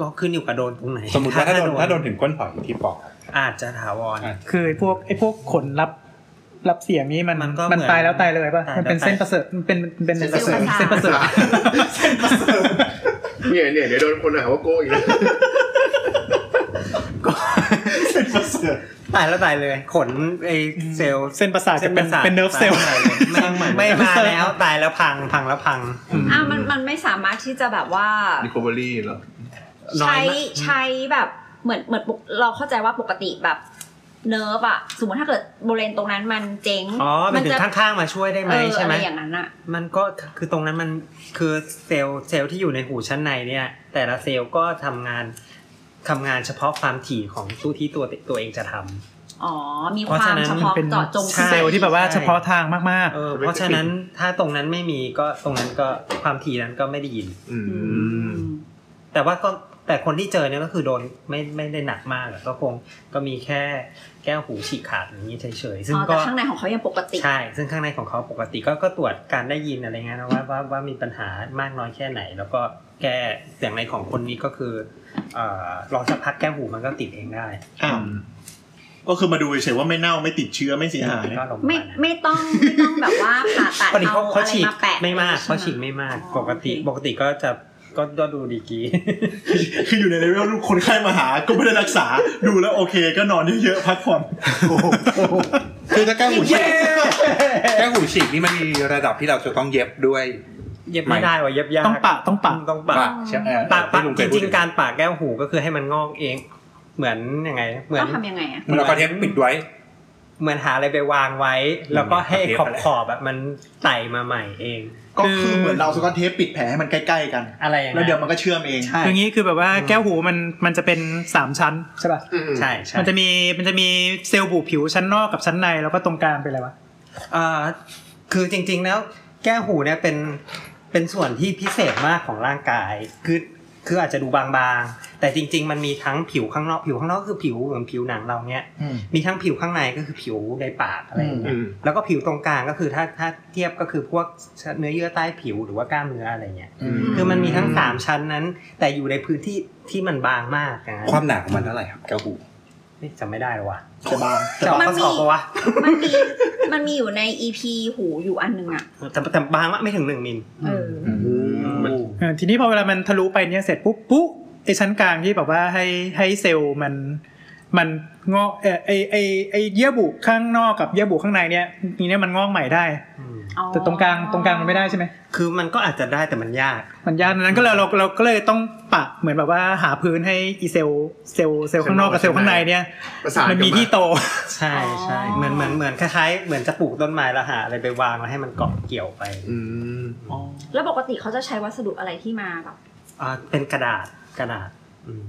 ก็ขึ้นอยู่กับโดนตรงไหน สมมติว่าถ้าโดนถ้าโดนถึงก้นหอยที่ปอก อาจจะถาวร อ่ะ คือไอ้พวกไอ้พวกขนรับรับเสียงนี้มัน มันก็ มัน เหมือน ตายแล้วตายเลยป่ะ ตาย มันเป็น แล้วตาย เส้นประเสริฐมันเป็นเป็น เส้นประเสริฐ เส้นประเสริฐ เนี่ยเนี่ยเดี๋ยวโดนคนหาว่าโก้อีกแล้ว เป็นประเสริฐ ตายแล้วตายเลย ขนไอเซลล์ เส้นประสาทจะเป็น ส้ประสาท เป็นเนิร์ฟเซลล์ ไม่ไม่มาแล้วตายแล้วพังพังแล้วพัง อ่ะมันมันไม่สามารถที่จะแบบว่า รีคอเวอรี่เหรอ น้อย ใช้ มาก ใช้แบบเหมือนเหมือนปกเราเข้าใจว่าปกติแบบเนิร์ฟอะสมมติถ้าเกิดบริเวณตรงนั้นมันเจ๊ง อ๋อมันถึง จะ ข้างๆมาช่วยได้ไหม เออ ใช่ไหม อะไรอย่างนั้นอะ มันก็คือตรงนั้นมันคือเซลล์เซลล์ที่อยู่ในหูชั้นในเนี่ย แต่ละเซลล์ก็ทำงานทำงานเฉพาะความถี่ของตัวที่ตัวตัวเองจะทำ อ๋อ มีค เพราะ วา ฉะ ม นั้น เฉพาะ เป็น เจาะจง ใช่ เซลล์ที่แบบว่า ใช่ เฉพาะทางมาก เออเพราะฉะนั้นถ้าตรงนั้นไม่มีก็ตรงนั้นก็ความถี่นั้นก็ไม่ได้ยิน อื อื ม ม แต่ว่าก็แต่คนที่เจอเนี่ยก็คือโดนไม่ไม่ได้หนักมากอะก็คงก็มีแค่แก้วหูฉีกขาดอย่างนี้เฉยๆซึ่ อ๋ ง อแต่ ก็ ข้างในของเขายังปกติ ใช่ ซึ่งข้างในของเขาปกติก็ก็ตรวจการได้ยินอะไรเงี้ยนะว่าว่าว่ามีปัญหามากน้อยแค่ไหน แล้วก็แก้อย่างในของคนนี้ก็คือเอ่อรอสักพักแก้วหูมันก็ติดเองได้ อ้าวก็คือมาดูเฉยๆว่าไม่เน่าไม่ติดเชื้อไม่เสียหาย ก็ลงา ไม่ ณนั้น ไม่ต้องไม่ต้องแบบว่าผ่าตัด พอดี เอา เขาเขา อะไร ฉีก มาแปะ ไม่มากใช่เขาห ฉีกไม่มาก อ๋อ ปกติ โอเค ปกติก็จะก็ก็ดูดีกรี คืออยู่ในเลเวลคนไข้มาหา ก็ไม่ได้รักษา ดูแล้วโอเค ก็นอนเยอะๆพักผ่อนโอ้โห คือถ้าแก้วหูฉีกแก้วหูฉีกนี่มันมีระดับที่เราจะต้องเย็บด้วย เย็บไม่ได้ว่ะเย็บยาก ๆ ต้องปะต้องปะ ต้องปะ ใช่ไหม ปากปาก ที่จลุเคยพูด ริงๆการปากแก้วหูก็คือให้มันงอกเอง เหมือนยังไง เหมือ ต้ น องทำยังไงอะ มันเอาคอนเทนต์ปิดไว้ เหมือนหาอะไรไปวางไว้ แล้วก็ให้ เทขอปบ อะไร ขอบแบบมันไต่มาใหม่เอง ก็คือเหมือนเราสกอตเทปปิดแผลให้มันใกล้ๆกัน อะไรอย่าง แล้วเดี๋ยว เงี้ย มันก็เชื่อมเอง ใช่ คืออย่างนี้คือแบบว่าแก้วหูมันมันจะเป็นสามชั้นใช่ป่ะ ใช่ใช่ มันจะมีมันจะมีเซลล์บุผิวชั้นนอกกับชั้นในแล้วก็ตรงกลางเป็นอะไรวะ เอ่อคือจริง ๆ แล้ว แก้วหูเนี่ยเป็นเป็นส่วนที่พิเศษมากของร่างกายคือคืออาจจะดูบางๆ แต่จริง ๆ มันมีทั้งผิวข้างนอกผิวข้างนอกคือผิวเหมือนผิวหนังเราเนี่ย อืม มีทั้งผิวข้างในก็คือผิวในปากอะไรอย่างเงี้ย อืม แล้วก็ผิวตรงกลางก็คือถ้าถ้าเทียบก็คือพวกเนื้อเยื่อใต้ผิวหรือว่ากล้ามเนื้ออะไรเงี้ย คือมันมีทั้งสามชั้นนั้น แต่อยู่ในพื้นที่ที่มันบางมากนะ ความหนาของมันเท่าไหร่ครับแก้วหู เฮ้ยจำไม่ได้หรอวะ จะบาง จะเอาข้อสอบปะวะ มันมีมันมีอยู่ใน EP หูอยู่อันหนึงอะ แต่แต่บางมากไม่ถึงหนึ่งมิล เอออ มัน เออทีนี้พอเวลามันทะลุไปเนี่ยเสร็จปุ๊บปุ๊บไอชั้นกลางที่แบบว่าให้ให้เซลล์มันมันงอกเออไอไอไอเยื่อบุข้างนอกกับเยื่อบุข้างในเนี่ยทีเนี้ยมันงอกใหม่ได้ อืม อ๋อ แต่ตรงกลางตรงกลางมันไม่ได้ใช่ไหม คือมันก็อาจจะได้แต่มันยาก มันยากดังนั้นก็เลยเราเราก็เลยต้องปะเหมือนแบบว่าหาพื้นให้อีเซลล์เซลล์เซลล์ข้างนอกกับเซลล์ข้างในเนี่ย ประสานกั มัน น มามี มีที่โต ใช่ใช่เหมือนเหมือนเหมือนคล้ายๆเหมือนจะปลูกต้นไม้และหาอะไรไปวางแล้วให้มันเกาะเกี่ยวไป อืม แล้วปกติเขาจะใช้วัสดุอะไรที่มาแบบ อ่าเป็นกระดาษกระดาษอืม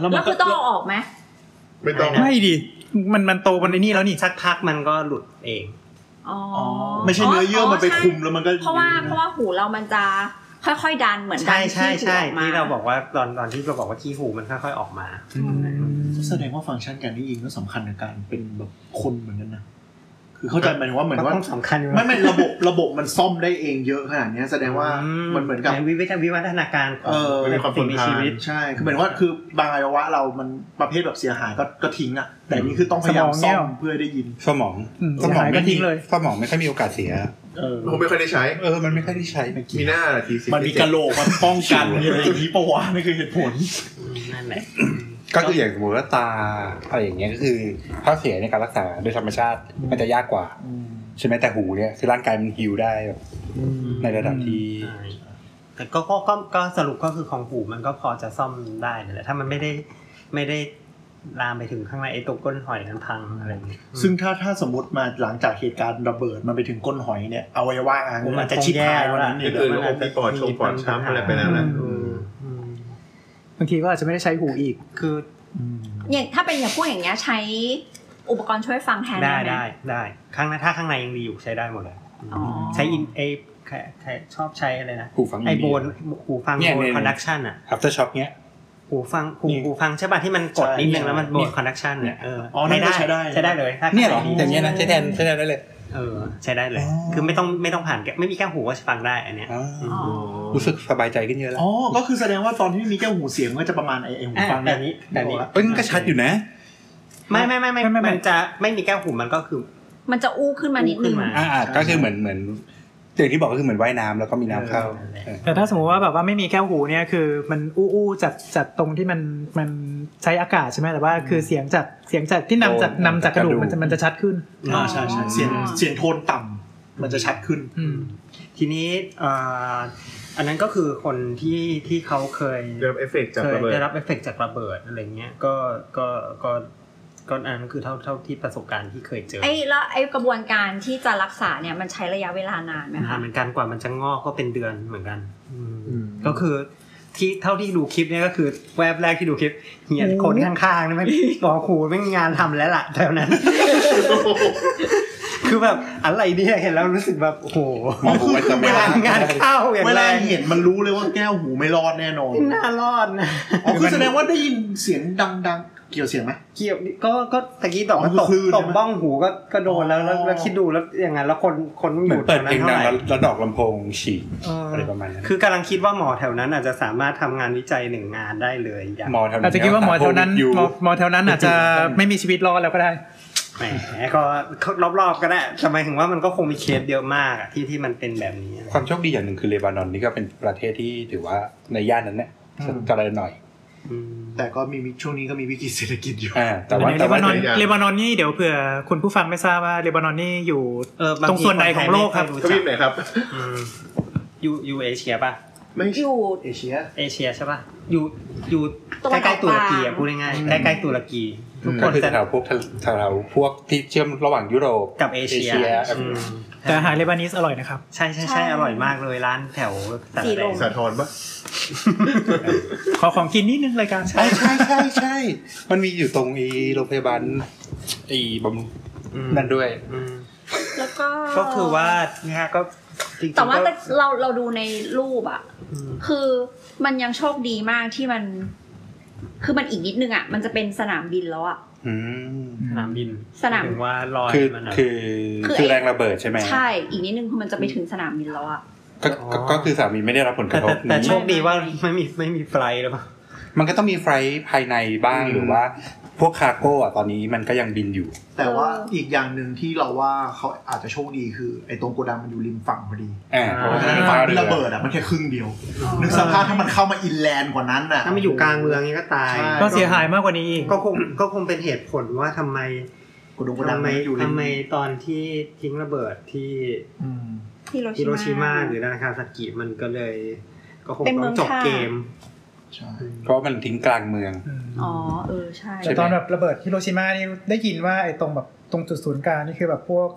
แล้วมั แล้ น ว ก็ คือต้องเอาออกไหม ไม่ต้อง ใช่ ไม่ดิมันมันโตบนไอ้นี่แล้วนี่ สักพักมันก็หลุดเอง อ๋อ อ๋อไม่ใช่เนื้อเยื่อมันไปคุมแล้วมันก็ เพราะว่าเพราะว่าหูเรามันจะค่อยๆดันเหมือนดั ใช่ น ใช่ ขี้หู ใช่ ออกมา ที่เราบอกว่าตอนตอนที่เราบอกว่าขี้หูมันค่อยๆออกมา แสดงว่าฟังก์ชันการได้ยินก็สำคัญในการเป็นแบบคนเหมือนกันนะ คือเข้าใจหมายถึงว่าเหมือน ก็ ว่า ต้องสำคัญอยู่นะ ไม่ไม่ระบบระบบมันซ่อมได้เองเยอะขนาดเนี้ยแสดงว่า อื มันเหมือนกับ ใวิวัฒวิวัฒนาการขอ เอง อ มีความทนทาน สิ่งมีชีวิต ใช่คือเหมือนว่าคือบางอวัยวะเรามันประเภทแบบเสียหายก็ก็ทิ้งอ่ะ แต่อันนี่คือต้องพยายามซ่อมเพื่อได้ยิน สมอง อืม สมองเสียหายก็ ไม่ ทิ้งเลย สมองไม่ค่อยมีโอกาสเสีย เออ ผมไม่ค่อยได้ใช้ เออมันไม่ค่อยได้ใช้ มีหน้าทีสิ มันมีกะโหลกมันป้องกันมีอะไรอย่างนี้ปะวะนี่คือเหตุผล นั่นแหละ ก็คืออย่างสมมติว่าตาอะไรอย่างเงี้ยก็คือถ้าเสียในการรักษาโดยธรรมชาติมันจะยากกว่าใช่ไหมแต่หูเนี่ยคือร่างกายมันฮิวได้แบบในระดับที่ แต่ก็ก็ก็ก็สรุปก็คือของหูมันก็พอจะซ่อมได้นั่นแหละถ้ามันไม่ได้ไม่ได้ลามไปถึงข้างในไอ้ตรงก้นหอยนั้นพังอะไรอย่างเงี้ย ซึ่งถ้าถ้าสมมติมาหลังจากเหตุการณ์ระเบิดมันไปถึงก้นหอยเนี่ยอวัยวะอ่าง มันจะ ชิบหาย แย่ วันนั้น ก็ เนี่ย คือโรคที่ปอดชงปอดช้ำอะไรไปแล้วนะ อืมอืม บางทีก็อาจจะไม่ได้ใช้หูอีก คือ อย่างถ้าเป็นอย่างพวกอย่างเงี้ยใช้อุปกรณ์ช่วยฟังแทน ได้ ได้ไหม ได้ได้ข้างในถ้าข้างในยังดีอยู่ใช้ได้หมดเลย อ๋อ ใช้อินเอแค่แค่ชอบใช้อะไรนะ หูฟัง ไอโบน ดี หูฟัง เนี่ย โบน เนี่ย คอนดักชันอ่ะ after shock เนี้ย หูฟังหู นี่ หูฟังใช่ป่ะที่มันกด ใช่ นิดนึงแล้วมันโบ เนี่ น ย คอนดักชัน เนี่ เนี่ย ย เออ อ๋อนั่นก็ใช้ได้ ใช้ได้เลยถ้า เนี่ยเหรอ ข้างใ อย่างเงี้ยนะใช้แทนใช้แทนได้เลย เออใช้ได้เลย อ๋อ คือไม่ต้องไม่ต้องผ่านแก้ไม่มีแก้วหูก็ฟังได้อันเนี้ย อ๋อ อ๋อ รู้สึกสบายใจขึ้นเยอะแล้ว อ๋อ ก็คือแสดงว่าตอนที่มีแก้วหูเสียงก็จะประมาณไอ้ไอ้หูฟัง อ่ะแบบนี้แบบนี้ เอ้ยมันก็ชัดอยู่นะ ไม่ไม่ไม่ไม่ ไม่ไม่ไม่ มันจะไม่มีแก้วหูมันก็คือ มันจะอู้ขึ้นมานิดนึง อู้ขึ้นมา อ่าๆก็คือเหมือนเหมือนอย่างที่บอกก็คือเหมือนว่ายน้ำแล้วก็มีน้ำเข้าเออ แต่ถ้าสมมติว่าแบบว่าไม่มีแก้วหูเนี่ยคือมันอู้อู้จากจากตรงที่มันมันใช้อากาศใช่ไหมแต่ว่าคือเสียงจากเสียงจากที่นำจากนำจากกระดูกมันจะมันจะชัดขึ้น อ่าใช่ใช่เสียงเสียงโทนต่ำมันจะชัดขึ้น อืม ทีนี้เอ่ออันนั้นก็คือคนที่ที่เขาเคย ได้รับเอฟเฟกต์จาก เค ระ ย เบิด ได้รับเอฟเฟกต์จากระเบิดอะไรเงี้ย ก็ก็ก็ก็อันนั้นคือเท่าเท่าที่ประสบการณ์ที่เคยเจอ ไอ้แล้วไอ้กระบวนการที่จะรักษาเนี่ยมันใช้ระยะเวลานานไหม นะฮะ คะ เหมือนกันกว่ามันจะงอกก็เป็นเดือนเหมือนกันอืมก็คือที่เท่าที่ดูคลิปเนี่ยก็คือแวบแรกที่ดูคลิปเหียคนข้างๆนี่ไม่งบอกครูไม่มีงานทำแล้วล่ะแถวนั้น (laughs) คือแบบอะไรเนี่ยเห็นแล้วรู้สึกแบบโอ้โห มองหูว่าจะไม่ เวลา ว่าง านเข้าอย่าง เว แร ลาง เห็นมันรู้เลยว่าแก้วหูไม่รอดแน่นอน น่ารอดนะ อ๋อคือแสดงว่าได้ยินเสียงดังๆ เกี่ยวเสียงไหม เกี่ยวก็ก็ตะกี้ตอบว่า อ๋อคืตบอคลื่น ต ใช่ บ ไหม บ้องหูก็ก็โดนแล้วแล้วแล้ว อ๋อ คิดดูแล้วอย่างนั้นแล้วคนคนอ เหมือยู่นเปิด แถว เพลง ท่า ดัง ไหร่ แล้วแล้วดอกลำโพงฉีก เอออ อะไรประมาณนั้น คือกำลังคิดว่าหมอแถวนั้นอาจจะสามารถทำงานวิจัยหนึ่งงานได้เลยอย่าง หมอแถวนั้น อาจจะคิดว่าหมอแถวนั้น อยู่ หมอหมอแถวนั้นอาจจะไม่มีชีวิตรอดแล้วก็ได้ แหมก็รอบๆก็ได้ทำไมายถึงว่ามันก็คงมีเคสเยอะมากอะที่ที่มันเป็นแบบนี้ ความโชคดีอย่างหนึ่งคือเลบานอนนี่ก็เป็นประเทศที่ถือว่าในย่านนั้นเนี่ย อืม เจริญหน่อย อืม แต่ก็มีช่วงนี้ก็มีวิกฤตเศรษฐกิจอยู่ อ่าแต่ว่า ในเล แต่ว่า บานอนเลบานอนนี่เดี๋ยวเผื่อคุณผู้ฟังไม่ทราบว่าเลบานอนนี่อยู่ เออบา ตรงส่วนใดของโลกครับ น ท ไทยวีป ไม่ ไหนครับ อืมยูยูเอเชียป่ะ ไม่ อ ใช่ ยู่ เอเชีย เอเชียใช่ป่ะอยู่อยู่ ตะวั ใก นออกกลาง ล้ๆตุรกีอะพูดง่ายๆใกล้ๆตุรกี ทุกค ก็ น คือ จะ แถวพวกแถวพวกที่เชื่อมระหว่างยุโรป กับเอเชีย เอเชีย อืม แต่อาหารเลบานิสอร่อยนะครับ ใช่ใช่ใช่อร่อยมากเลยร้านแถวแต่ละ สีลม สาทรปะ ขอของกินนิดนึงรายการ ใช่ใช่ใช่ใช่ มันมีอยู่ตรงไอีโรงพยาบาลไอีบำรุง อืม นั่นด้วย อืม แล้วก็ ก็คือว่าเนี่ยก็จริงๆ แต่ว่า ก็ แต่เราเราดูในรูปอะคือมันยังโชคดีมากที่มัน คือมันอีกนิดนึงอะมันจะเป็นสนามบินแล้วอะ อืม สนามบิน สนาม หยถึงว่าลอย คือ มันอะ คือ คือ คือแรงระเบิดใช่ไหม ใช่ อีกนิดนึงคือมันจะไปถึงสนามบินแล้วอะ ก็ก็ก็คือสามีไม่ได้รับผลก แต่ ระท แต่ บ แต่ นี้ โชคดีว่า (laughs) ไม่มีไม่มีไฟล์หรือเปล่า มันก็ต้องมีไฟล์ภายในบ้าง อืม หรือว่า พวกคาร์โก้อะตอนนี้มันก็ยังบินอยู่ แต่ว่า เอออี อีกอย่างหนึ่งที่เราว่าเขาอาจจะโชคดีคือไอ้ตรงโกดังมันอยู่ริมฝั่งพอดี อ่า เพราะฉะนั้น ฟ้า ฝั่ง เรื ที่ อ ระเบิดอ่ะมันแค่ครึ่งเดียว นึกสภาพถ้ามันเข้ามาอินแลนด์กว่านั้นอ่ะ ถ้ามันอยู่กลางเมืองนี่ก็ตาย ใช่ ก็เสียหายมากกว่านี้อีก ก็คงก็คงเป็นเหตุผลว่าทำไม โกดังโกดัง ทำไม มันอยู่ริ ทำไมตอนที่ทิ้งระเบิดที่ อืม ฮิโร ฮิโรชิ ชิ มา มา หรือนาคาซากิมันก็เลย ก็คง เป็น ต้ เมื อ อง ง จบ ท่า เกม ใช่ เพราะมันทิ้งกลางเมือง อ๋อ เออ ใช่ ใช่ แต่ตอนแบบระเบิดฮิโรชิมานี่ได้ยินว่าไอ้ตรงแบบตรงจุดศูนย์กลางนี่คือแบบพวก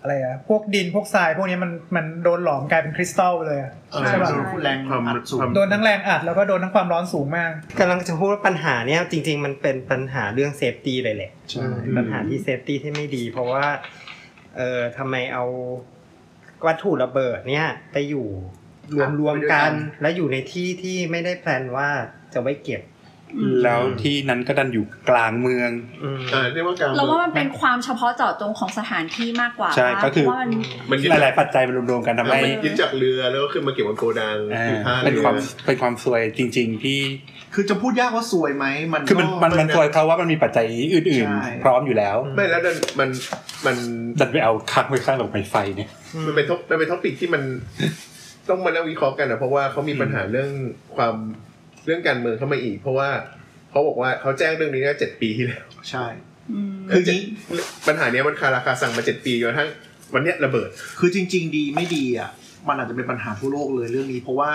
อะไรอะพวกดินพวกทรายพวกเนี้ยมันมันโดนหลอมกลายเป็นคริสตัลไปเลยอะ เออ ใช่ปะ โดนแรง ความ อัดสูง ความ โดนทั้งแรงอัดแล้วก็โดนทั้งความร้อนสูงมาก กำลังจะพูดว่าปัญหาเนี้ยจริง ๆ มันเป็นปัญหาเรื่องเซฟตี้เลยแหละ ใช่ ปัญหาที่เซฟตี้ที่ไม่ดี เพราะว่า เอ่อทำไมเอาวัตถุระเบิดเนี่ย ไปอยู่รวมรวมๆกัน และอยู่ในที่ที่ไม่ได้แพลนว่าจะไว้เก็บ แล้วที่นั้นก็ดันอยู่กลางเมือง อืม เออเรียกว่ากลาง เรา เมื ว่า อง มันเป็นความเฉพาะเจาะจงของสถานที่มากกว่า ใช่ ปะ ก็คือ เพราะว่ามัน มันยึด หลาย ๆ ปัจจัยมันรวมๆกันทำให้ มันยึดจากเรือแล้วก็ขึ้นมาเก็บบนโกดัง เอ ถึ อง ท่า เป็น เรือ ความเป็นความซวยจริง ๆ ที่ คือจะพูดยากว่าสวยไหมมัน คือมัน ก็ มันมันซวยเพราะว่ามันมีปัจจัยอื่น ใช่ ๆ พร้อมอยู่แล้ว ไม่แล้วมันมัน มัน ดันไปเอาค้างไว้ข้างหลอดไฟเนี่ย มันเป็นท็อปมันเป็นท็อปิก (laughs) ที่มัน ต้องมานั่งวิเคราะห์กันนะเพราะว่าเขามีปัญหาเรื่องความเรื่องการเมืองเข้ามาอีก เพราะว่าเขาบอกว่าเขาแจ้งเรื่องนี้เนี่ยเจ็ดปีที่แล้ว ใช่ อืม คือจริง ปัญหาเนี้ยมันคาราคาสั่งมาเจ็ดปีจนกระทั่งวันเนี้ยระเบิด คือจริง ๆ ดีไม่ดีอ่ะมันอาจจะเป็นปัญหาทั่วโลกเลยเรื่องนี้ เพราะว่า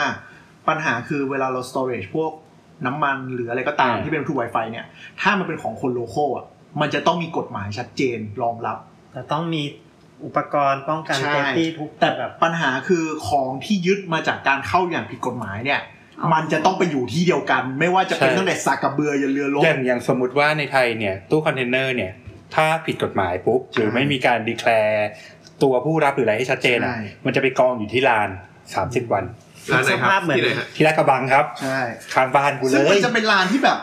ปัญหาคือเวลาเรา storage พวกน้ำมันหรืออะไรก็ตาม อืม ที่เป็น True Wi-Fi เนี่ย ถ้ามันเป็นของคนโลโก้อ่ะมันจะต้องมีกฎหมายชัดเจนรองรับ แต่ต้องมีอุปกรณ์ป้องกัน ใช่ เซฟตี้ทุก แต่ แบบ ปัญหาคือของที่ยึดมาจากการเข้าอย่างผิดกฎหมายเนี่ย มันจะต้องไปอยู่ที่เดียวกัน ไม่ว่าจะเป็น ใช่ ตั้งแต่สากกระเบือยันเรือรบ อย่างอย่างสมมติว่าในไทยเนี่ยตู้คอนเทนเนอร์เนี่ย ถ้าผิดกฎหมายปุ๊บหรือ ใช่ ไม่มีการดีแคลร์ตัวผู้รับหรืออะไรให้ชัดเจนอ่ะ ใช่ มันจะไปกองอยู่ที่ลาน 30 วัน ร้านไหนครับที่ไหนฮะ ที่ลาดกระบังครับ ใช่ ข้างบ้านกูเล ซึ่งมัน ย จะเป็นลานที่แบบ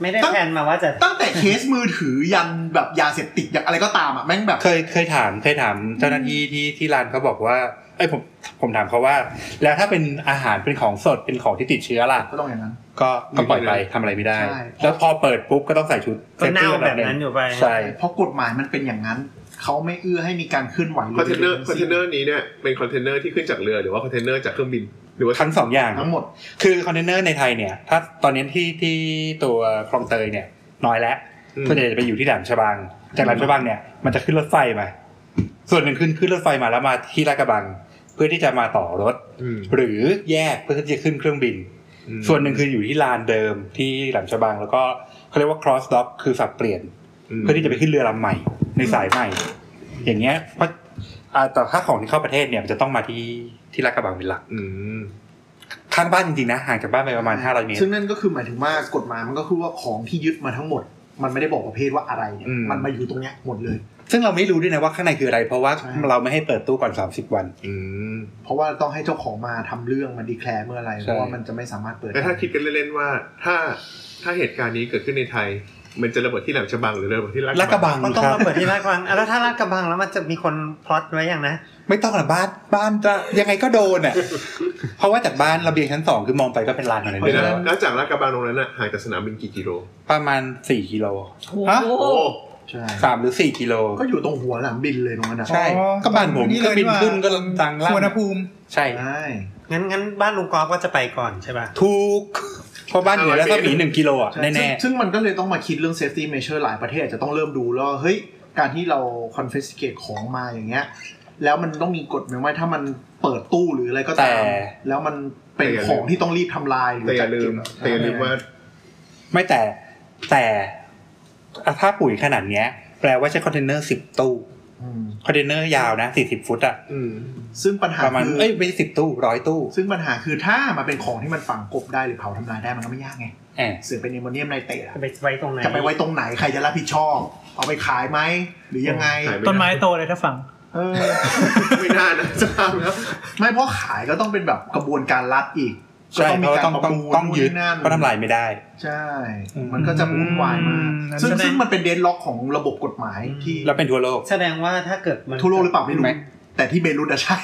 ไม่ได้แพลนมาว่าจะ ตั้งแต่เคสมือถือยันแบบยาเสพติดอย่างอะไรก็ตามอ่ะแม่งแบบ เคยเคยถามเคยถามเจ้าหน้าที่ที่ที่ลานเขาบอกว่าเอ้ยผมผมถามเขาว่า แล้วถ้าเป็นอาหารเป็นของสดเป็นของที่ติดเชื้อล่ะ ก็ต้องอย่างนั้น ก็ก็ปล่อยไปทำอะไรไม่ได้ ใช่ แล้วพอเปิดปุ๊บก็ต้องใส่ชุด ก็เน่า ซฟตี้ แบบนั้นอยู่ไป ใช่ เพราะกฎหมายมันเป็นอย่างนั้น เขาไม่เอื้อให้มีการเคลื่อนไหว คอนเทนเนอร์ ใดคๆอนเทนเนอร์นี้เนี่ยเป็นคอนเทนเนอร์ที่ขึ้นจากเรือหรือว่าคอนเทนเนอร์จากเครื่องบิน หรือว่า ทั้งสองอย่าง ทั้งหมด คือคอนเทนเนอร์ในไทยเนี่ย ถ้าตอนนี้ที่ที่ตัวคลองเตยเนี่ย น้อยแล้วส่วนใหญ่จะไปอยู่ที่แหลมฉบัง จากแหลมฉบังเนี่ยมันจะขึ้นรถไฟมา ส่วนหนึ่งขึ้นขึ้นรถไฟมาแล้วมาที่ลาดกระบัง เพื่อที่จะมาต่อรถ อืม หรือแยกเพื่อที่จะขึ้นเครื่องบิน อืม ส่วนหนึ่งคืออยู่ที่ลานเดิมที่แหลมฉบัง แล้วก็เขาเรียกว่า cross dock คือสับเปลี่ยน ม เพื่อที่จะไปขึ้นเรือลำใหม่ในสายใหม่ อย่างเงี้ยเพราะอ่าแต่ถ้าของที่เข้าประเทศเนี่ยมันจะต้องมาที่ที่ลาดกระบังเป็นหลัก อืม ข้างบ้านจริงๆนะห่างจากบ้านไปประมาณ500เมตร ซึ่งนั่นก็คือหมายถึงว่ากฎหมายมันก็คือว่าของที่ยึดมาทั้งหมด มันไม่ได้บอกประเภทว่าอะไรเนี่ย อืม มันมาอยู่ตรงเนี้ยหมดเลย ซึ่งเราไม่รู้ด้วยนะว่าข้างในคืออะไร เพราะว่า ใช่ เราไม่ให้เปิดตู้ก่อน 30 วัน อืม เพราะว่าต้องให้เจ้าของมาทำเรื่องมาดีแคลร์เมื่อไหร ใช่ เพราะว่ามันจะไม่สามารถเปิด แล้วถ้าคิดกันเล่นๆว่า ถ้าถ้าเหตุการณ์นี้เกิดขึ้นในไทย มันจะระเบิดที่แหลมฉบังหรือระเบิดที่ ลาดกระบัง มันต้อง ครั มา บ เปิดที่ลาดกระบังอ่ะแล้วถ้าลาดกระบังแล้วมันจะมีคนพลอตไว้อย่างนะ ไม่ต้องหรอกบ้านบ้านจะยังไงก็โด (laughs) นอ่ะ เพราะว่าจากบ้านระเบียงชั้นสองคือมองไปก็เป็นลานอะไร เดี๋ยว เนี่ นะ ย แล้วจากลาดกระบังตรงนั้นน่ะห่างจากสนามบินกี่กิโล ประมาณ 4กิโล โอ้ ฮะ โห ใช่ สามหรือ 4กิโล ก็อยู่ตรงหัวหลังบินเลยตรงนั้นนะ ใช่ อ๋อ ก็บ้านผม นี่ เครื่องบิน เลยดีกว่า ขึ้นก็ดังลั่ สุวรรณ น ภูมิ ใช่ ใช่ งั้นงั้นบ้านลุงกอล์ฟก็จะไปก่อนใช่ป่ะ ทุกเพราะบ้านอยู่แล้วก็มีหนึ่งกิโลอ่ะ ใช่ซึ่ แน่ งซึ่งมันก็เลยต้องมาคิดเรื่อง safety measure หลายประเทศอาจจะต้องเริ่มดูแล้วว่าเฮ้ย การที่เรา confiscate ของมาอย่างเงี้ย แล้วมันต้องมีกฎหมายว่าถ้ามันเปิดตู้หรืออะไรก็ ๆแต่ ตาม แล้วมันเป็นของที่ต้องรีบทำลายหรือ แต่อย่า จัด ลื เก็ ม บ แต่อย่าลืมว่า ไม่แต่แต่ถ้าปุ๋ยขนาดเนี้ย แปลว่าใช้คอนเทนเนอร์สิบตู้ อืม คอนเทนเนอร์ยาวนะสี่สิบฟุตอ่ะ อืม ซึ่งปัญหา ประมาณ คือ เอ้ยไม่สิบตู้ร้อยตู้ ซึ่งปัญหาคือถ้ามันเป็นของที่มันฝังกลบได้หรือเผาทำลายได้มันก็ไม่ยากไง แอบ เสือเป็นเอมโมเนียมไนเตรตอะ จะไปไว้ตรงไหน จะไปไว้ตรงไหนใครจะรับผิดชอบ เอาไปขายไหม หรือยังไง ขายด้ ต้นไม้โตเลยถ้าฟัง เออ ไม่น่านะจะทำแล้ว ไม่เพราะขายก็ต้องเป็นแบบกระบวนการรัดอีกก็ ใช่ ต้อง เพ มี ราะ กา ว่าร ต้อง ประ ต้องต้มูลองยึด นู่นนี่นั่น เพราะทำลายไม่ได้ ใช่ อืม มันก็จะวุ่นวายมาก อืม ซึ่งซึ่งมันเป็นเดนล็อกของระบบกฎหมายที่ แล้วเป็นทั่วโลก แสดงว่าถ้าเกิดมัน ทั่วโลกหรือเปล่าไม่รู้ ไหม แต่ที่เบรุตอะใช่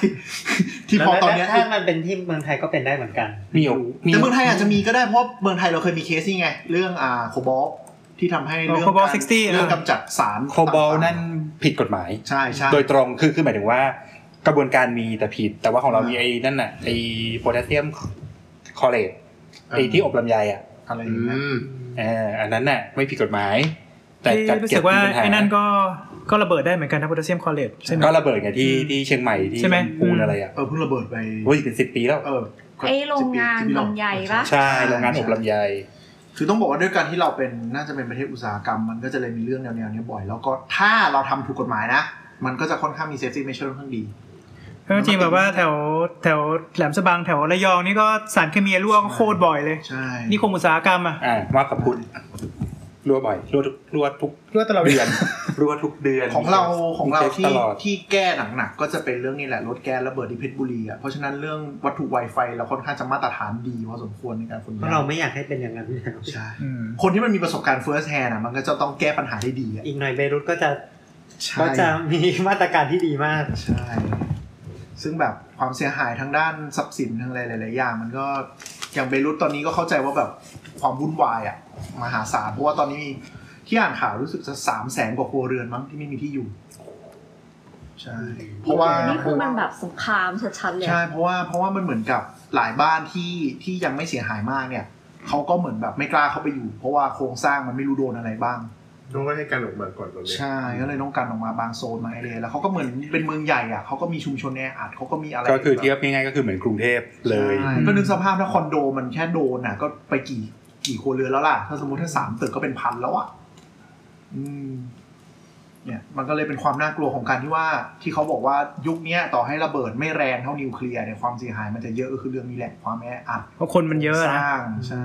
(laughs) ที่พ แล้ว อตอนเนี้ย ถ้ามันเป็นที่เมืองไทยก็เป็นได้เหมือนกัน มีอยู่มี แต่เมืองไทยอาจจะมีก็ได้เพราะเมืองไทยเราเคยมีเคสนี่ไง เรื่องอ่าโคบอลที่ทำให้เรื่อง โคบอล การ 60 เรื่อง อ่ะ กำจัดสาร โคบอล ต่างๆ นั่นผิดกฎหมาย ใช่ใช่ โดยตรงคือคือหมายถึงว่า กระบวนการมีแต่ผิด แต่ว่าของเรา อ่ามี มีไอ้นั่นน่ะไอ้โพแทสเซียมคอเลต อ่า ไอ้ที่อบลำไยอ่ะ อะไรอ อื ย่างเงี้ย ม เอออันนั้นน่ะ ไม่ผิดกฎหมาย แต่ ที่ จัด รู้ เก็ สึ บ กว่า มีปัญหา ไอ้นั่นก็ก็ระเบิดได้เหมือนกันนะโพแทสเซียมคลอเรตใช่ไหม ก็ระเบิดไงที่ อืม ที่เชียงใหม่ที่ ใช่ไหม ลำพูนอะไรอ่ะ เออเพิ่งระเบิดไป โอ้ยเป็นสิบปีแล้ว เออ ไอ้โรงงาน สิบปี ลำไยปะ ใช่โรงงานอบลำไย คือต้องบอกว่าด้วยการที่เราเป็นน่าจะเป็นประเทศอุตสาหกรรม มันก็จะเลยมีเรื่องแนวๆเนี้ยบ่อย แล้วก็ถ้าเราทำถูกกฎหมายนะ มันก็จะค่อนข้างมีเซฟตี้เมเชอร์ค่อนข้างดี เพราะจริงๆแบบว่าแถวแถวแหลมสะบังแถวระยองนี่ก็สารเคมีรั่วก็โคตรบ่อยเลย ใช่ นี่คมอุตสาหกรรมอ่ะ อ่าว่ากับพุทธรั่วบ่อยรั่วทุกรั่วทุก รั่วตลอดเว เดือ ลาน รั่วทุกเดือน ของเราของเรา ต ที่ ลอด ที่แก้หนักๆก็จะเป็นเรื่องนี้แหละรถแก้ระเบิดที่เพชรบุรีอ่ะเพราะฉะนั้นเรื่องวัตถุ Wi-Fi เราค่อนข้างจะมาตรฐานดีพอสมควรในการคน เพราะเราไม่อยากให้เป็นอย่างนั้น (laughs) แล้ว ใช่ อืม คนที่มันมีประสบการณ์ first hand อ่ะมันก็จะต้องแก้ปัญหาได้ดีอ่ะ อีกหน่อยเบรุตก็จะ ใช่ ก็จะมีมาตรการที่ดีมาก ใช่ ซึ่งแบบความเสียหายทางด้านทรัพย์สินทางอะไรหลาย ๆ อย่าง มันก็อย่างเบรุตตอนนี้ก็เข้าใจว่าแบบความวุ่นวายอะมหาศาลเพราะว่าตอนนี้มีที่อ่านข่าวรู้สึกจะสามแสนกว่าครัวเรือนมั้งที่ไม่มีที่อยู่ โอ้โห ใช่ เพราะว่า นี่คือมันแบบสงครามชัดๆเลย ใช่เพราะว่าเพราะว่ามันเหมือนกับหลายบ้านที่ที่ยังไม่เสียหายมากเนี่ยเขาก็เหมือนแบบไม่กล้าเข้าไปอยู่ เพราะว่าโครงสร้างมันไม่รู้โดนอะไรบ้าง ต้องให้การออกมาก่อนตอนนี้ ใช่ก็เลยต้องการออกมาบางโซนมาให้เลยแล้วเขาก็เหมือนเป็นเมืองใหญ่อ่ะเขาก็มีชุมชนแออัดเขาก็มีอะไร ก็คือเทียบง่ายๆก็คือเหมือนกรุงเทพเลย ใช่ก็นึกสภาพถ้าคอนโดมันแค่โดนอ่ะ ก็ไปกี่กี่ครัวเรือนแล้วล่ะ ถ้าสมมติถ้าสามตึกก็เป็นพันแล้วอ่ะอืม เนี่ย มันก็เลยเป็นความน่ากลัวของการที่ว่า ที่เขาบอกว่ายุคเนี้ยต่อให้ระเบิดไม่แรงเท่านิวเคลียร์เนี่ยความเสียหายมันจะเยอะก็คือเรื่องนี้แหละความแออัด เพราะคนมันเยอะ ส นะ ร้างใช่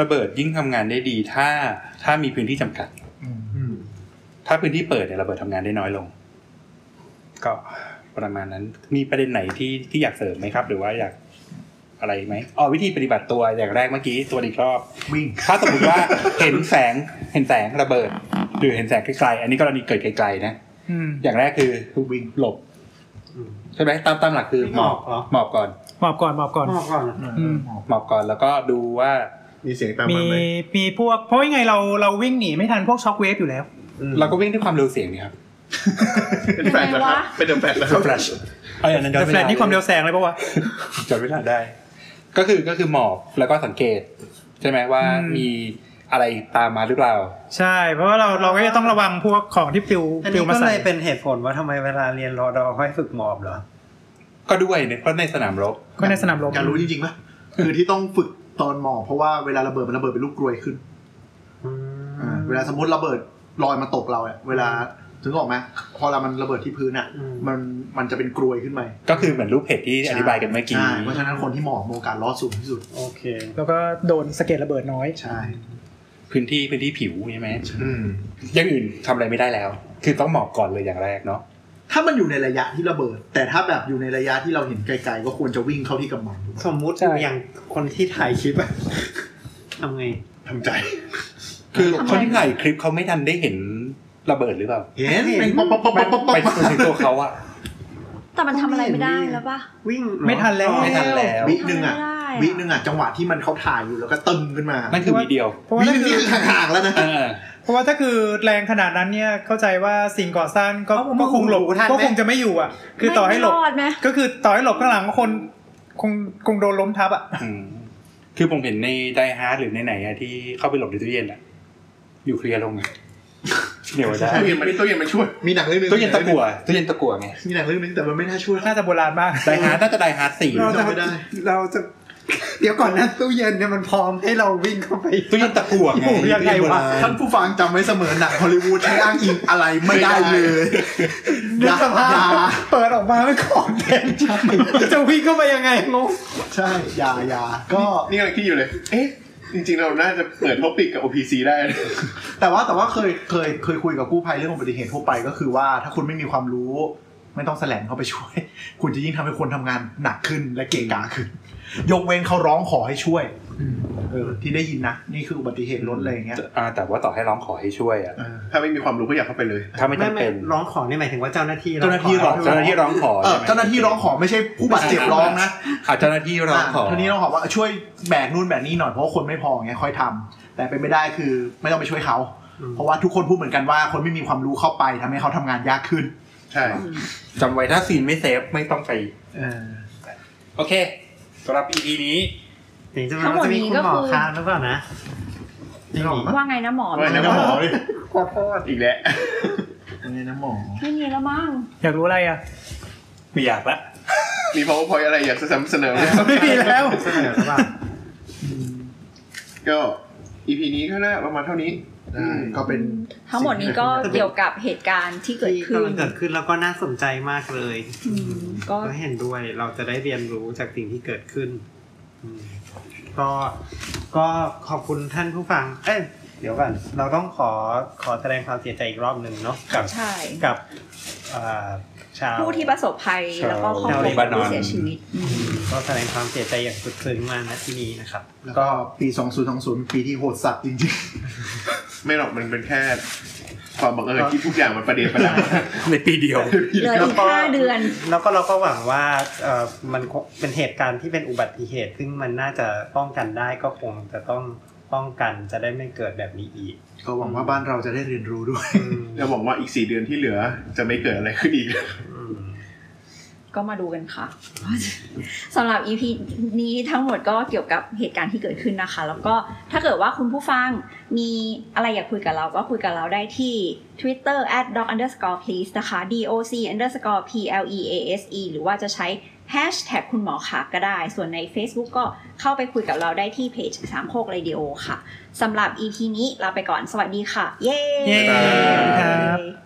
ระเบิดยิ่งทำงานได้ดีถ้าถ้ามีพื้นที่จำกัด อืม อืม ถ้าพื้นที่เปิดเนี่ยระเบิดทำงานได้น้อยลง ก็ประมาณนั้น มีประเด็นไหนที่ที่อยากเสริมไหมครับ หรือว่าอยากอะไรไหมอ๋อวิธีปฏิบัติตัวอย่างแรกเมื่อกี้ตัวอีกรอบ วิ่ง ถ้าสมมติว่า เห็นแสงเห็นแสงระเบิด หรือเห็นแสงไกลๆอันนี้กรณีเกิดไกลๆนะ อืม อย่างแรกคือ วิ่ง หลบ ใช่ไหมตามตามหลักคือหมอบหมอบก่อน หมอบก่อนหมอบก่อน มอบก่อน อืม หมอบก่อนแล้วก็ดูว่า มีเสียงตาม มี มาไหม มีพวกเพราะยังไงเราเราวิ่งหนีไม่ทันพวกช็อคเวฟอยู่แล้ว เราก็วิ่งด้วยความเร็วเสียงนี่ครับ เป็นแฟลชแล้วครับเป็นเดอะแฟลชแล้วครับ แฟลชเอาอย่างนั้นย้อ แต่ น แฟล เว ช ลา นี่ความเร็วแสงเลยปะวะ จอดเวลาได้ ก็คือก็คือหมอบแล้วก็สังเกต ใช่ไหมว่า อืม มีอะไรตามมาหรือเปล่า ใช่ เพราะว่าเราเราก็จะต้องระวังพวกของที่ปลิว อัน ปลิว นี้ มา ก็ ใส่ เลยเป็นเหตุผลว่าทำไมเวลาเรียนรอดอค่อยฝึกหมอบเหรอ ก็ด้วยเนี่ยเพราะในสนามรบ ก็ในสนามรบ อยากรู้จริงๆปะคือที่ต้องฝึกตอนหมอเพราะว่าเวลาระเบิดมันระเบิดเป็นลูกกรวยขึ้นอ่าเวลาสมมติระเบิดลอยมาตกเราเนี่ยเวลาถึงออกไหมพอเรามันระเบิดที่พื้นอ่ะ อืม มันมันจะเป็นกรวยขึ้นไป ก็คือเหมือนรูปเพจที่อธิบายกันเมื่อกี้ ใช่เพราะฉะนั้นคนที่หมอบมีโอกาสรอดสูงที่สุด โอเค แล้วก็โดนสะเก็ดระเบิดน้อย ใช่ พื้นที่พื้นที่ผิวใช่ไหม อืม อย่างอื่นทำอะไรไม่ได้แล้ว คือต้องหมอบก่อนเลยอย่างแรกเนาะ ถ้ามันอยู่ในระยะที่ระเบิด แต่ถ้าแบบอยู่ในระยะที่เราเห็นไกลๆก็ควรจะวิ่งเข้าที่กำบัง สมมุติอย่างคนที่ถ่ายคลิปอะ (laughs) ทำไง ทำใจ คือคนที่ถ่ายคลิปเขาไม่ทันได้เห็นระเบิดหรือเปล่า เห็นเป็นป๊อปป๊อปป๊อปป๊อปป๊อป ไปถึงตัวเขาอะ แต่มันทำอะไรไม่ได้แล้วปะ วิ่งเหรอ ไม่ทันแล้ว ไม่ทันแล้ว วิหนึ่งอ่ะ ทำอะไร วิ ไม่ได้หนึ่งอ่ะจังหวะที่มันเขาถ่ายอยู่แล้วก็ตึมขึ้นมา นั่นคือวิดีโอ เพราะว่า วิหนึ่งถ้าคื นี่ อ คือห่างๆแล้วนะ เออ เพราะว่าถ้าคือแรงขนาดนั้นเนี่ยเข้าใจว่าสิ่งก่อสร้างก็ เอ้าผมว่า ก็คงหลบ ผมรู้ทันไหม ก็คงจะไม่อยู่อ่ะ คือต่อให้หลบ ไม่รอดไหม ก็คือต่อให้หลบข้างหลังคนคงคงโดนล้มทับอ่ะ อืมคือผมเห็นในไดฮาร์ดหรือในไหนอะที่เข้าไปหลบในตู้เย็นอะอยู่เคลียร์ลงอะเดี๋ยวได้ ตู้เย็นมันตู้เย็นมันช่วย มีหนังเรื่องนึง ตู้เย็นตะกั่วตู้เย็นตะกั่วไง มีหนังเรื่องนึงแต่มันไม่น่าช่วย น่าจะโบราณมาก ไดฮาร์ดน่าจะไดฮาร์ดสี่ เราจะ จำไม่ได้ เราจะ เดี๋ยวก่อนนะตู้เย็นเนี่ยมันพร้อมให้เราวิ่งเข้าไป ตู้เย็นตะกั่วไง โอ้ยังไงวะ ท่านผู้ฟังจำไว้เสมอหนังฮอลลีวูดใช้อ้างอิงอะไรไม่ได้ (laughs) เลย นึกสภาพ อย่า เปิดออกมาแล้วของเต็มจะวิ่งเข้าไปยังไงงง ใช่อย่าอย่าก็ นี่อะไรที่อยู่เลย เอ๊ะ จริงๆ เราน่าจะเปิดท็อปิกกับ OPC ได้ แต่ว่าแต่ว่าเคยเคยเคยคุยกับกู้ภัยเรื่องอุบัติเหตุทั่วไปก็คือว่าถ้าคุณไม่มีความรู้ ไม่ต้องแสลงเข้าไปช่วย (laughs) คุณจะยิ่งทำให้คนทำงานหนักขึ้นและเกะกะขึ้น ยกเว้นเขาร้องขอให้ช่วยเออที่ได้ยินนะนี่คืออุบัติเหตุรถอะไรอย่างเงี้ย อ่าแต่ว่าต่อให้ร้องขอให้ช่วยอะ เออ ถ้าไม่มีความรู้ก็อยากเข้าไปเลย ถ้าไม่ ไม่ จำ ไม่ เป็น ร้องขอนี่หมายถึงว่าเจ้าหน้าที่ เจ้าหน้าที่ ร้อง เจ้าหน้าที่ร้องขอ เออ ใช่ไหม เจ้าหน้าที่ร้องขอไม่ใช่ผู้บาดเจ็บร้องนะ อ่ะเจ้าหน้าที่ร้องขอ เท่านี้ต้องขอว่าช่วยแบกนู่นแบกนี่หน่อยเพราะว่าคนไม่พอไงค่อยทำแต่เป็นไม่ได้คือไม่ต้องไปช่วยเขา เพราะว่าทุกคนพูดเหมือนกันว่าคนไม่มีความรู้เข้าไปทำให้เขาทำงานยากขึ้น ใช่ จำไว้ถ้าซีนไม่เซฟไม่ต้องไป เออ โอเคสำหรับ EP นี้ ถึงจะมันจะมีคุณหมอค้างหรือเปล่านะ นี่หรอ ว่าไงนะหมอ ว่าไงนะหมอ ขอโทษ อีกแล้ว ยังไงนะหมอ ไม่มีแล้วมั้ง อยากรู้อะไรอ่ะ ไม่อยากละ มี powerpoint อะไรอยากจะเสนอไหม ไม่มีแล้ว เสนอหรือเปล่า ก็ EP นี้ก็น่าประมาณเท่านี้ ได้ก็เป็น ทั้งหมดนี้ก็เกี่ยวกับเหตุการณ์ที่เกิด ที่ ขึ้น กำลัง (laughs) เกิดขึ้นแล้วก็น่าสนใจมากเลย อืมก็ ก็เห็นด้วยเราจะได้เรียนรู้จากสิ่งที่เกิดขึ้นอืมก็ก็ขอบคุณท่านผู้ฟัง เอ้ยเดี๋ยวก่อนเราต้องขอขอแสดงความเสียใจอีกรอบหนึ่งเนาะกับ ใช่ กับเอ่อชาว ผู้ที่ประสบภัยแล้วก็ครอบครัวผู้เสียชีวิตอืม ก็แสดงความเสียใจอย่างสุดซึ้งมากนะที่นี้นะครับ แล้วก็ปี 2020 ปีที่โหดสัตว์จริง ไม่หรอกมันเป็นแค่ ความบังเอิญที่ทุกอย่างมันประเดประดั (laughs) ง ในปีเดียว เหลืออีกห้าเดือน แล้วก็เราก็หวังว่าเอ่อมันคงเป็นเหตุการณ์ที่เป็นอุบัติเหตุ ซึ่งมันน่าจะป้องกันได้ก็คงจะต้อง ป้องกันจะได้ไม่เกิดแบบนี้อีก ก็หวังว่าบ้านเราจะได้เรียนรู้ด้วย แล้วหวังว่าอีกสี่เดือนที่เหลือจะไม่เกิดอะไรขึ้นอีก ก็มาดูกันค่ะ สำหรับ EP นี้ทั้งหมดก็เกี่ยวกับเหตุการณ์ที่เกิดขึ้นนะคะ แล้วก็ถ้าเกิดว่าคุณผู้ฟังมีอะไรอยากคุยกับเราก็คุยกับเราได้ที่ Twitter at dog underscore please นะคะ doc underscore please หรือว่าจะใช้ hashtag คุณหมอขาก็ได้ ส่วนใน Facebook ก็เข้าไปคุยกับเราได้ที่เพจสามโคกเรดิโอค่ะสำหรับ EP นี้ลาไปก่อนสวัสดีค่ะ เย้ เย้ บ๊ายบาย ครับ บ